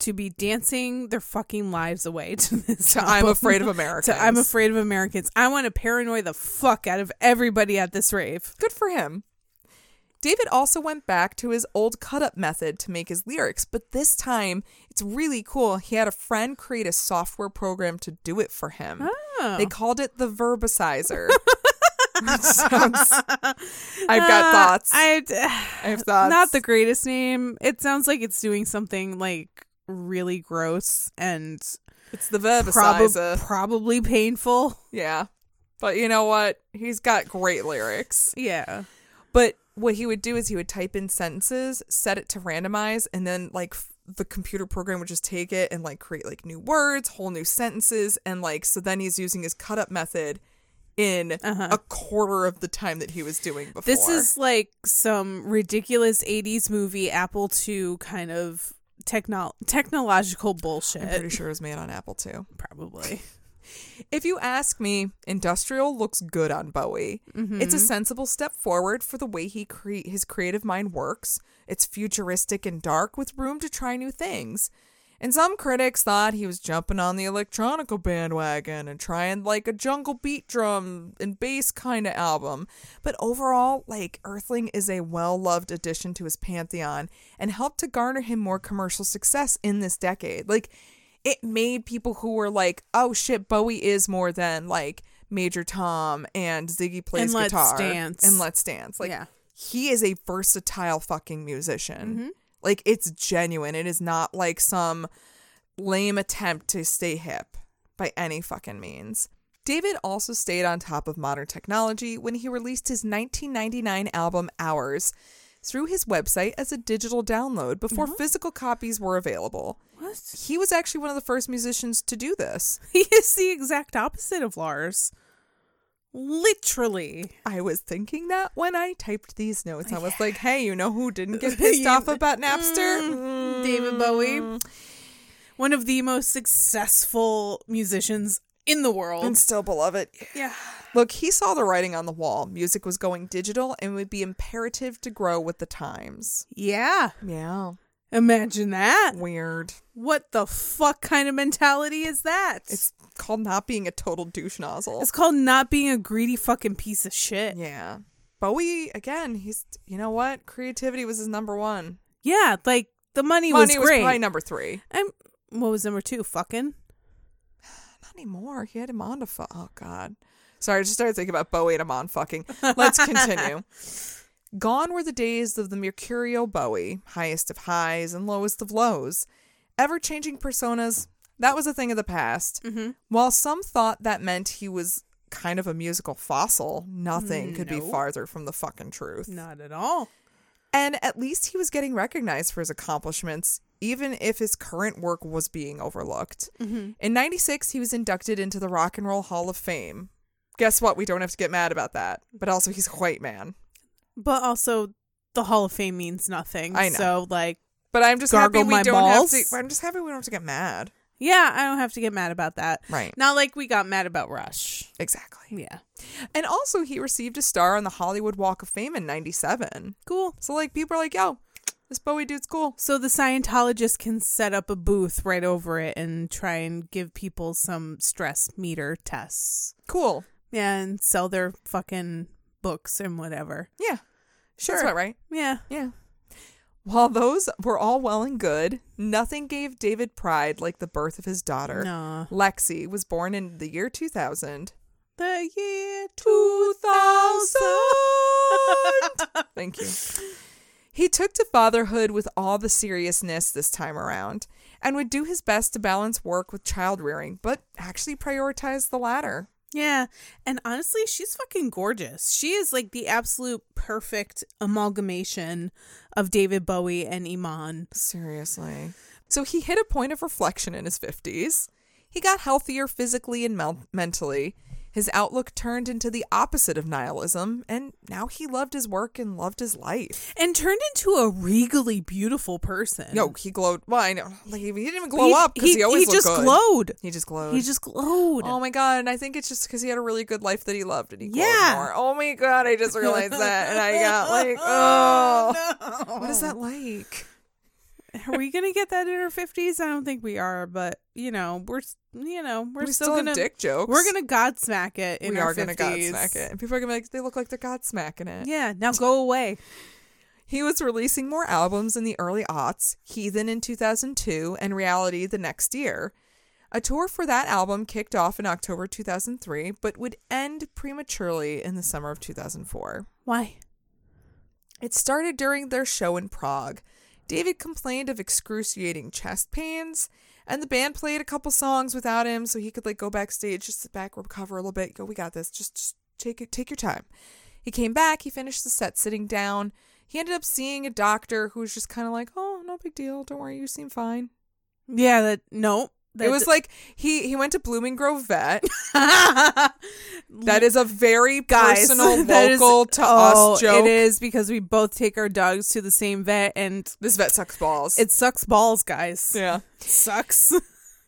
Speaker 2: to be dancing their fucking lives away to
Speaker 1: [LAUGHS]
Speaker 2: this.
Speaker 1: to I'm
Speaker 2: album.
Speaker 1: afraid of America.
Speaker 2: to I'm afraid of Americans. I want to paranoid the fuck out of everybody at this rave.
Speaker 1: Good for him. David also went back to his old cut up method to make his lyrics, but this time it's really cool. He had a friend create a software program to do it for him.
Speaker 2: Oh. [LAUGHS]
Speaker 1: They called it the verbicizer. Sounds- I've got
Speaker 2: Uh,
Speaker 1: thoughts. I,
Speaker 2: I
Speaker 1: have thoughts.
Speaker 2: [SIGHS] not the greatest name. It sounds like it's doing something like really gross and
Speaker 1: it's the
Speaker 2: probab-
Speaker 1: verbicizer.
Speaker 2: probably painful. [LAUGHS]
Speaker 1: yeah. But you know what? He's got great lyrics.
Speaker 2: Yeah.
Speaker 1: But what he would do is he would type in sentences, set it to randomize, and then like f- the computer program would just take it and like create like new words, whole new sentences, and like so then he's using his cut up method in a quarter of the time that he was doing before.
Speaker 2: Uh-huh. This is like some ridiculous 80s movie Apple II kind of techno- technological
Speaker 1: I'm
Speaker 2: bullshit
Speaker 1: pretty sure it was made on Apple too. [LAUGHS]
Speaker 2: probably.
Speaker 1: If you ask me, industrial looks good on Bowie. It's a sensible step forward for the way he cre- his creative mind works. It's futuristic and dark with room to try new things. And some critics thought he was jumping on the electronical bandwagon and trying like a jungle beat drum and bass kind of album. But overall, like Earthling is a well-loved addition to his pantheon and helped to garner him more commercial success in this decade. Like it made people who were like, "Oh shit, Bowie is more than like Major Tom and Ziggy plays
Speaker 2: And Let's
Speaker 1: guitar
Speaker 2: Dance.
Speaker 1: and Let's Dance." Like,
Speaker 2: Yeah.
Speaker 1: he is a versatile fucking musician.
Speaker 2: Mm-hmm.
Speaker 1: Like, it's genuine. It is not like some lame attempt to stay hip by any fucking means. David also stayed on top of modern technology when he released his 1999 album Hours through his website as a digital download before
Speaker 2: Uh-huh.
Speaker 1: physical copies were available.
Speaker 2: What? [LAUGHS]
Speaker 1: He was actually one of the first musicians to do this.
Speaker 2: He is the exact opposite of Lars. Literally.
Speaker 1: I was thinking that when I typed these notes. I was like, hey, you know who didn't
Speaker 2: [LAUGHS]
Speaker 1: get
Speaker 2: You- Mm.
Speaker 1: pissed off about Napster?
Speaker 2: David
Speaker 1: Mm.
Speaker 2: Bowie. One of the most successful musicians in the
Speaker 1: Mm. And
Speaker 2: world.
Speaker 1: still beloved.
Speaker 2: Yeah.
Speaker 1: Look, he saw the writing on the wall. Music was going digital and would be imperative to grow with the times.
Speaker 2: Yeah.
Speaker 1: Yeah.
Speaker 2: Imagine that.
Speaker 1: Weird.
Speaker 2: What the fuck kind of mentality is that?
Speaker 1: It's called not being a total douche nozzle.
Speaker 2: It's called not being a greedy fucking piece of shit.
Speaker 1: yeah. Bowie, again, he's, you know what? Creativity was his number one.
Speaker 2: Yeah, like the money,
Speaker 1: Money
Speaker 2: was
Speaker 1: was
Speaker 2: great.
Speaker 1: probably number three.
Speaker 2: I'm what was number two? Fucking.
Speaker 1: Not anymore. He had him on to fuck. Oh God. Sorry, I just started thinking about Bowie and him on fucking. Let's continue. Gone were the days of the mercurial Bowie, highest of highs and lowest of lows. Ever changing personas, that was a thing of the past. While some thought that meant he was kind of a musical fossil, nothing could be
Speaker 2: No.
Speaker 1: farther from the fucking truth.
Speaker 2: Not at all.
Speaker 1: And at least he was getting recognized for his accomplishments, even if his current work was being overlooked.
Speaker 2: Mm-hmm.
Speaker 1: In 96, he was inducted into the Rock and Roll Hall of Fame. Guess what? We don't have to get mad about that. But also, he's a white man.
Speaker 2: But also the Hall of Fame means nothing.
Speaker 1: I know.
Speaker 2: So like
Speaker 1: But I'm just
Speaker 2: Gargle
Speaker 1: happy we
Speaker 2: my
Speaker 1: don't have
Speaker 2: balls.
Speaker 1: to. I'm just happy we don't have to get mad.
Speaker 2: yeah, I don't have to get mad about that.
Speaker 1: Right.
Speaker 2: Not like we got mad about Rush.
Speaker 1: Exactly.
Speaker 2: Yeah.
Speaker 1: And also, he received a star on the Hollywood Walk of Fame in '97.
Speaker 2: Cool.
Speaker 1: So, like, people are like, "Yo, this Bowie dude's cool."
Speaker 2: So the Scientologist can set up a booth right over it and try and give people some stress meter tests.
Speaker 1: Cool.
Speaker 2: and sell their fucking books and whatever.
Speaker 1: Yeah.
Speaker 2: Sure.
Speaker 1: That's about right.
Speaker 2: Yeah.
Speaker 1: Yeah. While those were all well and good, nothing gave David pride like the birth of his daughter.
Speaker 2: No.
Speaker 1: Lexi was born in the year 2000.
Speaker 2: The year
Speaker 1: 2000! Thank you. He took to fatherhood with all the seriousness this time around and would do his best to balance work with child rearing, but actually prioritized the latter.
Speaker 2: [LAUGHS] Yeah. And honestly, she's fucking gorgeous. She is like the absolute perfect amalgamation of David Bowie and Iman.
Speaker 1: Seriously. So he hit a point of reflection in his 50s. He got healthier physically and mel- mentally. His outlook turned into the opposite of nihilism, and now he loved his work and loved his life.
Speaker 2: And turned into a regally beautiful person.
Speaker 1: No, he glowed. Well, I know. Like, he didn't even
Speaker 2: But
Speaker 1: glow up because he, always
Speaker 2: he
Speaker 1: looked
Speaker 2: just
Speaker 1: good.
Speaker 2: glowed.
Speaker 1: He just glowed.
Speaker 2: He just glowed.
Speaker 1: Oh my god! And I think it's just because he had a really good life that he loved, and he glowed
Speaker 2: Yeah.
Speaker 1: more. Oh my god! I
Speaker 2: [LAUGHS]
Speaker 1: just realized that, and I got like, oh,
Speaker 2: no.
Speaker 1: what is that like?
Speaker 2: Are we gonna get that in our fifties? I don't think we are, but you know, we're s- you know we're
Speaker 1: We
Speaker 2: still,
Speaker 1: still have
Speaker 2: gonna
Speaker 1: dick jokes.
Speaker 2: we're gonna godsmack it in
Speaker 1: we
Speaker 2: our
Speaker 1: are going to
Speaker 2: 50s.
Speaker 1: godsmack it. And people are going to be like, they look like they're godsmacking it.
Speaker 2: Yeah, now go away.
Speaker 1: He was releasing more albums in the early aughts, Heathen in 2002, and Reality the next year. A tour for that album kicked off in October 2003, but would end prematurely in the summer of 2004.
Speaker 2: Why?
Speaker 1: It started during their show in Prague. David complained of excruciating chest pains, and the band played a couple songs without him so he could like go backstage, just sit back, recover a little bit. Go, we got this. Just, just take it, take your time. He came back. He finished the set sitting down. He ended up seeing a doctor who was just kind of like, "Oh, no big deal. Don't worry, you seem fine."
Speaker 2: Yeah, that no. That
Speaker 1: it was like he he went to Blooming Grove
Speaker 2: [LAUGHS]
Speaker 1: Vet.
Speaker 2: that
Speaker 1: That is a very
Speaker 2: guys
Speaker 1: personal
Speaker 2: [LAUGHS] that is-
Speaker 1: local to
Speaker 2: oh,
Speaker 1: us joke.
Speaker 2: It is because we both take our dogs to the same vet and
Speaker 1: This vet sucks balls.
Speaker 2: it sucks balls, guys.
Speaker 1: yeah. [LAUGHS]
Speaker 2: Sucks.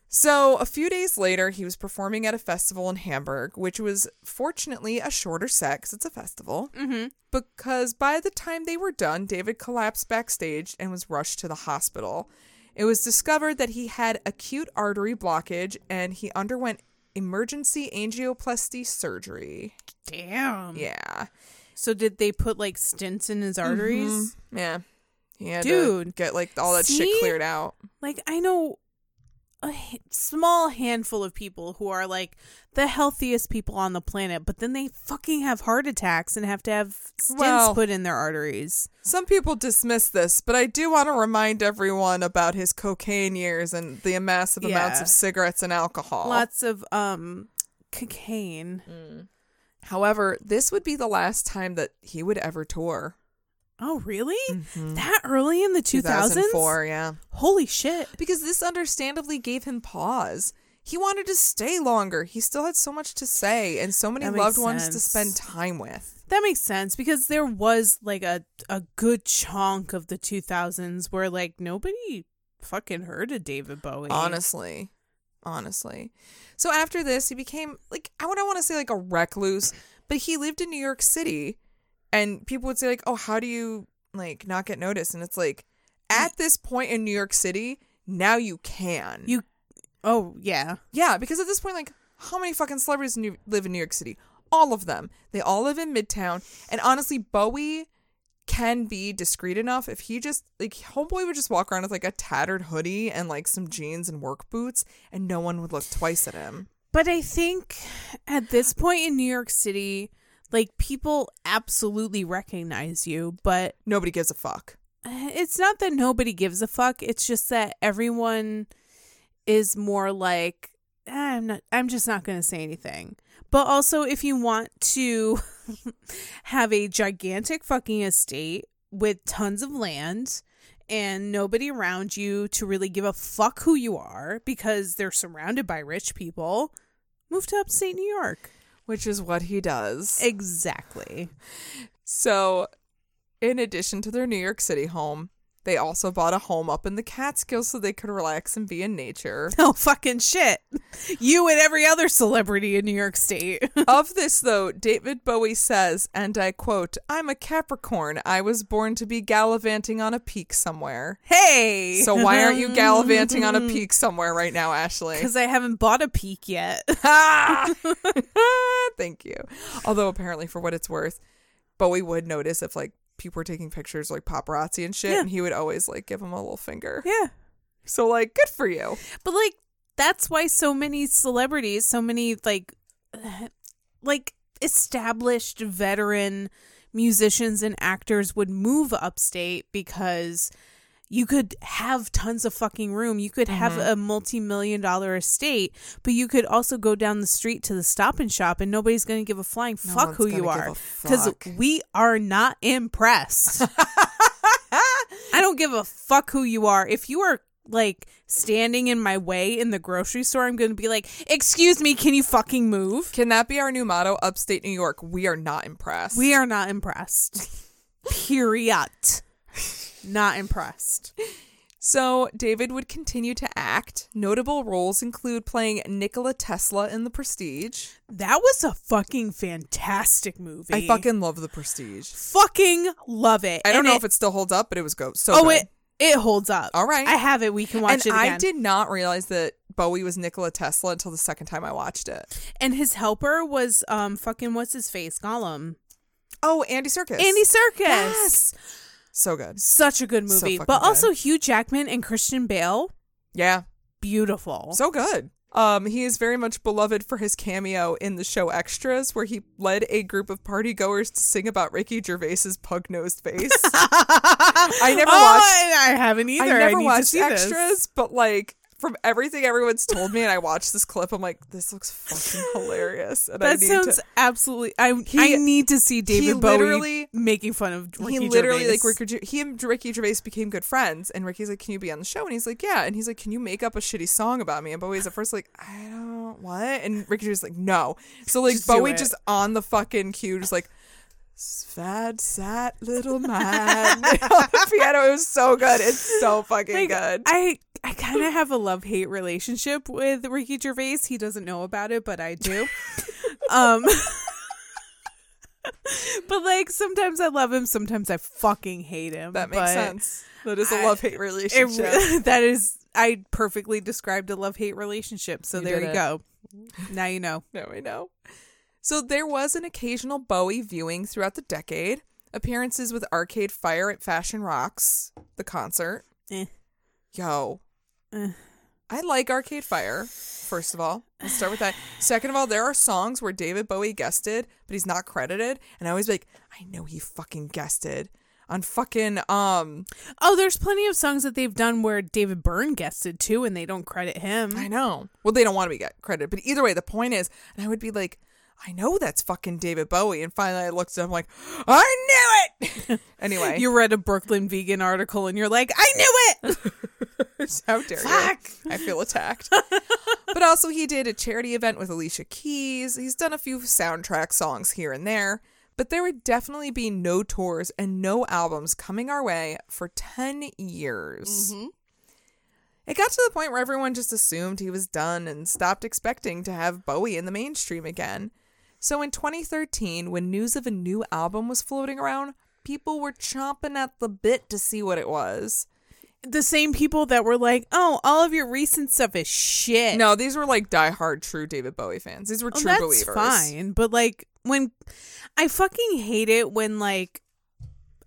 Speaker 1: So, a few days later, he was performing at a festival in Hamburg, which was fortunately a shorter set 'cause it's a festival.
Speaker 2: Mhm.
Speaker 1: Because by the time they were done, David collapsed backstage and was rushed to the hospital. It was discovered that he had acute artery blockage and he underwent emergency angioplasty surgery.
Speaker 2: Damn.
Speaker 1: Yeah.
Speaker 2: So did they put like stints in
Speaker 1: Mm-hmm.
Speaker 2: his arteries?
Speaker 1: Mm. Yeah. He had to
Speaker 2: Dude.
Speaker 1: get like all that shit
Speaker 2: See?
Speaker 1: cleared out.
Speaker 2: Like I know a h- small handful of people who are like the healthiest people on the planet, but then they fucking have heart attacks and have to have stints
Speaker 1: Well-
Speaker 2: put in their arteries.
Speaker 1: Some people dismiss this, but I do want to remind everyone about his cocaine years and the massive amounts
Speaker 2: Yeah.
Speaker 1: of cigarettes and alcohol.
Speaker 2: Lots of um cocaine.
Speaker 1: However, this would be the last time that he would ever tour.
Speaker 2: Oh, really? That early in the 2000s?
Speaker 1: 2004, yeah.
Speaker 2: Holy shit.
Speaker 1: Because this understandably gave him pause. He wanted to stay longer. He still had so much to say and so many
Speaker 2: That makes
Speaker 1: loved ones to
Speaker 2: sense.
Speaker 1: spend time with.
Speaker 2: That makes sense because there was like a a good chunk of the 2000s where like nobody fucking heard of David Bowie.
Speaker 1: Honestly. Honestly. So after this, he became like I would I want to say like a recluse, but he lived in New York City and people would say like, "Oh, how do you like not get noticed?" And it's like at this point in New York City, now you can.
Speaker 2: You Oh, yeah.
Speaker 1: yeah, because at this point like how many fucking celebrities new- live in New York City? All of them. They all live in Midtown. And honestly, Bowie can be discreet enough if he just like homeboy would just walk around with like a tattered hoodie and like some jeans and work boots and no one would look twice at him.
Speaker 2: But I think at this point in New York City, like people absolutely recognize you, but
Speaker 1: Nobody gives a fuck.
Speaker 2: it's not that nobody gives a fuck. It's just that everyone is more like "Ah, I'm not I'm just not going to say anything. But also if you want to [LAUGHS] have a gigantic fucking estate with tons of land and nobody around you to really give a fuck who you are because they're surrounded by rich people, move to upstate New York.
Speaker 1: Which is what he does.
Speaker 2: [LAUGHS] Exactly.
Speaker 1: So, in addition to their New York City home, they also bought a home up in the Catskills so they could relax and be in nature.
Speaker 2: No Oh, fucking shit. You and every other celebrity in New York State.
Speaker 1: of this, though, David Bowie says, and I quote, I'm a Capricorn. I was born to be gallivanting on a peak somewhere.
Speaker 2: Hey.
Speaker 1: So, why
Speaker 2: [LAUGHS]
Speaker 1: aren't you gallivanting on a peak somewhere right now, Ashley?
Speaker 2: Because I haven't bought a peak yet.
Speaker 1: [LAUGHS]
Speaker 2: [LAUGHS]
Speaker 1: Ah! [LAUGHS] Thank you. Although, apparently, for what it's worth, Bowie would notice if, like, people were taking pictures like paparazzi and shit
Speaker 2: Yeah.
Speaker 1: and he would always like give him a little finger
Speaker 2: yeah.
Speaker 1: so like good for you
Speaker 2: But like that's why so many celebrities, so many like [SIGHS] uh, like established veteran musicians and actors would move upstate because you could have tons of fucking room. You could have
Speaker 1: Mm-hmm.
Speaker 2: a multi-million dollar estate, but you could also go down the street to the stop and shop and nobody's going to give a flying
Speaker 1: No
Speaker 2: fuck
Speaker 1: one's
Speaker 2: who you
Speaker 1: gonna give
Speaker 2: are
Speaker 1: a fuck.
Speaker 2: we are not impressed. I don't give a fuck who you are. If you are like standing in my way in the grocery store, I'm going to be like, "Excuse me, can you fucking move?"
Speaker 1: Can that be our new motto? Upstate New York, we are not impressed.
Speaker 2: We are not impressed. [LAUGHS] Period. Not impressed.
Speaker 1: so David would continue to act. Notable roles include playing Nikola Tesla in The Prestige.
Speaker 2: That was a fucking fantastic movie.
Speaker 1: I fucking love The Prestige.
Speaker 2: fucking love it.
Speaker 1: I don't
Speaker 2: And
Speaker 1: know
Speaker 2: it-
Speaker 1: if it still holds up, but it was go so.
Speaker 2: Oh,
Speaker 1: good.
Speaker 2: it it holds up.
Speaker 1: All right.
Speaker 2: I have it. We can watch
Speaker 1: and
Speaker 2: it again.
Speaker 1: I did not realize that Bowie was Nikola Tesla until the second time I watched it.
Speaker 2: And his helper was um fucking what's his face? Gollum.
Speaker 1: Oh, Andy Circus.
Speaker 2: Andy Circus.
Speaker 1: Yes. so good.
Speaker 2: Such a good
Speaker 1: So
Speaker 2: movie.
Speaker 1: fucking
Speaker 2: but
Speaker 1: good.
Speaker 2: also Hugh Jackman and Christian Bale,
Speaker 1: Yeah,
Speaker 2: beautiful.
Speaker 1: so good. Um, he is very much beloved for his cameo in the show Extras, where he led a group of partygoers to sing about Ricky Gervais's pug-nosed [LAUGHS] face. I never
Speaker 2: oh,
Speaker 1: watched
Speaker 2: and I haven't either.
Speaker 1: I never
Speaker 2: need to
Speaker 1: watched
Speaker 2: see this.
Speaker 1: extras, but like from everything everyone's told me, and I watched this clip, I'm like, this looks fucking
Speaker 2: [LAUGHS]
Speaker 1: hilarious. And I
Speaker 2: That
Speaker 1: need
Speaker 2: sounds
Speaker 1: to.
Speaker 2: absolutely. I
Speaker 1: He-
Speaker 2: I need to see David Bowie
Speaker 1: literally-
Speaker 2: making fun of Ricky
Speaker 1: he literally
Speaker 2: Gervais.
Speaker 1: like Ricky, Ger- he and Ricky Gervais became good friends, and Ricky's like, "Can you be on the show?" And he's like, "Yeah." And he's like, "Can you make up a shitty song about me?" And Bowie's at first like, "I don't what," and Ricky Gervais is like, "No." So like
Speaker 2: Just do
Speaker 1: Bowie
Speaker 2: it.
Speaker 1: just on the fucking cue, just like. Sad, sad little
Speaker 2: [LAUGHS]
Speaker 1: man. [LAUGHS] on the piano. It was so good. It's so fucking
Speaker 2: Like,
Speaker 1: good.
Speaker 2: I I kind of have a love hate relationship with Ricky Gervais. He doesn't know about it, but I
Speaker 1: [LAUGHS]
Speaker 2: do. um, [LAUGHS] but like sometimes I love him, sometimes I fucking hate him.
Speaker 1: That makes
Speaker 2: but
Speaker 1: sense. That is a
Speaker 2: I-
Speaker 1: love hate
Speaker 2: It,
Speaker 1: relationship.
Speaker 2: re- [LAUGHS] that is, I perfectly described a love hate relationship. So
Speaker 1: You
Speaker 2: there
Speaker 1: did
Speaker 2: you
Speaker 1: it.
Speaker 2: go. Now you know.
Speaker 1: [LAUGHS] now I know. So there was an occasional Bowie viewing throughout the decade, appearances with Arcade Fire at Fashion Rocks, the concert.
Speaker 2: Eh.
Speaker 1: Yo.
Speaker 2: Eh.
Speaker 1: I like Arcade Fire, first of all. Let's start with that. Second of all, there are songs where David Bowie guested, but he's not credited. And I always be like, I know he fucking guested on fucking um
Speaker 2: Oh, there's plenty of songs that they've done where David Byrne guested too, and they don't credit him.
Speaker 1: I know. Well, they don't want to be get credit, but either way, the point is, and I would be like, I know that's fucking David Bowie, and finally I looked at him like, I knew it. [LAUGHS] anyway,
Speaker 2: You read a Brooklyn vegan article and you're like, I knew
Speaker 1: [LAUGHS]
Speaker 2: it.
Speaker 1: how dare
Speaker 2: Fuck.
Speaker 1: you? I feel attacked. but also, he did a charity event with Alicia Keys. He's done a few soundtrack songs here and there. But there would definitely be no tours and no albums coming our way for 10 years. It got to the point where everyone just assumed he was done and stopped expecting to have Bowie in the mainstream again. So in 2013, when news of a new album was floating around, people were chomping at the bit to see what it was.
Speaker 2: the same people that were like, oh, all of your recent stuff is shit.
Speaker 1: No, these were like diehard true David Bowie fans. These were
Speaker 2: Well,
Speaker 1: true
Speaker 2: Eh. Oh, that's
Speaker 1: believers.
Speaker 2: fine. But like when I fucking hate it when like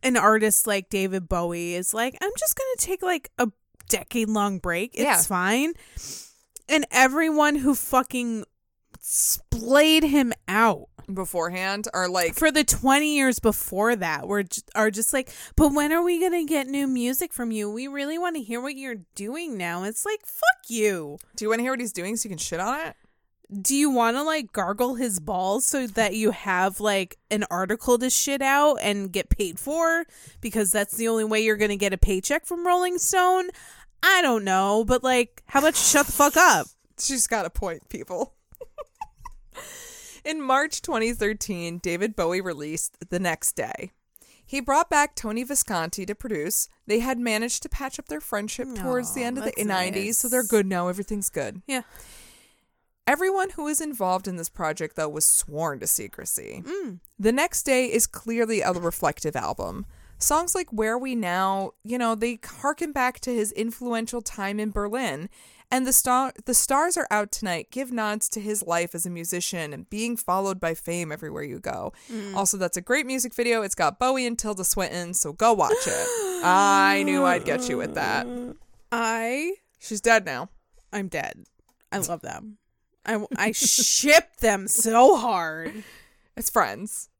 Speaker 2: an artist like David Bowie is like, I'm just gonna take like a decade long break. It's
Speaker 1: Yeah.
Speaker 2: fine. And everyone who fucking splayed him out
Speaker 1: Beforehand are like
Speaker 2: for the 20 years before that were j- are just like but when are we going to get new music from you we really want to hear what you're doing now it's like fuck you
Speaker 1: Do you want to hear what he's doing so you can shit on it?
Speaker 2: do you want to like gargle his balls so that you have like an article to shit out and get paid for because that's the only way you're going to get a paycheck from rolling stone i don't know but like how about you shut the fuck up
Speaker 1: She's got a point, people. [LAUGHS] In March 2013, David Bowie released The Next Day. He brought back Tony Visconti to produce. They had managed to patch up their friendship towards the
Speaker 2: Aw,
Speaker 1: end of the
Speaker 2: that's
Speaker 1: 90s, so
Speaker 2: nice.
Speaker 1: they're good now. Everything's good.
Speaker 2: yeah
Speaker 1: Everyone who was involved in this project, though, was sworn to secrecy.
Speaker 2: Mm.
Speaker 1: The Next Day is clearly a reflective album. Songs like Where We Now, you know, they harken back to his influential time in Berlin. And the, star- the Stars Are Out Tonight give nods to his life as a musician and being followed by fame everywhere you go.
Speaker 2: Mm.
Speaker 1: Also, that's a great music video. It's got Bowie and Tilda Swinton, so go watch
Speaker 2: [GASPS]
Speaker 1: it. I knew I'd get you with that.
Speaker 2: i
Speaker 1: She's dead now.
Speaker 2: i'm dead i love them i [LAUGHS] i ship them so hard
Speaker 1: It's friends.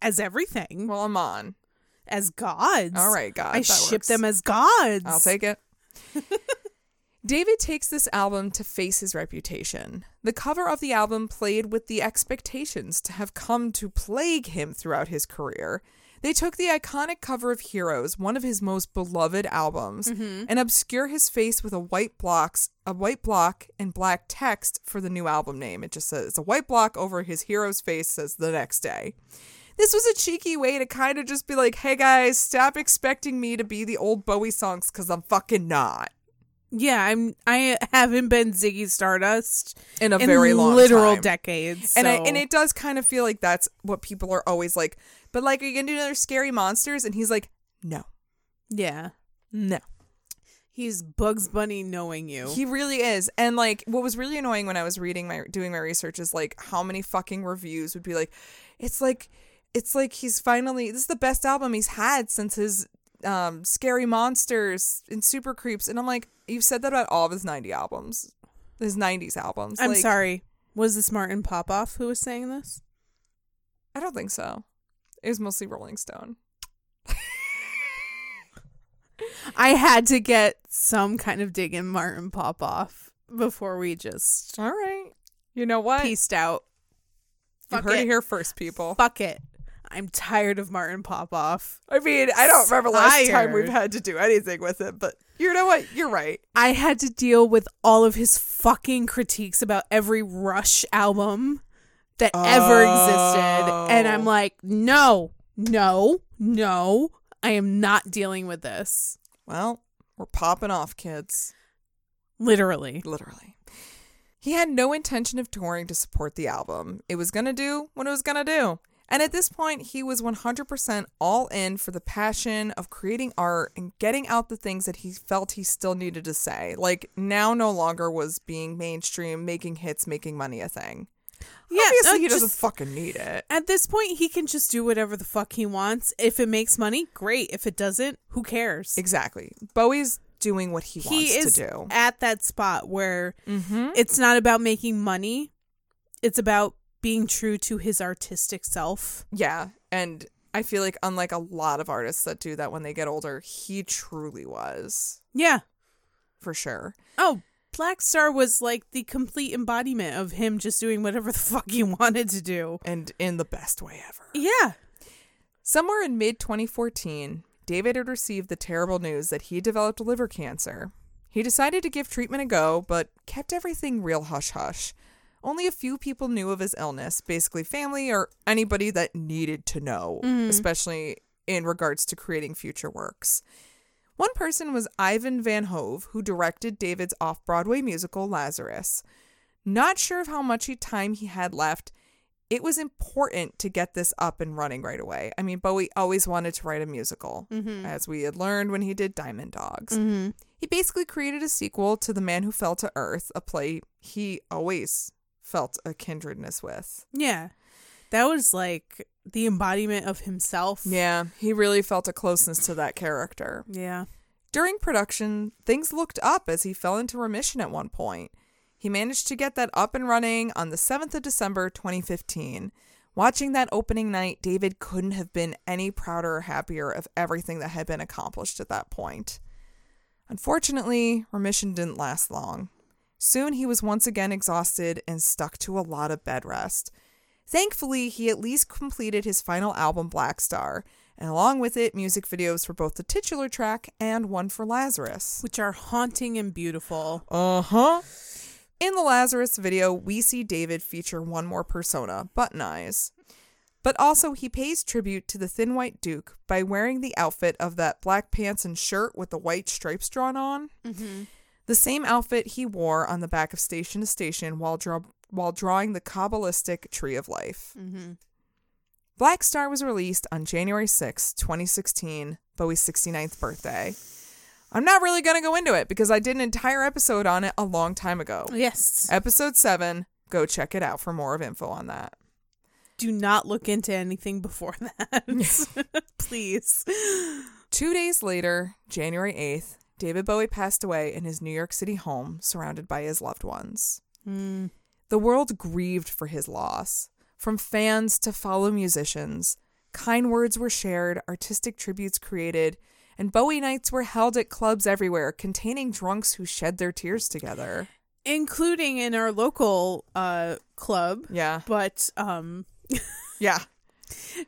Speaker 2: as everything,
Speaker 1: Well, I'm on.
Speaker 2: as gods.
Speaker 1: All right, God.
Speaker 2: I
Speaker 1: that
Speaker 2: ship
Speaker 1: works.
Speaker 2: them as gods.
Speaker 1: I'll take it. [LAUGHS] David takes this album to face his reputation. The cover of the album played with the expectations to have come to plague him throughout his career. They took the iconic cover of Heroes, one of his most beloved albums, and obscure his face with a white blocks, a white block and black text for the new album name. It just says it's a white block over his hero's face says the next day this was a cheeky way to kind of just be like, hey guys, stop expecting me to be the old Bowie songs because I'm fucking not.
Speaker 2: Yeah, I'm. I haven't been Ziggy Stardust
Speaker 1: In a very long
Speaker 2: literal
Speaker 1: time.
Speaker 2: decades.
Speaker 1: And, I,
Speaker 2: so-
Speaker 1: and it does kind of feel like that's what people are always like, but like, are you going to do another Scary Monsters? And he's like, no,
Speaker 2: yeah,
Speaker 1: no.
Speaker 2: he's Bugs Bunny knowing you.
Speaker 1: He really is. And like what was really annoying when I was reading my doing my research is like how many fucking reviews would be like it's like it's like he's finally this is the best album he's had since his um scary monsters and super creeps and I'm like you've said that about all of his 90 albums. his 90s albums.
Speaker 2: I'm
Speaker 1: Like,
Speaker 2: sorry. Was this Martin Popoff who was saying this?
Speaker 1: I don't think so. It was mostly Rolling Stone.
Speaker 2: I had to get some kind of dig in Martin Popoff before we just
Speaker 1: All right. You know what?
Speaker 2: pieced out.
Speaker 1: You
Speaker 2: Fuck
Speaker 1: heard it
Speaker 2: it.
Speaker 1: here first, people.
Speaker 2: Fuck it. I'm tired of Martin Popoff.
Speaker 1: I mean, I don't remember last time we've
Speaker 2: Tired.
Speaker 1: had to do anything with it, but you know what? You're right.
Speaker 2: I had to deal with all of his fucking critiques about every Rush album that ever
Speaker 1: Oh.
Speaker 2: existed. And I'm like, no, no, no. I am not dealing with this.
Speaker 1: Well, we're popping off, kids.
Speaker 2: Literally.
Speaker 1: Literally. He had no intention of touring to support the album. It was going to do what it was going to do. And at this point, he was 100% all in for the passion of creating art and getting out the things that he felt he still needed to say. Like, now no longer was being mainstream, making hits, making money a thing.
Speaker 2: Yeah,
Speaker 1: Obviously,
Speaker 2: no,
Speaker 1: he doesn't
Speaker 2: just-
Speaker 1: fucking need it.
Speaker 2: At this point, he can just do whatever the fuck he wants. If it makes money, great. If it doesn't, who cares?
Speaker 1: Exactly. Bowie's doing what he,
Speaker 2: he
Speaker 1: wants
Speaker 2: is
Speaker 1: to do. Mm-hmm.
Speaker 2: at that spot where it's not about making money, it's about being true to his artistic self.
Speaker 1: Yeah. And I feel like, unlike a lot of artists that do that when they get older, he truly was.
Speaker 2: Yeah.
Speaker 1: for sure.
Speaker 2: Oh, Black Star was like the complete embodiment of him just doing whatever the [LAUGHS] fuck he wanted to do.
Speaker 1: And in the best way ever.
Speaker 2: Yeah.
Speaker 1: Somewhere in mid 2014, David had received the terrible news that he developed liver cancer. He decided to give treatment a go, but kept everything real hush hush. Only a few people knew of his illness, basically family or anybody that needed to know, especially in regards to creating future works. One person was Ivan Van Hove, who directed David's off Broadway musical Lazarus. Not sure of how much he- time he had left, it was important to get this up and running right away. I mean, Bowie always wanted to write a musical, as we had learned when he did Diamond Dogs. He basically created a sequel to The Man Who Fell to Earth, a play he always felt a kindredness with.
Speaker 2: Yeah. That was like the embodiment of himself.
Speaker 1: Yeah, he really felt a closeness to that character.
Speaker 2: Yeah.
Speaker 1: During production, things looked up as he fell into remission at one point. He managed to get that up and running on the 7th of December 2015. Watching that opening night, David couldn't have been any prouder or happier of everything that had been accomplished at that point. Unfortunately, remission didn't last long. Soon he was once again exhausted and stuck to a lot of bed rest. Thankfully, he at least completed his final album, Black Star, and along with it, music videos for both the titular track and one for Lazarus.
Speaker 2: Which are haunting and beautiful.
Speaker 1: Uh huh. In the Lazarus video, we see David feature one more persona, Button Eyes. But also, he pays tribute to the Thin White Duke by wearing the outfit of that black pants and shirt with the white stripes drawn on. The same outfit he wore on the back of Station to Station while, draw- while drawing the Kabbalistic Tree of Life. Black Star was released on January 6, 2016, Bowie's 69th birthday. I'm not really going to go into it because I did an entire episode on it a long time ago.
Speaker 2: Yes.
Speaker 1: Episode 7, go check it out for more of info on that.
Speaker 2: Do not look into anything before [LAUGHS] that. [LAUGHS] Please.
Speaker 1: Two days later, January 8th, David Bowie passed away in his New York City home, surrounded by his loved ones. The world grieved for his loss. From fans to fellow musicians, kind words were shared, artistic tributes created, and Bowie nights were held at clubs everywhere, containing drunks who shed their tears together.
Speaker 2: Including in our local uh club.
Speaker 1: Yeah.
Speaker 2: But um
Speaker 1: Yeah.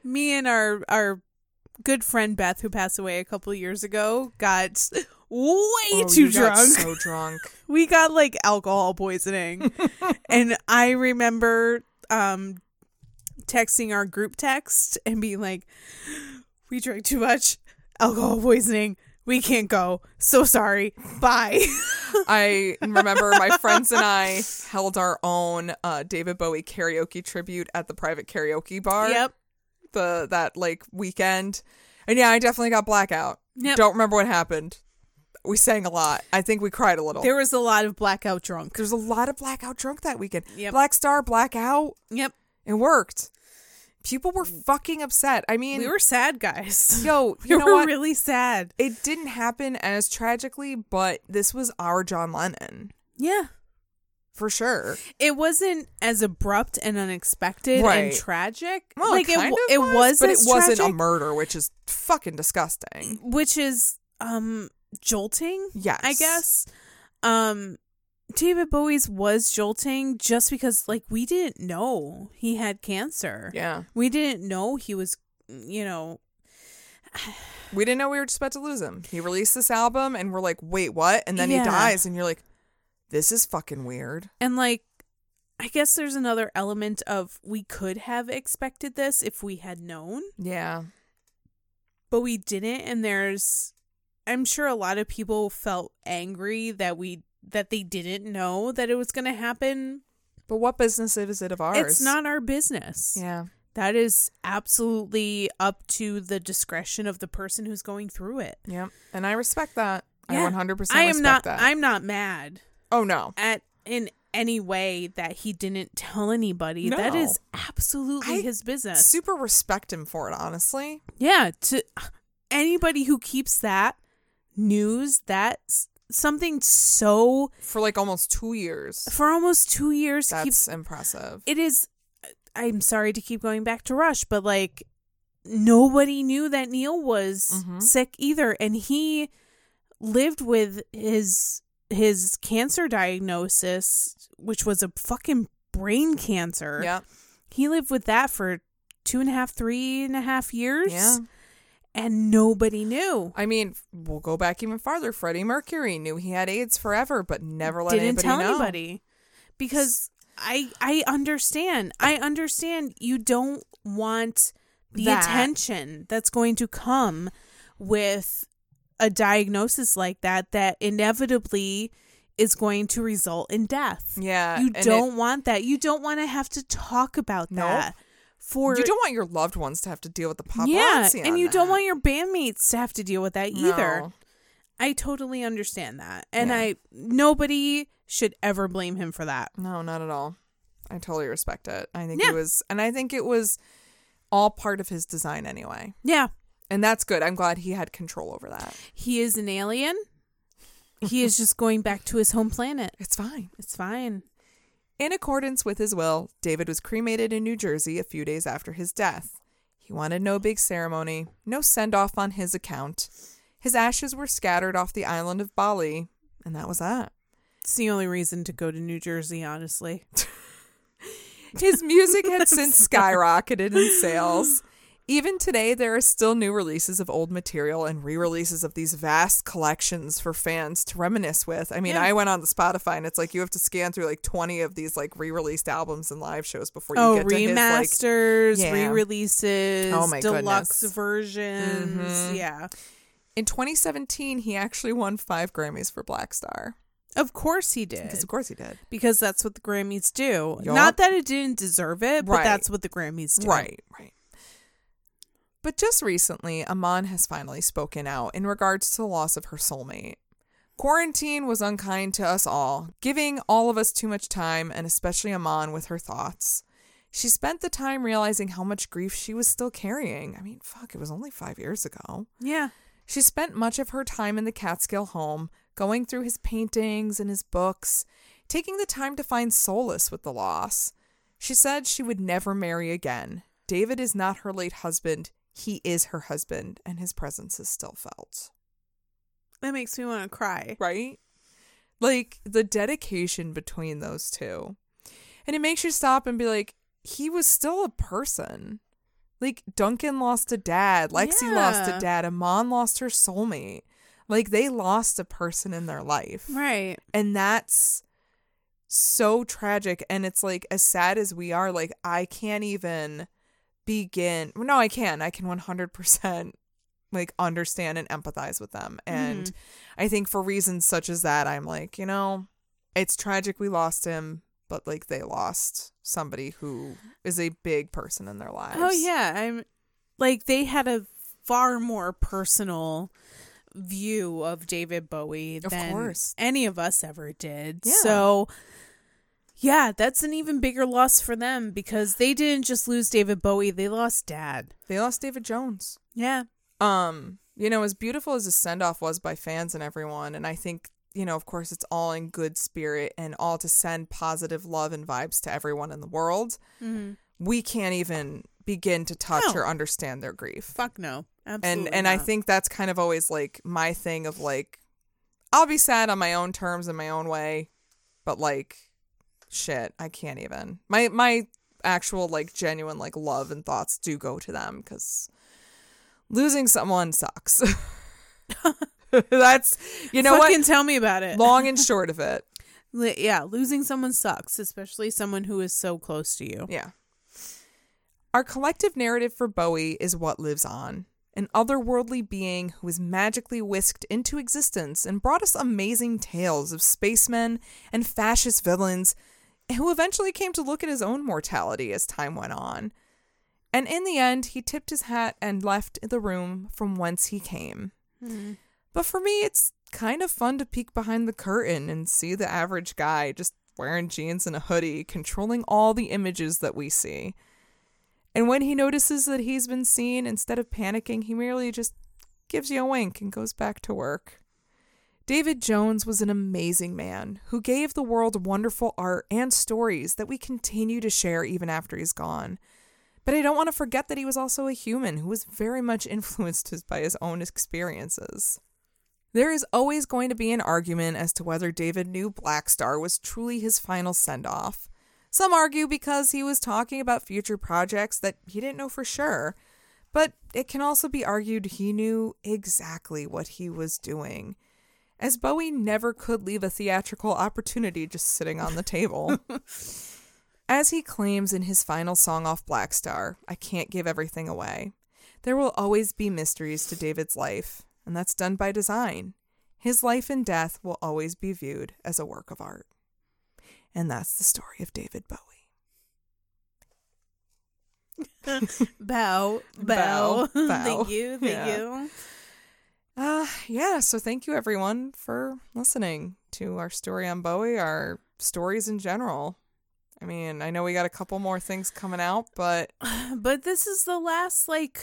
Speaker 2: me and our our good friend Beth who passed away a couple years ago got way
Speaker 1: Oh,
Speaker 2: too drunk.
Speaker 1: so drunk.
Speaker 2: we got like alcohol poisoning. and I remember um texting our group text and being like, We drank too much, alcohol poisoning, we can't go. So sorry. Bye.
Speaker 1: I remember my friends and I held our own uh, David Bowie karaoke tribute at the private karaoke bar.
Speaker 2: yep.
Speaker 1: The that like weekend, and yeah, I definitely got blackout.
Speaker 2: Yep.
Speaker 1: Don't remember what happened. We sang a lot. I think we cried a little.
Speaker 2: There was a lot of blackout drunk.
Speaker 1: There's a lot of blackout drunk that weekend.
Speaker 2: Yep.
Speaker 1: Black Star, blackout.
Speaker 2: Yep.
Speaker 1: It worked. People were fucking upset. I mean,
Speaker 2: We were sad guys.
Speaker 1: [LAUGHS]
Speaker 2: [LAUGHS]
Speaker 1: yo,
Speaker 2: we
Speaker 1: you know
Speaker 2: were
Speaker 1: what?
Speaker 2: really sad.
Speaker 1: it didn't happen as tragically, but this was our John Lennon.
Speaker 2: Yeah.
Speaker 1: for sure.
Speaker 2: It wasn't as abrupt and unexpected
Speaker 1: Right.
Speaker 2: and tragic.
Speaker 1: Well,
Speaker 2: like
Speaker 1: it, kind
Speaker 2: w-
Speaker 1: of
Speaker 2: it was,
Speaker 1: but it
Speaker 2: as
Speaker 1: wasn't a
Speaker 2: tragic,
Speaker 1: murder, which is fucking disgusting.
Speaker 2: which is um jolting.
Speaker 1: Yes,
Speaker 2: I guess. Um David Bowie's was jolting just because like we didn't know he had cancer.
Speaker 1: Yeah,
Speaker 2: We didn't know he was you know
Speaker 1: we didn't know we were just about to lose him. He released this album, and we're like, wait, what? And then
Speaker 2: Yeah.
Speaker 1: he dies, and you're like, this is fucking weird.
Speaker 2: and like I guess there's another element of we could have expected this if we had known,
Speaker 1: Yeah,
Speaker 2: but we didn't and there's I'm sure a lot of people felt angry that we that they didn't know that it was going to happen.
Speaker 1: but what business is it of ours?
Speaker 2: It's not our business.
Speaker 1: Yeah,
Speaker 2: That is absolutely up to the discretion of the person who's going through it.
Speaker 1: yeah, and I respect that. I
Speaker 2: Yeah.
Speaker 1: 100 percent
Speaker 2: I
Speaker 1: respect
Speaker 2: am not
Speaker 1: that.
Speaker 2: I'm not mad
Speaker 1: oh no,
Speaker 2: at in any way that he didn't tell anybody. That
Speaker 1: No.
Speaker 2: is absolutely
Speaker 1: I-
Speaker 2: his business.
Speaker 1: super respect him for it. Honestly,
Speaker 2: yeah, to anybody who keeps that news that s- something so
Speaker 1: for like almost two years,
Speaker 2: for almost 2 years
Speaker 1: that's
Speaker 2: keeps
Speaker 1: impressive.
Speaker 2: it is I'm sorry to keep going back to Rush, but like nobody knew that Neil was
Speaker 1: Mhm.
Speaker 2: sick either and he lived with his his cancer diagnosis which was a fucking brain cancer.
Speaker 1: yeah,
Speaker 2: He lived with that for two and a half, three and a half years
Speaker 1: yeah.
Speaker 2: and nobody knew.
Speaker 1: I mean, we'll go back even farther. Freddie Mercury knew he had AIDS forever, but never let
Speaker 2: Didn't
Speaker 1: anybody
Speaker 2: tell
Speaker 1: know.
Speaker 2: anybody. Because I I understand. I understand you don't want the
Speaker 1: That.
Speaker 2: attention that's going to come with a diagnosis like that that inevitably is going to result in death.
Speaker 1: Yeah,
Speaker 2: you
Speaker 1: and it-
Speaker 2: don't want that. You don't want to have to talk about
Speaker 1: No.
Speaker 2: that for
Speaker 1: you don't want your loved ones to have to deal with the paparazzi.
Speaker 2: yeah,
Speaker 1: on
Speaker 2: and you don't
Speaker 1: that.
Speaker 2: want your bandmates to have to deal with that either.
Speaker 1: No.
Speaker 2: I totally understand that. And
Speaker 1: Yeah.
Speaker 2: I nobody should ever blame him for that.
Speaker 1: No, not at all. I totally respect it. I think
Speaker 2: Yeah.
Speaker 1: it was, and I think it was all part of his design anyway,
Speaker 2: Yeah.
Speaker 1: and that's good. I'm glad he had control over that.
Speaker 2: He is an alien. He is just going back to his home planet.
Speaker 1: It's fine.
Speaker 2: It's fine.
Speaker 1: In accordance with his will, David was cremated in New Jersey a few days after his death. He wanted no big ceremony, no send off on his account. His ashes were scattered off the island of Bali, and that was that.
Speaker 2: It's the only reason to go to New Jersey, honestly.
Speaker 1: His music had
Speaker 2: [LAUGHS]
Speaker 1: since skyrocketed in sales. Even today, there are still new releases of old material and re releases of these vast collections for fans to reminisce with. I mean,
Speaker 2: Yeah.
Speaker 1: I went on the Spotify and it's like you have to scan through like 20 of these like re released albums and live shows before you
Speaker 2: Oh,
Speaker 1: get to his like
Speaker 2: remasters,
Speaker 1: yeah.
Speaker 2: re-releases,
Speaker 1: Oh my
Speaker 2: deluxe
Speaker 1: goodness. Mm-hmm.
Speaker 2: versions. Yeah.
Speaker 1: In 2017, he actually won five Grammys for Black Star.
Speaker 2: Of course he did.
Speaker 1: Because of course he did.
Speaker 2: Because that's what the Grammys do.
Speaker 1: Yup.
Speaker 2: Not that it didn't deserve it, but
Speaker 1: Right.
Speaker 2: that's what the Grammys do.
Speaker 1: Right, right. But just recently, Amon has finally spoken out in regards to the loss of her soulmate. Quarantine was unkind to us all, giving all of us too much time, and especially Amon with her thoughts. She spent the time realizing how much grief she was still carrying. I mean, fuck, it was only five years ago.
Speaker 2: Yeah.
Speaker 1: She spent much of her time in the Catskill home, going through his paintings and his books, taking the time to find solace with the loss. She said she would never marry again. David is not her late husband. He is her husband, and his presence is still felt.
Speaker 2: That makes me want to cry.
Speaker 1: Right? Like the dedication between those two. And it makes you stop and be like, he was still a person. Like Duncan lost a dad, Lexi lost
Speaker 2: Yeah.
Speaker 1: a dad, Amon lost her soulmate. Like they lost a person in their life.
Speaker 2: Right.
Speaker 1: And that's so tragic. And it's like, as sad as we are, like, I can't even begin. No, I can. I can 100% like understand and empathize with them. And
Speaker 2: Mm-hmm.
Speaker 1: I think for reasons such as that, I'm like, you know, it's tragic we lost him, but like they lost somebody who is a big person in their lives.
Speaker 2: Oh yeah, I'm like they had a far more personal view of David Bowie
Speaker 1: Of
Speaker 2: than
Speaker 1: course.
Speaker 2: any of us ever did.
Speaker 1: Yeah.
Speaker 2: So yeah, that's an even bigger loss for them because they didn't just lose David Bowie, they lost dad.
Speaker 1: They lost David Jones.
Speaker 2: Yeah.
Speaker 1: um you know as beautiful as his send off was by fans and everyone and i think you know, of course, it's all in good spirit and all to send positive love and vibes to everyone in the world.
Speaker 2: Mm-hmm.
Speaker 1: We can't even begin to touch
Speaker 2: No.
Speaker 1: or understand their grief.
Speaker 2: Fuck no.
Speaker 1: and
Speaker 2: Absolutely
Speaker 1: and I
Speaker 2: not.
Speaker 1: think that's kind of always like my thing of like I'll be sad on my own terms in my own way, but like shit, I can't even. My my actual like genuine like love and thoughts do go to them cuz losing someone
Speaker 2: [LAUGHS]
Speaker 1: sucks. [LAUGHS] that's you know
Speaker 2: Fucking
Speaker 1: what
Speaker 2: tell me about it.
Speaker 1: long and short of it.
Speaker 2: [LAUGHS] Li- yeah, losing someone sucks, especially someone who is so close to
Speaker 1: [LAUGHS]
Speaker 2: you. [LAUGHS]
Speaker 1: Yeah. Our collective narrative for Bowie is what lives on an otherworldly being who was magically whisked into existence and brought us amazing tales of spacemen and fascist villains who eventually came to look at his own mortality as time went on. And in the end, he tipped his hat and left the room from whence he came. But for me, it's kind of fun to peek behind the curtain and see the average guy just wearing jeans and a hoodie, controlling all the images that we see. And when he notices that he's been seen, instead of panicking, he merely just gives you a wink and goes back to work. David Jones was an amazing man who gave the world wonderful art and stories that we continue to share even after he's gone. But I don't want to forget that he was also a human who was very much [LAUGHS] influenced his- by his own experiences. There is always going to be an argument as to whether David knew Black Star was truly his final send off. Some argue because he was talking about future projects that he didn't know for sure, but it can also be argued he knew exactly what he was doing, as Bowie never could leave a theatrical opportunity just sitting on the table. As he claims in his final song off Black Star, I can't give everything away. There will always be mysteries to David's life, and that's done by design. His life and death will always be viewed as a work of art. And that's the story of David Bowie.
Speaker 2: Bow,
Speaker 1: Bow,
Speaker 2: bow.
Speaker 1: bow.
Speaker 2: [LAUGHS] thank you, thank
Speaker 1: Yeah.
Speaker 2: you.
Speaker 1: Uh, yeah, so thank you everyone for listening to our story on Bowie, our stories in general. I mean, I know we got a couple more things coming out, but
Speaker 2: But this is the last like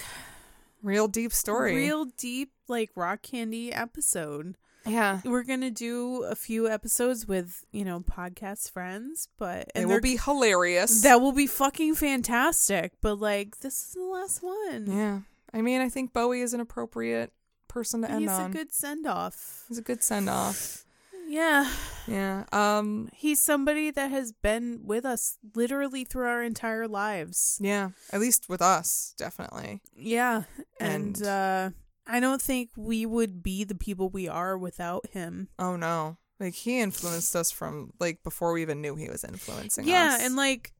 Speaker 1: real deep story.
Speaker 2: real deep like rock candy episode.
Speaker 1: yeah.
Speaker 2: We're gonna do a few episodes with you know podcast friends, but
Speaker 1: It
Speaker 2: and
Speaker 1: will
Speaker 2: they're-
Speaker 1: be hilarious.
Speaker 2: that will be fucking fantastic. But like this is the last one.
Speaker 1: Yeah. I mean, I think Bowie is an appropriate person to end
Speaker 2: He's
Speaker 1: on.
Speaker 2: a good send off.
Speaker 1: He's a good send off.
Speaker 2: Yeah.
Speaker 1: Yeah. Um.
Speaker 2: He's somebody that has been with us literally through our entire lives.
Speaker 1: Yeah. At least with us, definitely.
Speaker 2: Yeah. And,
Speaker 1: And-
Speaker 2: uh I don't think we would be the people we are without him.
Speaker 1: Oh no. Like he influenced us from like before we even knew he was influencing
Speaker 2: yeah,
Speaker 1: us.
Speaker 2: and like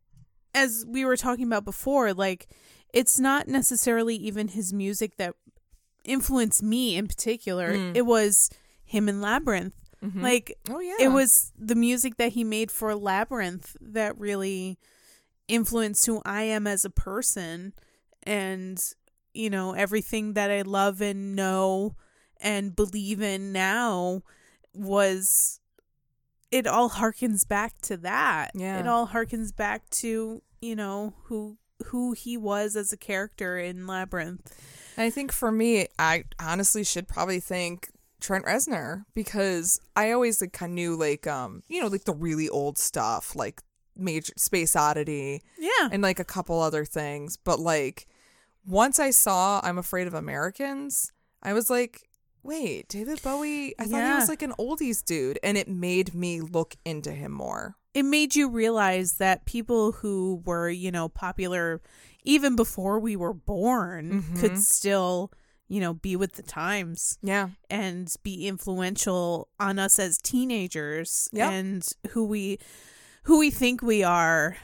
Speaker 2: as we were talking about before, like it's not necessarily even his music that influenced me in particular.
Speaker 1: Mm.
Speaker 2: It was him in Labyrinth.
Speaker 1: Mhm.
Speaker 2: Like
Speaker 1: oh yeah,
Speaker 2: it was the music that he made for labyrinth that really influenced who i am as a person and you know everything that i love and know and believe in now was it all harkens back to that
Speaker 1: Yeah.
Speaker 2: it all harkens back to you know who who he was as a character in labyrinth
Speaker 1: And I think for me, I honestly should probably thank Trent Reznor because I always like kind of knew like um you know like the really old stuff like major Space Oddity,
Speaker 2: yeah
Speaker 1: [LAUGHS] and like a couple other things. But like once I saw I'm Afraid of Americans, I was like, wait, David Bowie, I thought he
Speaker 2: Yeah.
Speaker 1: was like an oldies dude. And it made me look into him more.
Speaker 2: it made you realize that people who were, you know, popular even before we were born could still, you know, be with the times
Speaker 1: Yeah.
Speaker 2: and be influential on us as teenagers
Speaker 1: Yep.
Speaker 2: and who we who we think we are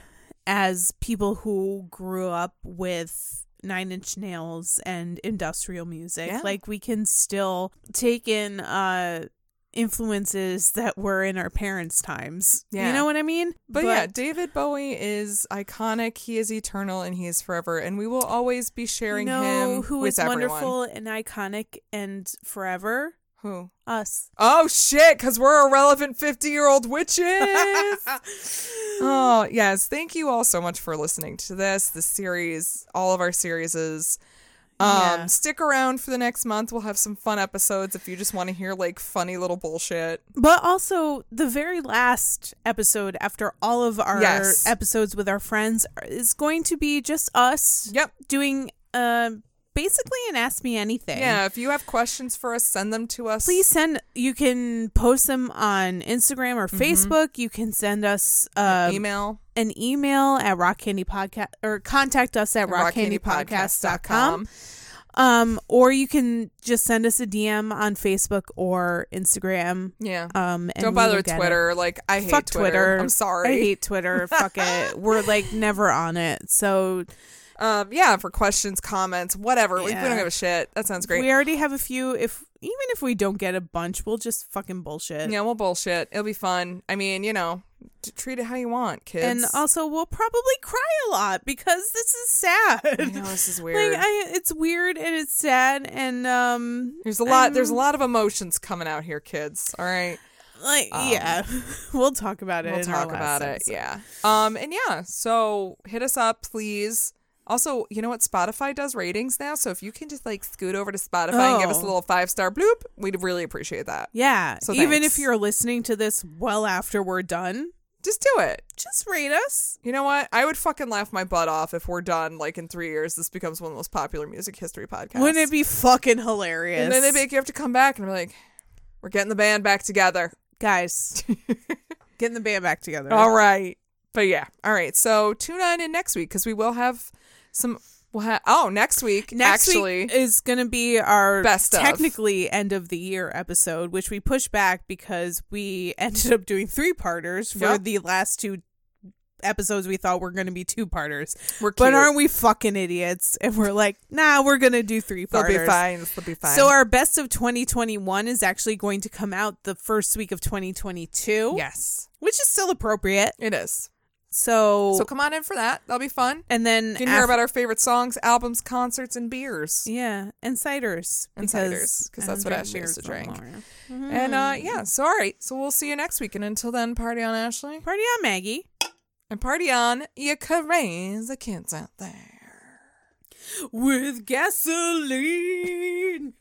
Speaker 2: as people who grew up with Nine Inch Nails and industrial music.
Speaker 1: Yeah.
Speaker 2: Like we can still take in uh influences that were in our parents' times.
Speaker 1: Yeah.
Speaker 2: You know what I mean?
Speaker 1: But, yeah, David Bowie is iconic. He is eternal and he is forever. And we will always be sharing
Speaker 2: you know
Speaker 1: him
Speaker 2: who
Speaker 1: with
Speaker 2: is
Speaker 1: everyone.
Speaker 2: wonderful and iconic and forever?
Speaker 1: Who?
Speaker 2: Us.
Speaker 1: Oh shit, because we're irrelevant 50 year old
Speaker 2: [LAUGHS]
Speaker 1: witches. Oh, yes. Thank you all so much for listening to this, the series, all of our series. Um,
Speaker 2: Yeah.
Speaker 1: Stick around for the next month. We'll have some fun episodes if you just want to hear like funny little bullshit.
Speaker 2: But also, the very last episode after all of our
Speaker 1: Yes.
Speaker 2: episodes with our friends is going to be just us
Speaker 1: Yep.
Speaker 2: doing uh, basically an Ask Me Anything.
Speaker 1: Yeah. If you have questions for us, send them to us.
Speaker 2: Please send, you can post them on Instagram or Facebook. You can send us uh,
Speaker 1: Mm-hmm. email
Speaker 2: an email at rockcandypodcast or contact us at rockcandypodcast.com. Um, or you can just send us a DM on Facebook or Instagram.
Speaker 1: Yeah.
Speaker 2: Um, and
Speaker 1: Don't
Speaker 2: we
Speaker 1: bother
Speaker 2: will
Speaker 1: with
Speaker 2: get it.
Speaker 1: Twitter. Like I hate
Speaker 2: Fuck
Speaker 1: Twitter.
Speaker 2: Twitter.
Speaker 1: I'm sorry.
Speaker 2: I hate Twitter. Fuck
Speaker 1: [LAUGHS]
Speaker 2: it. We're like never on it. So
Speaker 1: um, yeah, for questions, comments, whatever. Like, we
Speaker 2: Yeah.
Speaker 1: don't give a shit. That sounds great.
Speaker 2: we already have a few. If even if we don't get a bunch, we'll just fucking bullshit.
Speaker 1: yeah, we'll bullshit. It'll be fun. I mean, you know, t- treat it how you want, kids.
Speaker 2: And also, we'll probably cry a lot because this is sad.
Speaker 1: I know this is weird.
Speaker 2: [LAUGHS] Like, I, it's weird and it's sad and um,
Speaker 1: there's a lot. there's a
Speaker 2: I'm-
Speaker 1: lot of emotions coming out here, kids. All right,
Speaker 2: like yeah. [LAUGHS] We'll talk about it.
Speaker 1: um, we'll
Speaker 2: in our
Speaker 1: talk
Speaker 2: last
Speaker 1: about
Speaker 2: episode.
Speaker 1: it. Yeah. Um. And yeah. So hit us up, please. Also, you know what? Spotify does ratings now, so if you can just like scoot over to Spotify and give us a
Speaker 2: Oh.
Speaker 1: little five star bloop, we'd really appreciate that.
Speaker 2: Yeah.
Speaker 1: So
Speaker 2: even
Speaker 1: thanks.
Speaker 2: if you're listening to this well after we're done,
Speaker 1: Just do it.
Speaker 2: just rate us.
Speaker 1: You know what? I would fucking laugh my butt off if we're done. Like in three years, this becomes one of the most popular music history podcasts.
Speaker 2: Wouldn't it be fucking hilarious?
Speaker 1: And then they make you have to come back and be like, "We're getting the band back [LAUGHS] together."
Speaker 2: guys getting the band back together
Speaker 1: All right. But yeah. All right. So tune on in next week because we will have some. We'll have, oh, next week. eh,
Speaker 2: next
Speaker 1: actually,
Speaker 2: week is gonna be our
Speaker 1: Best of.
Speaker 2: technically end of the year episode which we pushed back because we [LAUGHS] ended up doing three parters for
Speaker 1: Yep.
Speaker 2: the last two episodes we thought were gonna be two parters
Speaker 1: we're cute.
Speaker 2: but aren't we fucking idiots and we're like nah we're gonna do three
Speaker 1: They'll
Speaker 2: parters
Speaker 1: be fine. They'll be fine.
Speaker 2: so our best of 2021 is actually going to come out the first week of 2022
Speaker 1: yes,
Speaker 2: which is still appropriate
Speaker 1: it is.
Speaker 2: so,
Speaker 1: So come on in for that. That'll be fun.
Speaker 2: and then
Speaker 1: You can hear about our favorite songs, albums, concerts, and beers.
Speaker 2: Yeah, and ciders.
Speaker 1: And ciders, 'cause
Speaker 2: I
Speaker 1: that's
Speaker 2: don't
Speaker 1: what
Speaker 2: drink
Speaker 1: Ashley used
Speaker 2: beers
Speaker 1: to drink.
Speaker 2: anymore.
Speaker 1: And uh, yeah. So all right. So we'll see you next week. And until then, party on, Ashley,
Speaker 2: Party on, Maggie. [GASPS]
Speaker 1: and party on, you crazy kids out there.
Speaker 2: With gasoline.